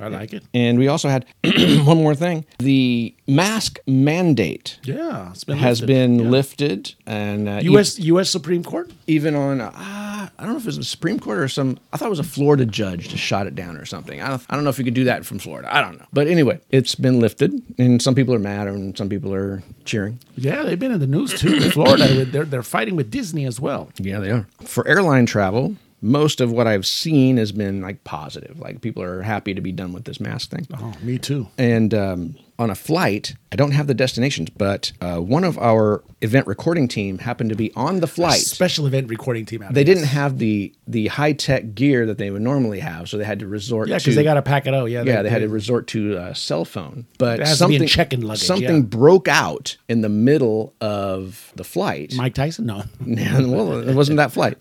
Speaker 2: I like it.
Speaker 3: And we also had one more thing the mask mandate
Speaker 2: Yeah, it's been
Speaker 3: has
Speaker 2: lifted.
Speaker 3: been
Speaker 2: Yeah.
Speaker 3: lifted. And uh, e-
Speaker 2: U.S. U.S. Supreme Court.
Speaker 3: even on, uh, I don't know if it was the Supreme Court or some, I thought it was a Florida judge that shot it down or something. I don't, I don't know if you could do that from Florida. I don't know. But anyway, it's been lifted. And some people are mad and some people are cheering.
Speaker 2: Yeah, they've been in the news too. In Florida, they're they're fighting with Disney as well.
Speaker 3: Yeah, they are. For airline travel, most of what I've seen has been like positive. Like people are happy to be done with this mask thing.
Speaker 2: Oh, me too.
Speaker 3: And um, on a flight, I don't have the destinations, but uh, one of our event recording team happened to be on the flight.
Speaker 2: Special event recording team out.
Speaker 3: They
Speaker 2: here.
Speaker 3: didn't have the the high tech gear that they would normally have, so they had to resort.
Speaker 2: Yeah,
Speaker 3: to,
Speaker 2: because they got to pack it out. Yeah,
Speaker 3: yeah, they had to resort to uh, cell phone, but
Speaker 2: It has to be in
Speaker 3: something
Speaker 2: check-in luggage,
Speaker 3: something
Speaker 2: yeah.
Speaker 3: broke out in the middle of the flight.
Speaker 2: Mike Tyson. No,
Speaker 3: Yeah, well, it wasn't that flight.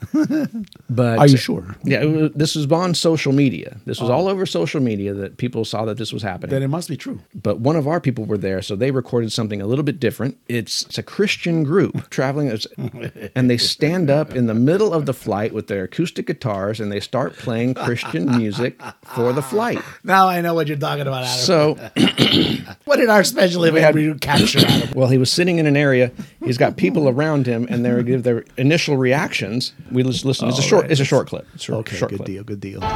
Speaker 3: But
Speaker 2: Are you sure?
Speaker 3: Yeah, it was, this was on social media. This was all over social media that people saw that this was happening.
Speaker 2: Oh. then it must be true.
Speaker 3: but one of of our people were there, so they recorded something a little bit different. It's, it's a Christian group traveling, it's- and they stand up in the middle of the flight with their acoustic guitars and they start playing Christian music for the flight.
Speaker 2: Now I know what you're talking about, Adam.
Speaker 3: So
Speaker 2: what did our special
Speaker 3: We
Speaker 2: event
Speaker 3: had-
Speaker 2: we capture, Adam?
Speaker 3: Well, he was sitting in an area. He's got people around him, and they give their initial reactions. We just listen. It's a
Speaker 2: All
Speaker 3: short.
Speaker 2: right.
Speaker 3: It's a short clip. It's a Short,
Speaker 2: Oh, Okay,
Speaker 3: short
Speaker 2: good
Speaker 3: clip.
Speaker 2: deal, good deal.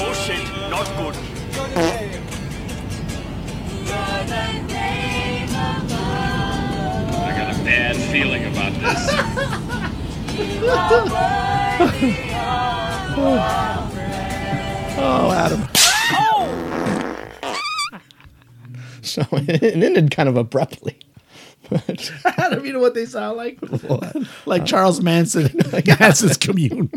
Speaker 11: Oh shit! What is that?
Speaker 12: Oh shit, not good. I got a bad feeling about
Speaker 3: Oh, Adam. So it ended kind of abruptly. But
Speaker 2: Adam, you know what they sound like?
Speaker 3: What? Uh,
Speaker 2: Like Charles Manson, Manson's commune.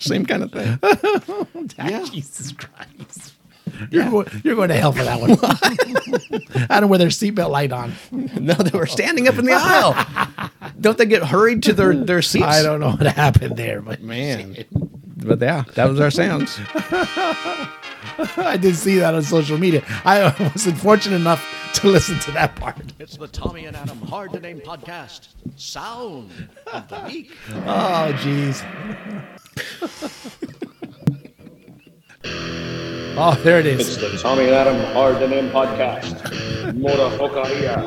Speaker 3: Same kind of thing.
Speaker 2: Jesus Christ. You're, going, you're going to hell for that one. I don't wear their seatbelt light on. Ah,
Speaker 3: No, they were standing up in the aisle. Don't they get hurried to their their seats?
Speaker 2: I don't know what happened there, but
Speaker 3: man. But yeah, that was our sounds.
Speaker 2: I did see that on social media. I wasn't fortunate enough to listen to that part.
Speaker 9: It's the Tommy and Adam Hard to Name podcast. Sound of the week.
Speaker 2: Oh, jeez. Oh, there it
Speaker 13: It's
Speaker 2: is.
Speaker 13: the Tommy and Adam Hard to Name podcast. Motohokaria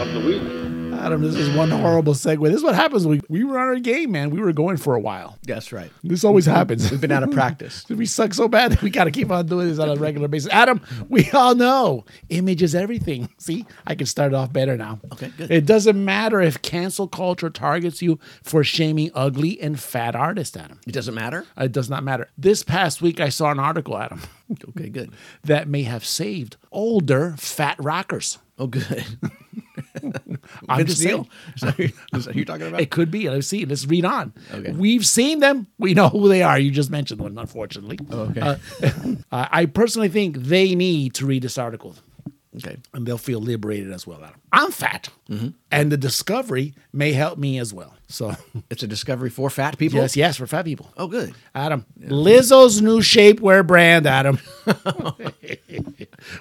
Speaker 13: of the week.
Speaker 2: Adam, this is one horrible segue. This is what happens. when We, we were on our game, man. We were going for a while.
Speaker 3: That's right.
Speaker 2: This always happens.
Speaker 3: We've been out of practice.
Speaker 2: we suck so bad that we got to keep on doing this on a regular basis. Adam, we all know image is everything. See, I can start off better now.
Speaker 3: Okay, good.
Speaker 2: It doesn't matter if cancel culture targets you for shaming ugly and fat artists, Adam.
Speaker 3: It doesn't matter.
Speaker 2: It does not matter. This past week, I saw an article, Adam,
Speaker 3: Okay, good.
Speaker 2: that may have saved older fat rockers.
Speaker 3: Oh, good.
Speaker 2: I'm
Speaker 3: Vince
Speaker 2: just
Speaker 3: Neil?
Speaker 2: saying.
Speaker 3: Is that, is that who you're talking about?
Speaker 2: It could be. Let's see. Let's read on.
Speaker 3: Okay.
Speaker 2: We've seen them. We know who they are. You just mentioned one, unfortunately.
Speaker 3: Oh, okay.
Speaker 2: Uh, I I personally think they need to read this article
Speaker 3: Okay.
Speaker 2: and they'll feel liberated as well. Adam. I'm fat,
Speaker 3: Mm-hmm.
Speaker 2: and the discovery may help me as well. So,
Speaker 3: It's a discovery for fat people.
Speaker 2: yes, yes, for fat people.
Speaker 3: Oh, good.
Speaker 2: Adam, Lizzo's new shapewear brand, Adam,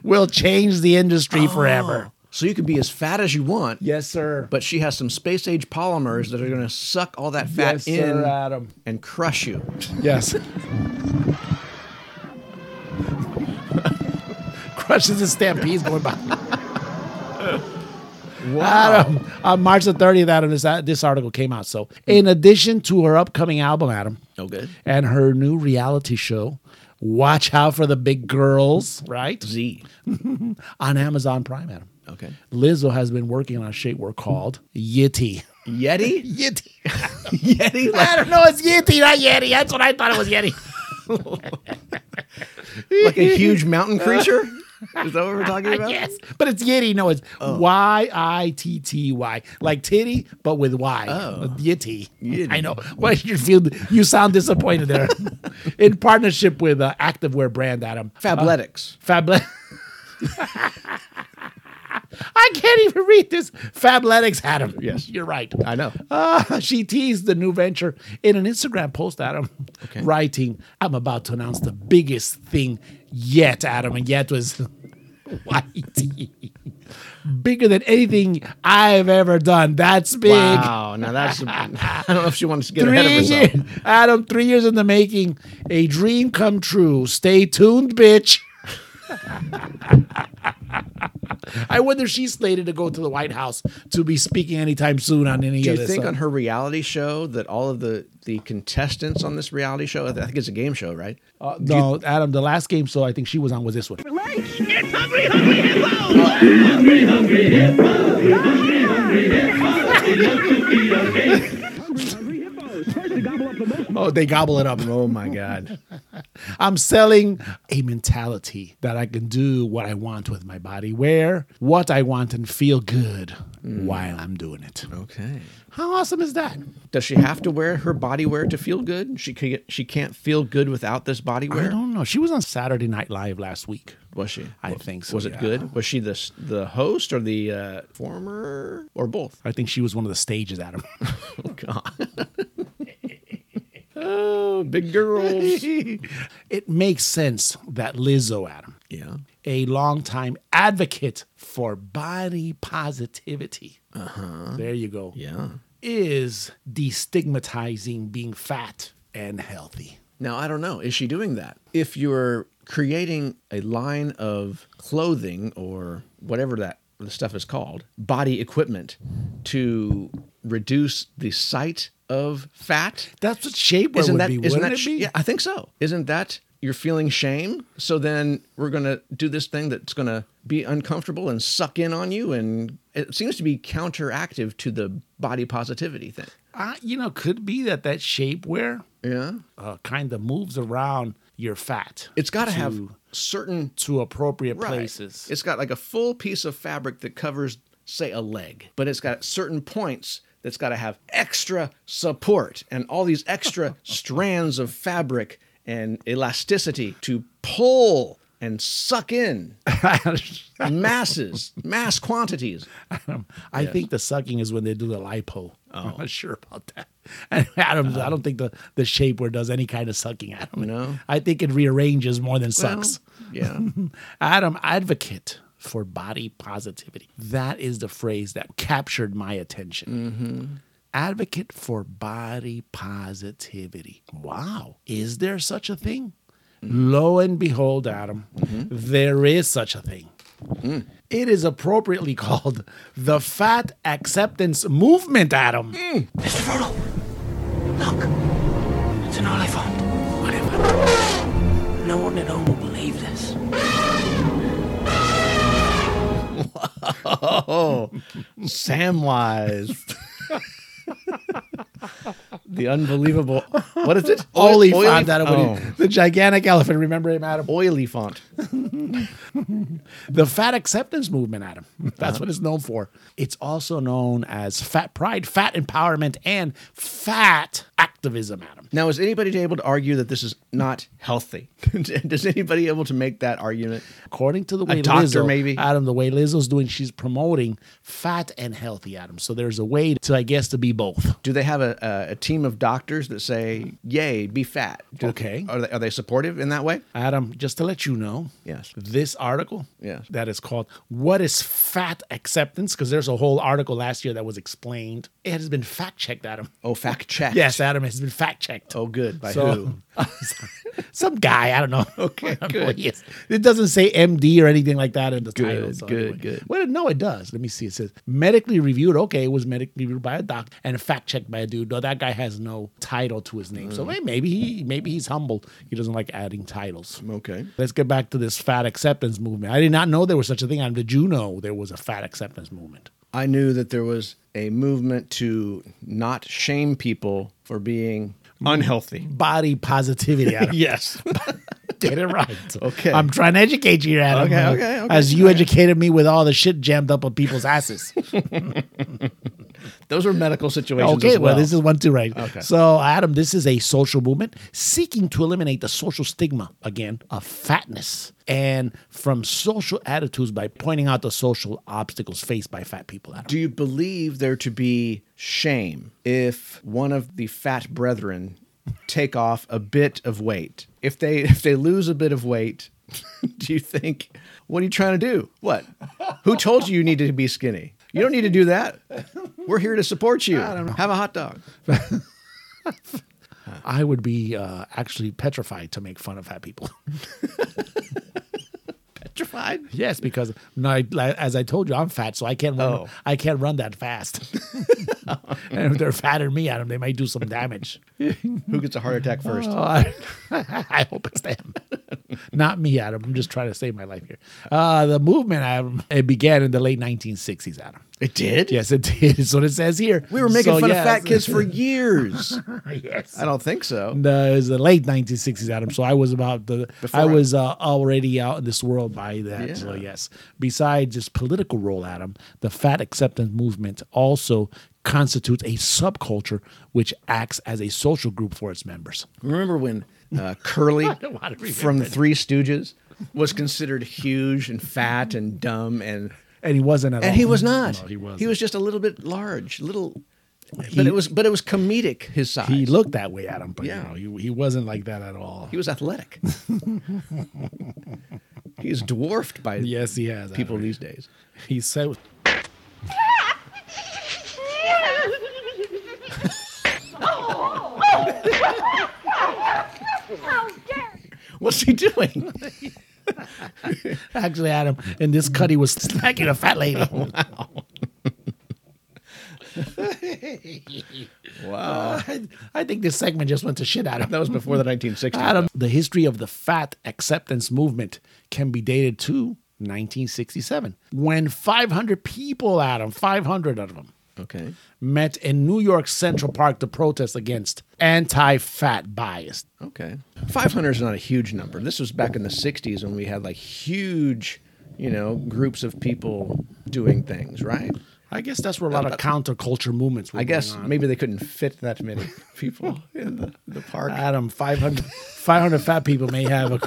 Speaker 2: will change the industry
Speaker 3: Oh.
Speaker 2: forever.
Speaker 3: So you could be as fat as you want.
Speaker 2: Yes, sir.
Speaker 3: But she has some space age polymers that are going to suck all that fat
Speaker 2: Yes,
Speaker 3: in
Speaker 2: sir, Adam.
Speaker 3: and crush you.
Speaker 2: Yes. Crushes and stampedes going by. Adam, on Uh, March the 30th, Adam, this, this article came out. So, in addition to her upcoming album, Adam,
Speaker 3: Oh, good.
Speaker 2: and her new reality show, Watch Out for the Big Girls, right?
Speaker 3: Z.
Speaker 2: on Amazon Prime, Adam.
Speaker 3: Okay.
Speaker 2: Lizzo has been working on a shapewear called Yeti.
Speaker 3: Yeti?
Speaker 2: Yeti.
Speaker 3: Yeti?
Speaker 2: I
Speaker 3: Like,
Speaker 2: don't know. It's Yeti, not Yeti. That's what I thought it was Yeti.
Speaker 3: like a huge mountain creature? Is that what we're talking about? Oh.
Speaker 2: yes, but it's Yeti. No, it's Y I T T Y, like titty, but with Y.
Speaker 3: Oh.
Speaker 2: Yeti.
Speaker 3: Yeti.
Speaker 2: I know. Well, you feel you sound disappointed there. In partnership with uh, activewear brand Adam
Speaker 3: Fabletics.
Speaker 2: Fablet. I can't even read this. Fabletics Adam.
Speaker 3: Yes.
Speaker 2: you're right.
Speaker 3: I know.
Speaker 2: Ah, she teased the new venture in an Instagram post, Adam,
Speaker 3: Okay.
Speaker 2: writing, I'm about to announce the biggest thing yet, Adam, and yet was whitey. Bigger than anything I've ever done. That's big.
Speaker 3: Wow. Now that's, I don't know if she wants to get ahead of
Speaker 2: Three
Speaker 3: herself.
Speaker 2: years, Adam, three years in the making. A dream come true. Stay tuned, bitch. I wonder if she's slated to go to the White House to be speaking anytime soon on any
Speaker 3: Do
Speaker 2: of
Speaker 3: you
Speaker 2: this.
Speaker 3: think
Speaker 2: uh,
Speaker 3: on her reality show that all of the, the contestants on this reality show, I think it's a game show, right?
Speaker 2: Uh, no, Adam, the last game, so I think she was on was this one. Oh, they gobble it up.
Speaker 3: Oh my God.
Speaker 2: I'm selling a mentality that I can do what I want with my body, wear what I want, and feel good while I'm doing it.
Speaker 3: Okay.
Speaker 2: How awesome is that?
Speaker 3: Does she have to wear her body wear to feel good? She can, she can't feel good without this body
Speaker 2: I
Speaker 3: wear.
Speaker 2: don't know. She was on Saturday Night Live last week.
Speaker 3: Was she?
Speaker 2: I
Speaker 3: Well,
Speaker 2: think so,
Speaker 3: Was it
Speaker 2: yeah.
Speaker 3: good? Was she the s- the host or the uh, former or both?
Speaker 2: I think she was one of the stages, Adam.
Speaker 3: Oh God. Oh, big girls.
Speaker 2: it makes sense that Lizzo, Adam,
Speaker 3: yeah,
Speaker 2: a longtime advocate for body positivity.
Speaker 3: Uh huh.
Speaker 2: There you go.
Speaker 3: Yeah.
Speaker 2: Is destigmatizing being fat and healthy.
Speaker 3: Now, I don't know. Is she doing that? If you're creating a line of clothing or whatever that the stuff is called, body equipment to reduce the sight of fat.
Speaker 2: That's what shapewear
Speaker 3: isn't
Speaker 2: would
Speaker 3: that,
Speaker 2: be,
Speaker 3: isn't
Speaker 2: wouldn't
Speaker 3: that,
Speaker 2: it
Speaker 3: sh-
Speaker 2: be?
Speaker 3: Yeah, I think so. Isn't that you're feeling shame? So then we're going to do this thing that's going to be uncomfortable and suck in on you. And it seems to be counteractive to the body positivity thing.
Speaker 2: Uh, you know, could be that that shapewear
Speaker 3: yeah.
Speaker 2: uh, kind of moves around your fat.
Speaker 3: It's got to have
Speaker 2: to-
Speaker 3: certain
Speaker 2: to appropriate
Speaker 3: Right.
Speaker 2: places.
Speaker 3: It's got like a full piece of fabric that covers, say, a leg, but it's got certain points that's got to have extra support and all these extra strands of fabric and elasticity to pull and suck in masses, mass quantities.
Speaker 2: I
Speaker 3: Yes. Oh.
Speaker 2: think the sucking is when they do the lipo. I'm not sure about that. And Adam, I don't think the, the shapewear does any kind of sucking, Adam.
Speaker 3: Uh-huh. No.
Speaker 2: I think it rearranges more than sucks.
Speaker 3: Oh, Yeah.
Speaker 2: Adam, advocate for body positivity. That is the phrase that captured my attention. Advocate for body positivity. Wow. Is there such a thing? Lo and behold, Adam, there is such a thing. It is appropriately called the Fat Acceptance Movement, Adam.
Speaker 11: Mr. Fertile, look. It's an elephant. Whatever. No one at home will believe this.
Speaker 3: Oh, Samwise. the unbelievable. What is it?
Speaker 2: Oily
Speaker 3: Oily-
Speaker 2: font, Oh. Adam. what do you-
Speaker 3: oh.
Speaker 2: The gigantic elephant. Remember him, Adam?
Speaker 3: Oily font.
Speaker 2: The Fat Acceptance Movement, Adam. That's
Speaker 3: Uh-huh.
Speaker 2: what it's known for. It's also known as Fat Pride, Fat Empowerment, and Fat Activism, Adam.
Speaker 3: Now, is anybody able to argue that this is not healthy? Does anybody able to make that argument?
Speaker 2: According to the way
Speaker 3: doctor,
Speaker 2: Lizzo,
Speaker 3: maybe.
Speaker 2: Adam, the way Lizzo's doing, she's promoting fat and healthy, Adam. So there's a way to, I guess, to be both.
Speaker 3: Do they have a, a, a team of doctors that say, "Yay, be fat"? Do-
Speaker 2: Okay.
Speaker 3: Are they, are they supportive in that way?
Speaker 2: Adam, just to let you know,
Speaker 3: Yes.
Speaker 2: this article
Speaker 3: Yes.
Speaker 2: that is called What is Fat Acceptance? Because there's a whole article last year that was explained. It has been fact checked, Adam.
Speaker 3: Oh, fact check.
Speaker 2: Yes, Adam, it has been fact checked.
Speaker 3: Oh, good. By
Speaker 2: So- Some guy, I don't know.
Speaker 3: Okay,
Speaker 2: I don't know
Speaker 3: good.
Speaker 2: what he is. It doesn't say MD or anything like that in the
Speaker 3: Good,
Speaker 2: title. so
Speaker 3: good, good.
Speaker 2: Well, no, it does. Let me see. It says medically reviewed. Okay, it was medically reviewed by a doc and fact checked by a dude. No, that guy has no title to his name. So
Speaker 3: Mm.
Speaker 2: hey, maybe he maybe he's humble. He doesn't like adding titles.
Speaker 3: who? Okay.
Speaker 2: Let's get back to this fat acceptance movement. I did not know there was such a thing. And did you know there was a fat acceptance movement?
Speaker 3: I knew that there was a movement to not shame people for being unhealthy.
Speaker 2: Body positivity. Adam.
Speaker 3: Yes.
Speaker 2: Get it right.
Speaker 3: Okay.
Speaker 2: I'm trying to educate you, Adam.
Speaker 3: Okay,
Speaker 2: uh,
Speaker 3: okay, okay.
Speaker 2: As you educated me with all the shit jammed up on people's asses.
Speaker 3: Those are medical situations.
Speaker 2: okay,
Speaker 3: as
Speaker 2: well. this is one too, right?
Speaker 3: Okay.
Speaker 2: So, Adam, this is a social movement seeking to eliminate the social stigma, again, of fatness and from social attitudes by pointing out the social obstacles faced by fat people, Adam.
Speaker 3: Do you believe there to be shame if one of the fat brethren take off a bit of weight? If they if they lose a bit of weight, do you think what are you trying to do? What? Who told you you needed to be skinny? You don't need to do that. We're here to support you. Have a hot dog.
Speaker 2: I would be uh, actually petrified to make fun of fat people.
Speaker 3: Petrified.
Speaker 2: yes, because no, I, like, as I told you, I'm fat, so I can't run.
Speaker 3: Oh.
Speaker 2: I can't run that fast. and if they're fatter than me, Adam, they might do some damage.
Speaker 3: Who gets a heart attack first?
Speaker 2: Oh, I, I hope it's them. Not me, Adam. I'm just trying to save my life here. Uh, the movement, Adam, it began in the late 1960s, Adam.
Speaker 3: It did?
Speaker 2: Yes, it did. That's what it says here.
Speaker 3: We were making
Speaker 2: So,
Speaker 3: fun
Speaker 2: yes.
Speaker 3: of fat kids for years.
Speaker 2: yes.
Speaker 3: I don't think so.
Speaker 2: And, uh, it was the late 1960s, Adam. So I was about the.
Speaker 3: Before
Speaker 2: I
Speaker 3: I-
Speaker 2: was uh, already out in this world by that.
Speaker 3: Yeah.
Speaker 2: So yes. Besides its political role, Adam, the fat acceptance movement also constitutes a subculture which acts as a social group for its members.
Speaker 3: Remember when uh, Curly
Speaker 2: don't wanna remember
Speaker 3: from
Speaker 2: that.
Speaker 3: Three Stooges was considered huge and fat and dumb and
Speaker 2: And he wasn't at all.
Speaker 3: and he was not.
Speaker 2: Oh, No, he wasn't.
Speaker 3: He was just a little bit large, little but it was but it was comedic. His size.
Speaker 2: He looked that way at him, but
Speaker 3: Yeah.
Speaker 2: yeah, he, he wasn't like that at all.
Speaker 3: He was athletic. He's dwarfed by
Speaker 2: yes, he has
Speaker 3: people these days.
Speaker 2: He said,
Speaker 3: "What's he doing?"
Speaker 2: Actually, Adam, and this cutty was smacking a fat lady.
Speaker 3: Wow.
Speaker 2: Uh, I, I think this segment just went to shit, Adam.
Speaker 3: That was before the 1960s,
Speaker 2: Adam, the history of the fat acceptance movement can be dated to 1967 when 500 people, Adam, 500 of them,
Speaker 3: Okay.
Speaker 2: met in New York Central Park to protest against anti fat bias.
Speaker 3: Okay. 500 is not a huge number. This was back in the 60s when we had like huge, you know, groups of people doing things, right?
Speaker 2: I guess that's where a lot of counterculture movements were.
Speaker 3: I guess
Speaker 2: going on.
Speaker 3: maybe they couldn't fit that many people in the, the park.
Speaker 2: Adam, 500, 500 fat people may have a.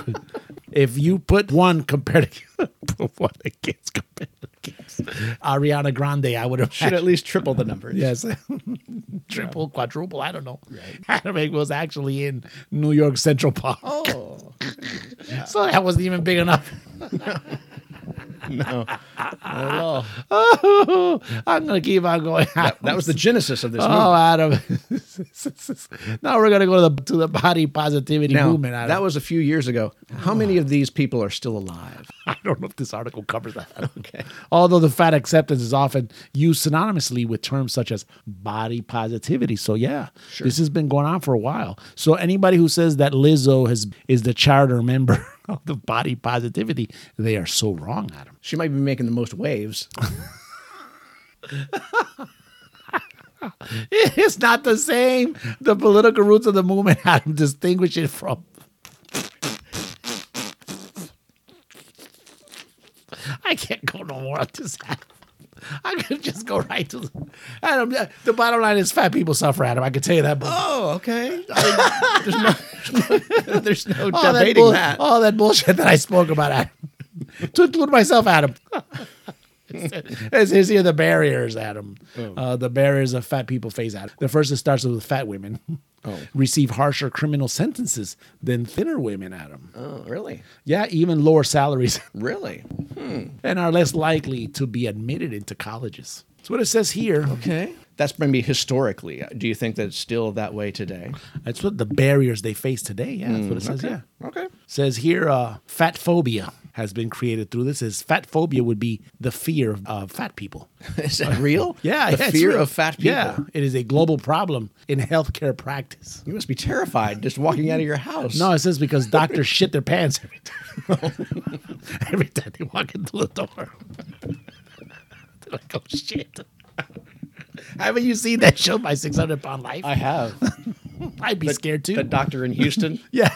Speaker 2: If you put one compared to put one against compared against Ariana Grande, I would have
Speaker 3: Should at least triple the number.
Speaker 2: yes, triple, quadruple. I don't know. Adam Egg was actually in New York Central Park,
Speaker 3: Oh,
Speaker 2: so that wasn't even big enough.
Speaker 3: no. Oh,
Speaker 2: I'm gonna keep on going.
Speaker 3: that was the genesis of this movement.
Speaker 2: Oh, Adam! now we're gonna go to the to the body positivity
Speaker 3: Now,
Speaker 2: movement. Oh. Adam.
Speaker 3: that was a few years ago. How many of these people are still alive?
Speaker 2: I don't know if this article covers that.
Speaker 3: Okay.
Speaker 2: Although the fat acceptance is often used synonymously with terms such as body positivity. So yeah,
Speaker 3: Sure.
Speaker 2: this has been going on for a while. So anybody who says that Lizzo has is the charter member of the body positivity, they are so wrong, Adam.
Speaker 3: She might be making the most waves.
Speaker 2: It's not the same. The political roots of the movement, Adam, distinguish it from. I can't go no more on this. Adam. I could just go right to the, Adam. The bottom line is fat people suffer, Adam. I can tell you that. But
Speaker 3: Oh, okay. there's no, there's no
Speaker 2: all, Oh, that
Speaker 3: debating
Speaker 2: bull-
Speaker 3: that.
Speaker 2: all that bullshit that I spoke about, Adam, to include myself, Adam. It's it's here the barriers, Adam.
Speaker 3: Oh.
Speaker 2: Uh, the barriers of fat people face, Adam. The first it starts with fat women
Speaker 3: Oh.
Speaker 2: receive harsher criminal sentences than thinner women, Adam.
Speaker 3: Oh, really?
Speaker 2: Yeah, even lower salaries
Speaker 3: Really?
Speaker 2: and are less likely to be admitted into colleges. That's what it says here.
Speaker 3: Okay. That's maybe historically. Do you think that it's still that way today?
Speaker 2: That's what the barriers they face today. Yeah, that's what it says. Yeah.
Speaker 3: Mm, Okay.
Speaker 2: says here uh, fat phobia has been created through this is fat phobia would be the fear of uh, fat people
Speaker 3: Is that real?
Speaker 2: yeah
Speaker 3: The
Speaker 2: yeah, it's
Speaker 3: fear
Speaker 2: real.
Speaker 3: of fat people.
Speaker 2: yeah it is a global problem in healthcare practice
Speaker 3: You must be terrified just walking out of your house.
Speaker 2: no it says because doctors shit their pants every time every time they walk into the door they're like oh shit haven't you seen that show my 600 pound life
Speaker 3: I have.
Speaker 2: i'd be scared too
Speaker 3: The doctor in Houston.
Speaker 2: yeah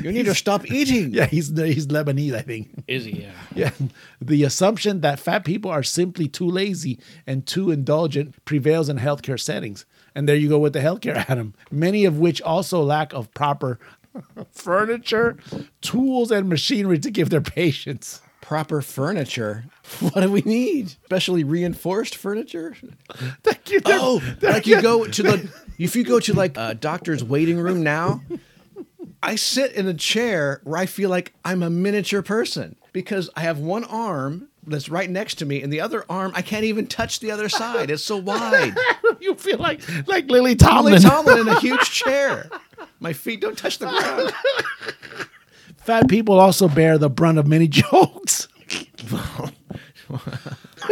Speaker 3: you need to stop eating.
Speaker 2: yeah he's he's lebanese i think
Speaker 3: Is he? uh, Yeah.
Speaker 2: Yeah. The assumption that fat people are simply too lazy and too indulgent prevails in healthcare settings. And there you go with the healthcare, Adam. Many of which also lack of proper furniture, tools, and machinery to give their patients.
Speaker 3: Proper furniture. What do we need? Especially reinforced furniture?
Speaker 2: Thank you. They're-
Speaker 3: Oh,
Speaker 2: they're-
Speaker 3: like you go to the if you go to like a doctor's waiting room now, I sit in a chair where I feel like I'm a miniature person because I have one arm that's right next to me and the other arm I can't even touch the other side. It's so wide.
Speaker 2: you feel like like Lily
Speaker 3: Only
Speaker 2: Tomlin.
Speaker 3: Tomlin in a huge chair. My feet don't touch the ground.
Speaker 2: Fat people also bear the brunt of many jokes.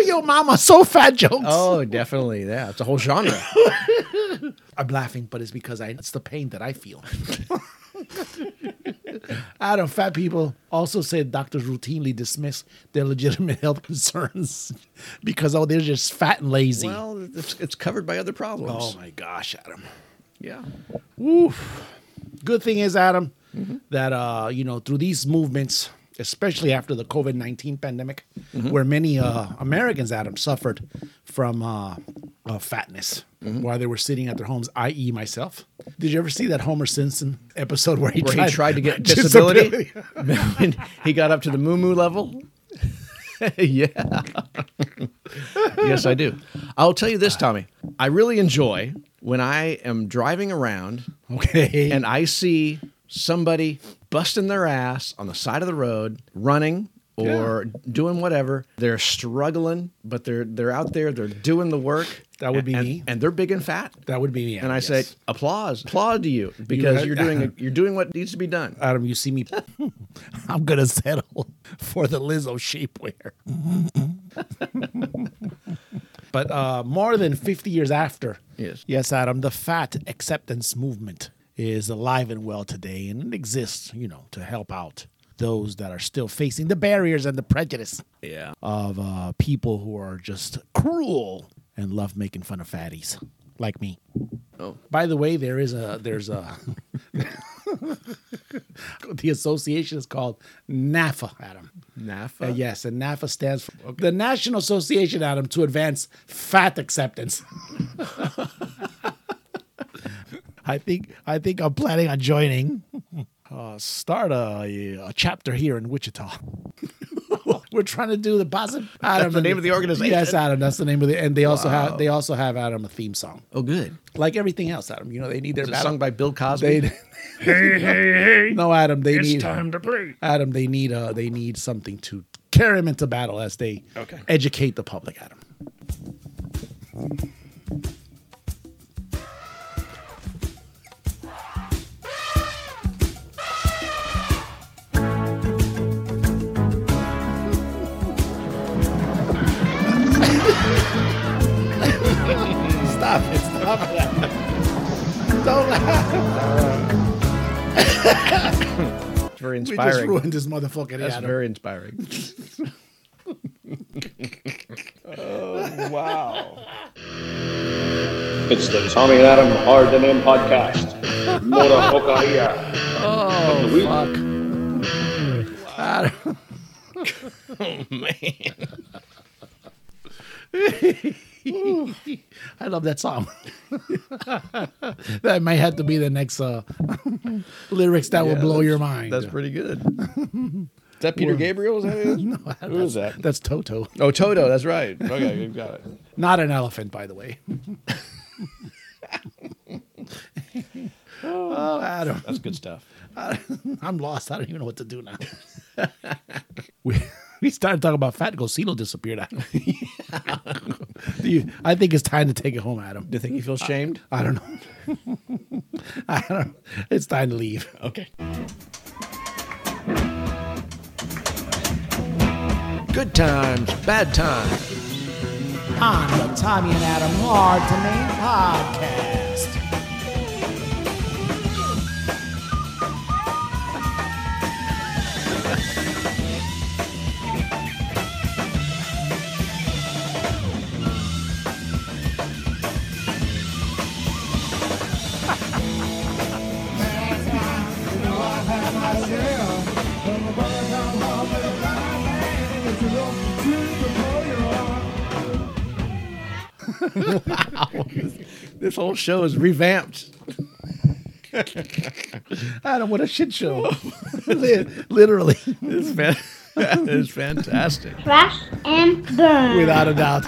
Speaker 2: Yo, mama, so fat jokes.
Speaker 3: Oh, definitely. Yeah, it's a whole genre.
Speaker 2: I'm laughing, but it's because I, it's the pain that I feel. Adam, fat people also say doctors routinely dismiss their legitimate health concerns because, oh, they're just fat and lazy.
Speaker 3: Well, it's, it's covered by other
Speaker 2: oh
Speaker 3: problems.
Speaker 2: my gosh, Adam.
Speaker 3: yeah.
Speaker 2: Woof. Good thing is, Adam, that, uh, you know, through these movements, especially after the COVID 19 pandemic,
Speaker 3: Mm-hmm.
Speaker 2: where many uh, Americans, Adam, suffered from uh, uh, fatness
Speaker 3: Mm-hmm.
Speaker 2: while they were sitting at their homes, i.e., myself. Did you ever see that Homer Simpson episode where he,
Speaker 3: Where
Speaker 2: tried,
Speaker 3: he tried to get disability. When he got up to the moo moo level. yeah. yes, I do. I'll tell you this, Tommy. I really enjoy when I am driving around, okay, and I see somebody busting their ass on the side of the road, running or doing whatever. They're struggling, but they're they're out there. They're doing the work.
Speaker 14: That would be
Speaker 3: And-
Speaker 14: me.
Speaker 3: And they're big and fat.
Speaker 14: That would be me.
Speaker 3: And I say applause, applaud to you because
Speaker 14: had-
Speaker 3: you are doing you're doing what needs to be done.
Speaker 14: Adam, you see me.
Speaker 2: I'm gonna settle for the Lizzo shapewear.
Speaker 14: but uh, more than 50 years after.
Speaker 3: Yes.
Speaker 2: Yes, Adam, the fat acceptance movement is alive and well today and it exists, you know, to help out those that are still facing the barriers and the prejudice
Speaker 3: Yeah.
Speaker 2: of uh, people who are just cruel and love making fun of fatties like me.
Speaker 3: Oh.
Speaker 2: By the way, there is a there's a the association is called NAFA, Adam. Uh,
Speaker 3: NAFA.
Speaker 2: yes, and NAFA stands for the National Association, Adam, to advance fat acceptance. I think I think I'm planning on joining. Uh, start a, a chapter here in Wichita. We're trying to do the positive. Adam,
Speaker 14: the name of the organization.
Speaker 2: Yes, Adam. That's the name of the. And they also
Speaker 14: Wow.
Speaker 2: have they also have Adam a theme song.
Speaker 3: Oh, good.
Speaker 2: Like everything else, Adam. You know they need their
Speaker 3: Is it
Speaker 2: battle-
Speaker 3: sung by Bill Cosby?
Speaker 2: They, No, Adam. They
Speaker 3: It's
Speaker 2: need
Speaker 3: time to play.
Speaker 2: Adam, they need uh they need something to carry them into battle as they
Speaker 3: Okay.
Speaker 2: educate the public. Adam.
Speaker 15: Stop it, stop it. Don't laugh.
Speaker 3: It's very
Speaker 2: We just
Speaker 3: inspiring.
Speaker 2: ruined this motherfucker,
Speaker 3: That's
Speaker 2: Adam.
Speaker 3: very inspiring.
Speaker 14: Oh, wow.
Speaker 16: It's the Tommy and Adam Hard to Name Podcast. Mora Okaia.
Speaker 3: Oh,
Speaker 16: Of the week.
Speaker 3: Adam. oh Oh,
Speaker 2: Ooh, I love that song. that might have to be the next uh, lyrics that will
Speaker 3: Yeah,
Speaker 2: blow
Speaker 3: that's-
Speaker 2: your mind.
Speaker 3: That's pretty good. Is that Peter
Speaker 2: We're-
Speaker 3: Gabriel? Is that who it is? Who is that?
Speaker 2: That's Toto.
Speaker 3: Oh, Toto. That's right. Okay, you've got it.
Speaker 2: Not an elephant, by the way. oh, Adam.
Speaker 3: That's good stuff.
Speaker 2: I- I'm lost. I don't even know what to do now. we we started talking about Fat Gosilo disappeared. Adam. do you, I think it's time to take it home, Adam. Do
Speaker 3: you think he feels shamed?
Speaker 2: I, don't know. I don't. It's time to leave.
Speaker 3: Okay. Good times, bad times.
Speaker 15: On the Tommy and Adam Hard to Name podcast.
Speaker 3: wow. This whole show is revamped.
Speaker 2: Adam, what a shit show! Li- Literally,
Speaker 3: It's fan- it's fantastic.
Speaker 17: Crash and burn.
Speaker 2: Without a doubt.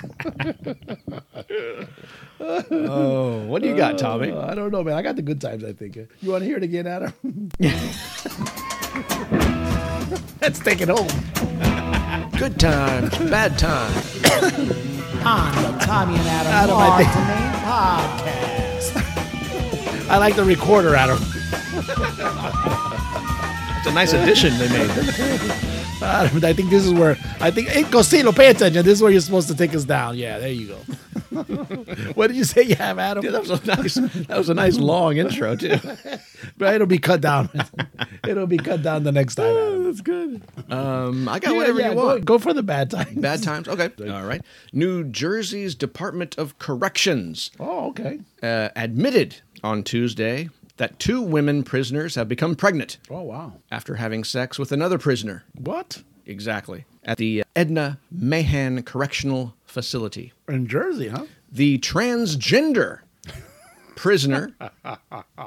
Speaker 3: Oh, what do you got, Tommy?
Speaker 2: Uh, I don't know, man. I got the good times. I think. You want to hear it again, Adam? Let's take it home.
Speaker 3: Good times, bad times.
Speaker 15: On the Tommy and Adam,
Speaker 2: Adam, I
Speaker 15: Hard
Speaker 2: think-
Speaker 15: to Name podcast.
Speaker 2: I like the recorder, Adam.
Speaker 3: It's a nice addition they made.
Speaker 2: Adam, I think this is where I think hey, Cosilo, pay attention. This is where you're supposed to take us down. Yeah, there you go. what did you say you have, Adam?
Speaker 3: that was a nice. That was a nice long intro too.
Speaker 2: but it'll be cut down. it'll be cut down the next time. Adam.
Speaker 3: That's good. Um, I got
Speaker 2: Yeah,
Speaker 3: whatever
Speaker 2: yeah,
Speaker 3: you
Speaker 2: go-
Speaker 3: want.
Speaker 2: Go, for the bad time.
Speaker 3: Bad times. Okay. All right. New Jersey's Department of Corrections
Speaker 2: Oh, okay.
Speaker 3: uh, admitted on Tuesday that two women prisoners have become pregnant
Speaker 2: Oh, wow.
Speaker 3: after having sex with another prisoner.
Speaker 2: What
Speaker 3: Exactly. At the Edna Mahan Correctional Facility.
Speaker 2: in Jersey, huh?
Speaker 3: The transgender prisoner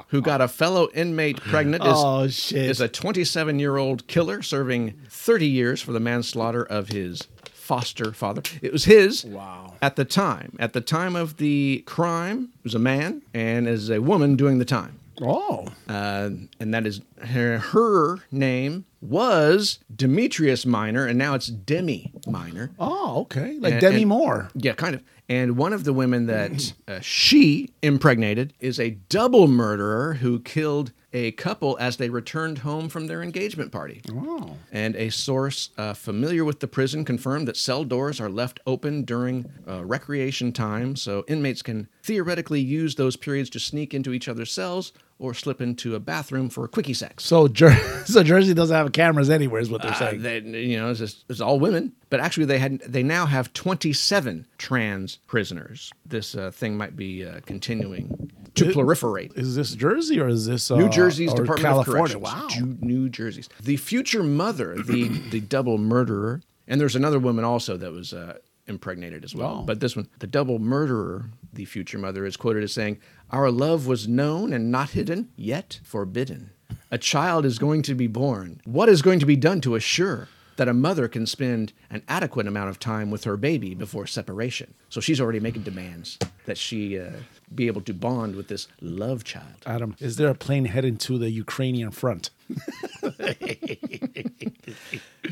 Speaker 3: who got a fellow inmate pregnant is,
Speaker 2: Oh, shit.
Speaker 3: is a 27 year old killer serving 30 years for the manslaughter of his foster father. It was his. Wow. At the time, at the time of the crime, it was a man and is a woman doing the time.
Speaker 2: Oh.
Speaker 3: Uh, and that is her, her name was Demetrius Minor, and now it's Demi Minor.
Speaker 2: Oh, okay. Like
Speaker 3: And-
Speaker 2: Demi
Speaker 3: and-
Speaker 2: Moore.
Speaker 3: Yeah, kind of. And one of the women that uh, she impregnated is a double murderer who killed a couple as they returned home from their engagement party.
Speaker 2: Oh.
Speaker 3: And a source uh, familiar with the prison confirmed that cell doors are left open during uh, recreation time, so inmates can theoretically use those periods to sneak into each other's cells or slip into a bathroom for a quickie sex.
Speaker 2: So, Jer- so Jersey doesn't have cameras anywhere, is what they're
Speaker 3: Uh,
Speaker 2: saying.
Speaker 3: they, you know, it's, just, it's all women. But actually, they had they now have 27 trans prisoners. This uh, thing might be uh, continuing to proliferate.
Speaker 2: Is this Jersey or is this uh,
Speaker 3: New Jersey's
Speaker 2: or
Speaker 3: Department
Speaker 2: California?
Speaker 3: of
Speaker 2: Wow.
Speaker 3: Corrections. Ju- New Jersey's. The future mother, the the double murderer, and there's another woman also that was uh, impregnated as well.
Speaker 2: Oh.
Speaker 3: But this one, the double murderer, the future mother, is quoted as saying, "Our love was known and not hidden, yet forbidden. A child is going to be born. What is going to be done to assure?" That a mother can spend an adequate amount of time with her baby before separation. So she's already making demands that she uh, be able to bond with this love child.
Speaker 2: Adam, is there a plane heading to the Ukrainian front?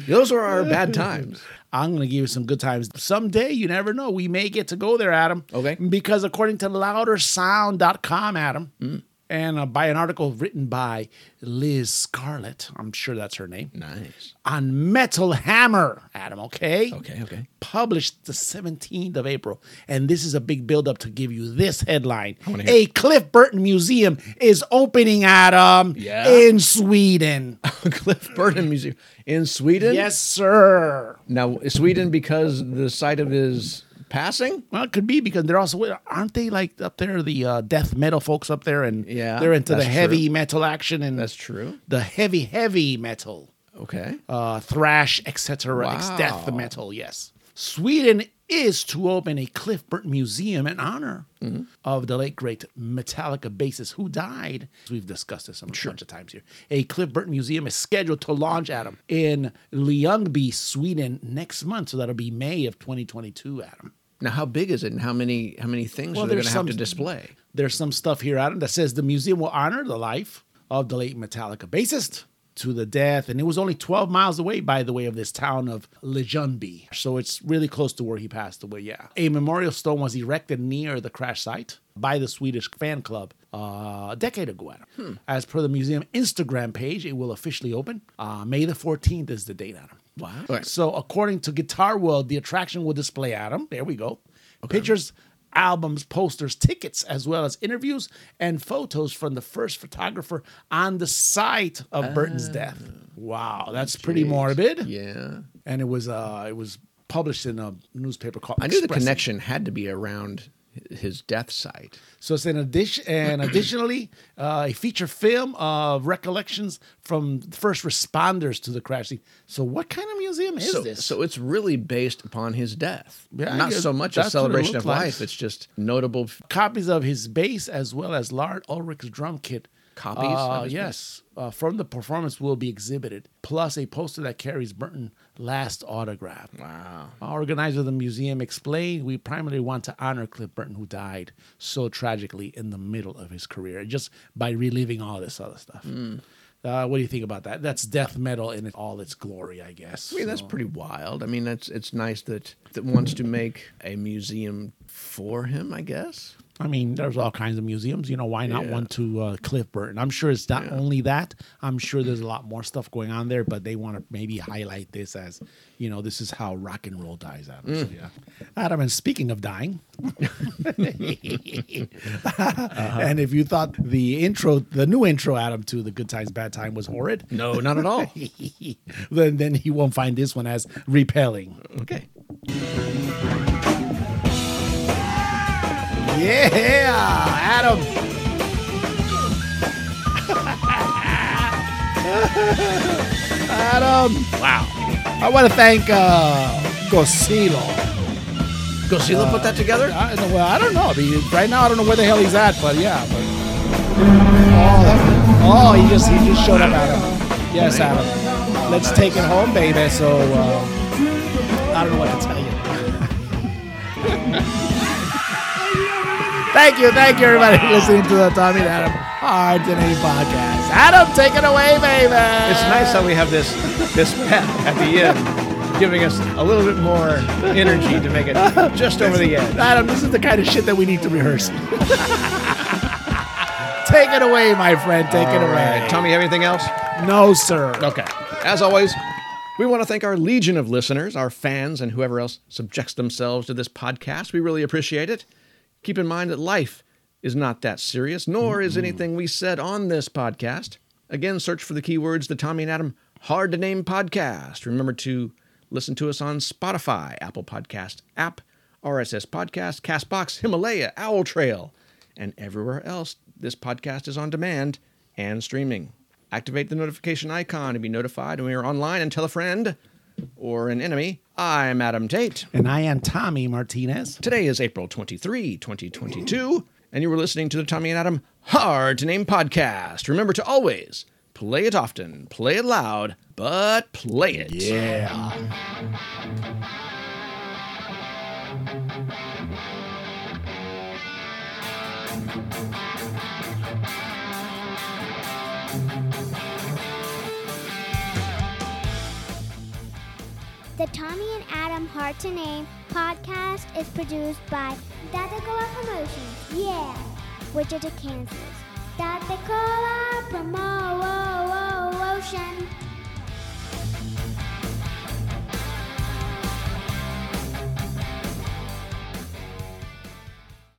Speaker 3: Those were our bad times.
Speaker 2: I'm going to give you some good times. Someday, you never know. We may get to go there, Adam.
Speaker 3: Okay.
Speaker 2: Because according to loudersound.com, Adam,
Speaker 3: Mm.
Speaker 2: and uh, by an article written by Liz Scarlett, I'm sure that's her name.
Speaker 3: Nice.
Speaker 2: On Metal Hammer, Adam, okay?
Speaker 3: Okay, okay.
Speaker 2: Published the 17th of April. And this is a big buildup to give you this headline
Speaker 3: wanna hear
Speaker 2: A Cliff Burton Museum is opening, Adam,
Speaker 3: Yeah.
Speaker 2: in Sweden.
Speaker 3: Cliff Burton Museum in Sweden.
Speaker 2: Yes, sir.
Speaker 3: Now is Sweden because the site of his passing.
Speaker 2: Well, it could be because they're also aren't they like up there the uh, death metal folks up there and
Speaker 3: Yeah,
Speaker 2: they're into the
Speaker 3: that's
Speaker 2: heavy
Speaker 3: true.
Speaker 2: metal action and
Speaker 3: That's true.
Speaker 2: the heavy heavy metal,
Speaker 3: Okay.
Speaker 2: uh, thrash, etc. ex- Death
Speaker 3: Wow.
Speaker 2: metal, yes. Sweden is to open a Cliff Burton Museum in honor of the late great Metallica bassist who died. We've discussed this a bunch of times here. A Cliff Burton Museum is scheduled to launch, Adam, in Ljungby, Sweden next month. So that'll be May of 2022, Adam.
Speaker 3: Now, how big is it, and how many how many things
Speaker 2: Well,
Speaker 3: are they going
Speaker 2: there's
Speaker 3: to have to
Speaker 2: some-
Speaker 3: display?
Speaker 2: There's some stuff here, Adam, that says the museum will honor the life of the late Metallica bassist to the death. And it was only 12 miles away, by the way, of this town of Lejeunby. So it's really close to where he passed away, yeah. A memorial stone was erected near the crash site by the Swedish fan club uh, a decade ago, Adam. As per the museum Instagram page, it will officially open. Uh, May the 14th is the date, Adam. Wow.
Speaker 3: Right.
Speaker 2: So according to Guitar World, the attraction will display, Adam, there we go, pictures, albums, posters, tickets, as well as interviews and photos from the first photographer on the site of Burton's death. Wow, that's pretty
Speaker 3: Jeez.
Speaker 2: morbid.
Speaker 3: Ah. Yeah,
Speaker 2: And it was uh it was published in a newspaper called
Speaker 3: I knew the
Speaker 2: Expressen.
Speaker 3: connection had to be around his death site.
Speaker 2: So it's an addition, and additionally, uh, a feature film of recollections from first responders to the crash scene. So, what kind of museum is
Speaker 3: so,
Speaker 2: this?
Speaker 3: so it's really based upon his death.
Speaker 2: Yeah, I
Speaker 3: Not
Speaker 2: guess
Speaker 3: so much a
Speaker 2: that's what it
Speaker 3: celebration
Speaker 2: looked
Speaker 3: of
Speaker 2: like.
Speaker 3: life. It's just notable f-
Speaker 2: copies of his bass as well as Lard Ulrich's drum kit.
Speaker 3: Copies
Speaker 2: Uh,
Speaker 3: of his
Speaker 2: yes, uh, from the performance will be exhibited, plus a poster that carries Burton last autograph.
Speaker 3: wow.
Speaker 2: Our organizer of the museum explained, "We primarily want to honor Cliff Burton, who died so tragically in the middle of his career, just by reliving all this other stuff."
Speaker 3: Hmm.
Speaker 2: Uh, what do you think about that? That's death metal in all its glory, I guess.
Speaker 3: I mean, that's
Speaker 2: So-
Speaker 3: pretty wild. I mean, that's it's nice that that wants to make a museum for him. I guess.
Speaker 2: I mean, there's all kinds of museums. You know, why not
Speaker 3: Yeah.
Speaker 2: one to uh, Cliff Burton? I'm sure it's not only that. I'm sure there's a lot more stuff going on there, but they want to maybe highlight this as, you know, this is how rock and roll dies, Adam. So, yeah. Adam, and speaking of dying,
Speaker 3: Uh-huh.
Speaker 2: and if you thought the intro, the new intro, Adam, to the Good Times, Bad Time was horrid,
Speaker 3: No, not at all.
Speaker 2: then, then he won't find this one as repelling.
Speaker 3: okay.
Speaker 2: Yeah, Adam. Adam. Wow. I want to thank uh, Gosilo.
Speaker 3: Gosilo put that together?
Speaker 2: I, well, I don't know. I mean, right now, I don't know where the hell he's at, but yeah. But, oh, that- oh, he just he just showed up, Adam. Yes, Adam. Let's take it home, baby. So uh, I don't know what to tell you. thank you, thank you, everybody, for listening to the Tommy and Adam Hard to Name podcast. Adam, take it away, baby.
Speaker 3: It's nice how we have this this pep at the end, giving us a little bit more energy to make it just over the edge.
Speaker 2: Adam, this is the kind of shit that we need to rehearse. take it away, my friend. Take it
Speaker 3: All
Speaker 2: away.
Speaker 3: right. Tommy, have anything else?
Speaker 2: No, sir.
Speaker 3: Okay. As always, we want to thank our legion of listeners, our fans, and whoever else subjects themselves to this podcast. We really appreciate it. Keep in mind that life is not that serious, nor is anything we said on this podcast. Again, search for the keywords the Tommy and Adam Hard to Name Podcast. Remember to listen to us on Spotify, Apple Podcast app, RSS Podcast, Castbox, Himalaya, Owl Trail, and everywhere else this podcast is on demand and streaming. Activate the notification icon to be notified when we are online and tell a friend or an enemy. I'm Adam Tate.
Speaker 2: And I am Tommy Martinez.
Speaker 3: Today is April 23, 2022, and you were listening to the Tommy and Adam Hard to Name podcast. Remember to always play it often, play it loud, but play it.
Speaker 2: Yeah.
Speaker 17: The Tommy and Adam Hard to Name podcast is produced by Datacola Promotions, yeah, Wichita, Kansas. Datacola Promotion.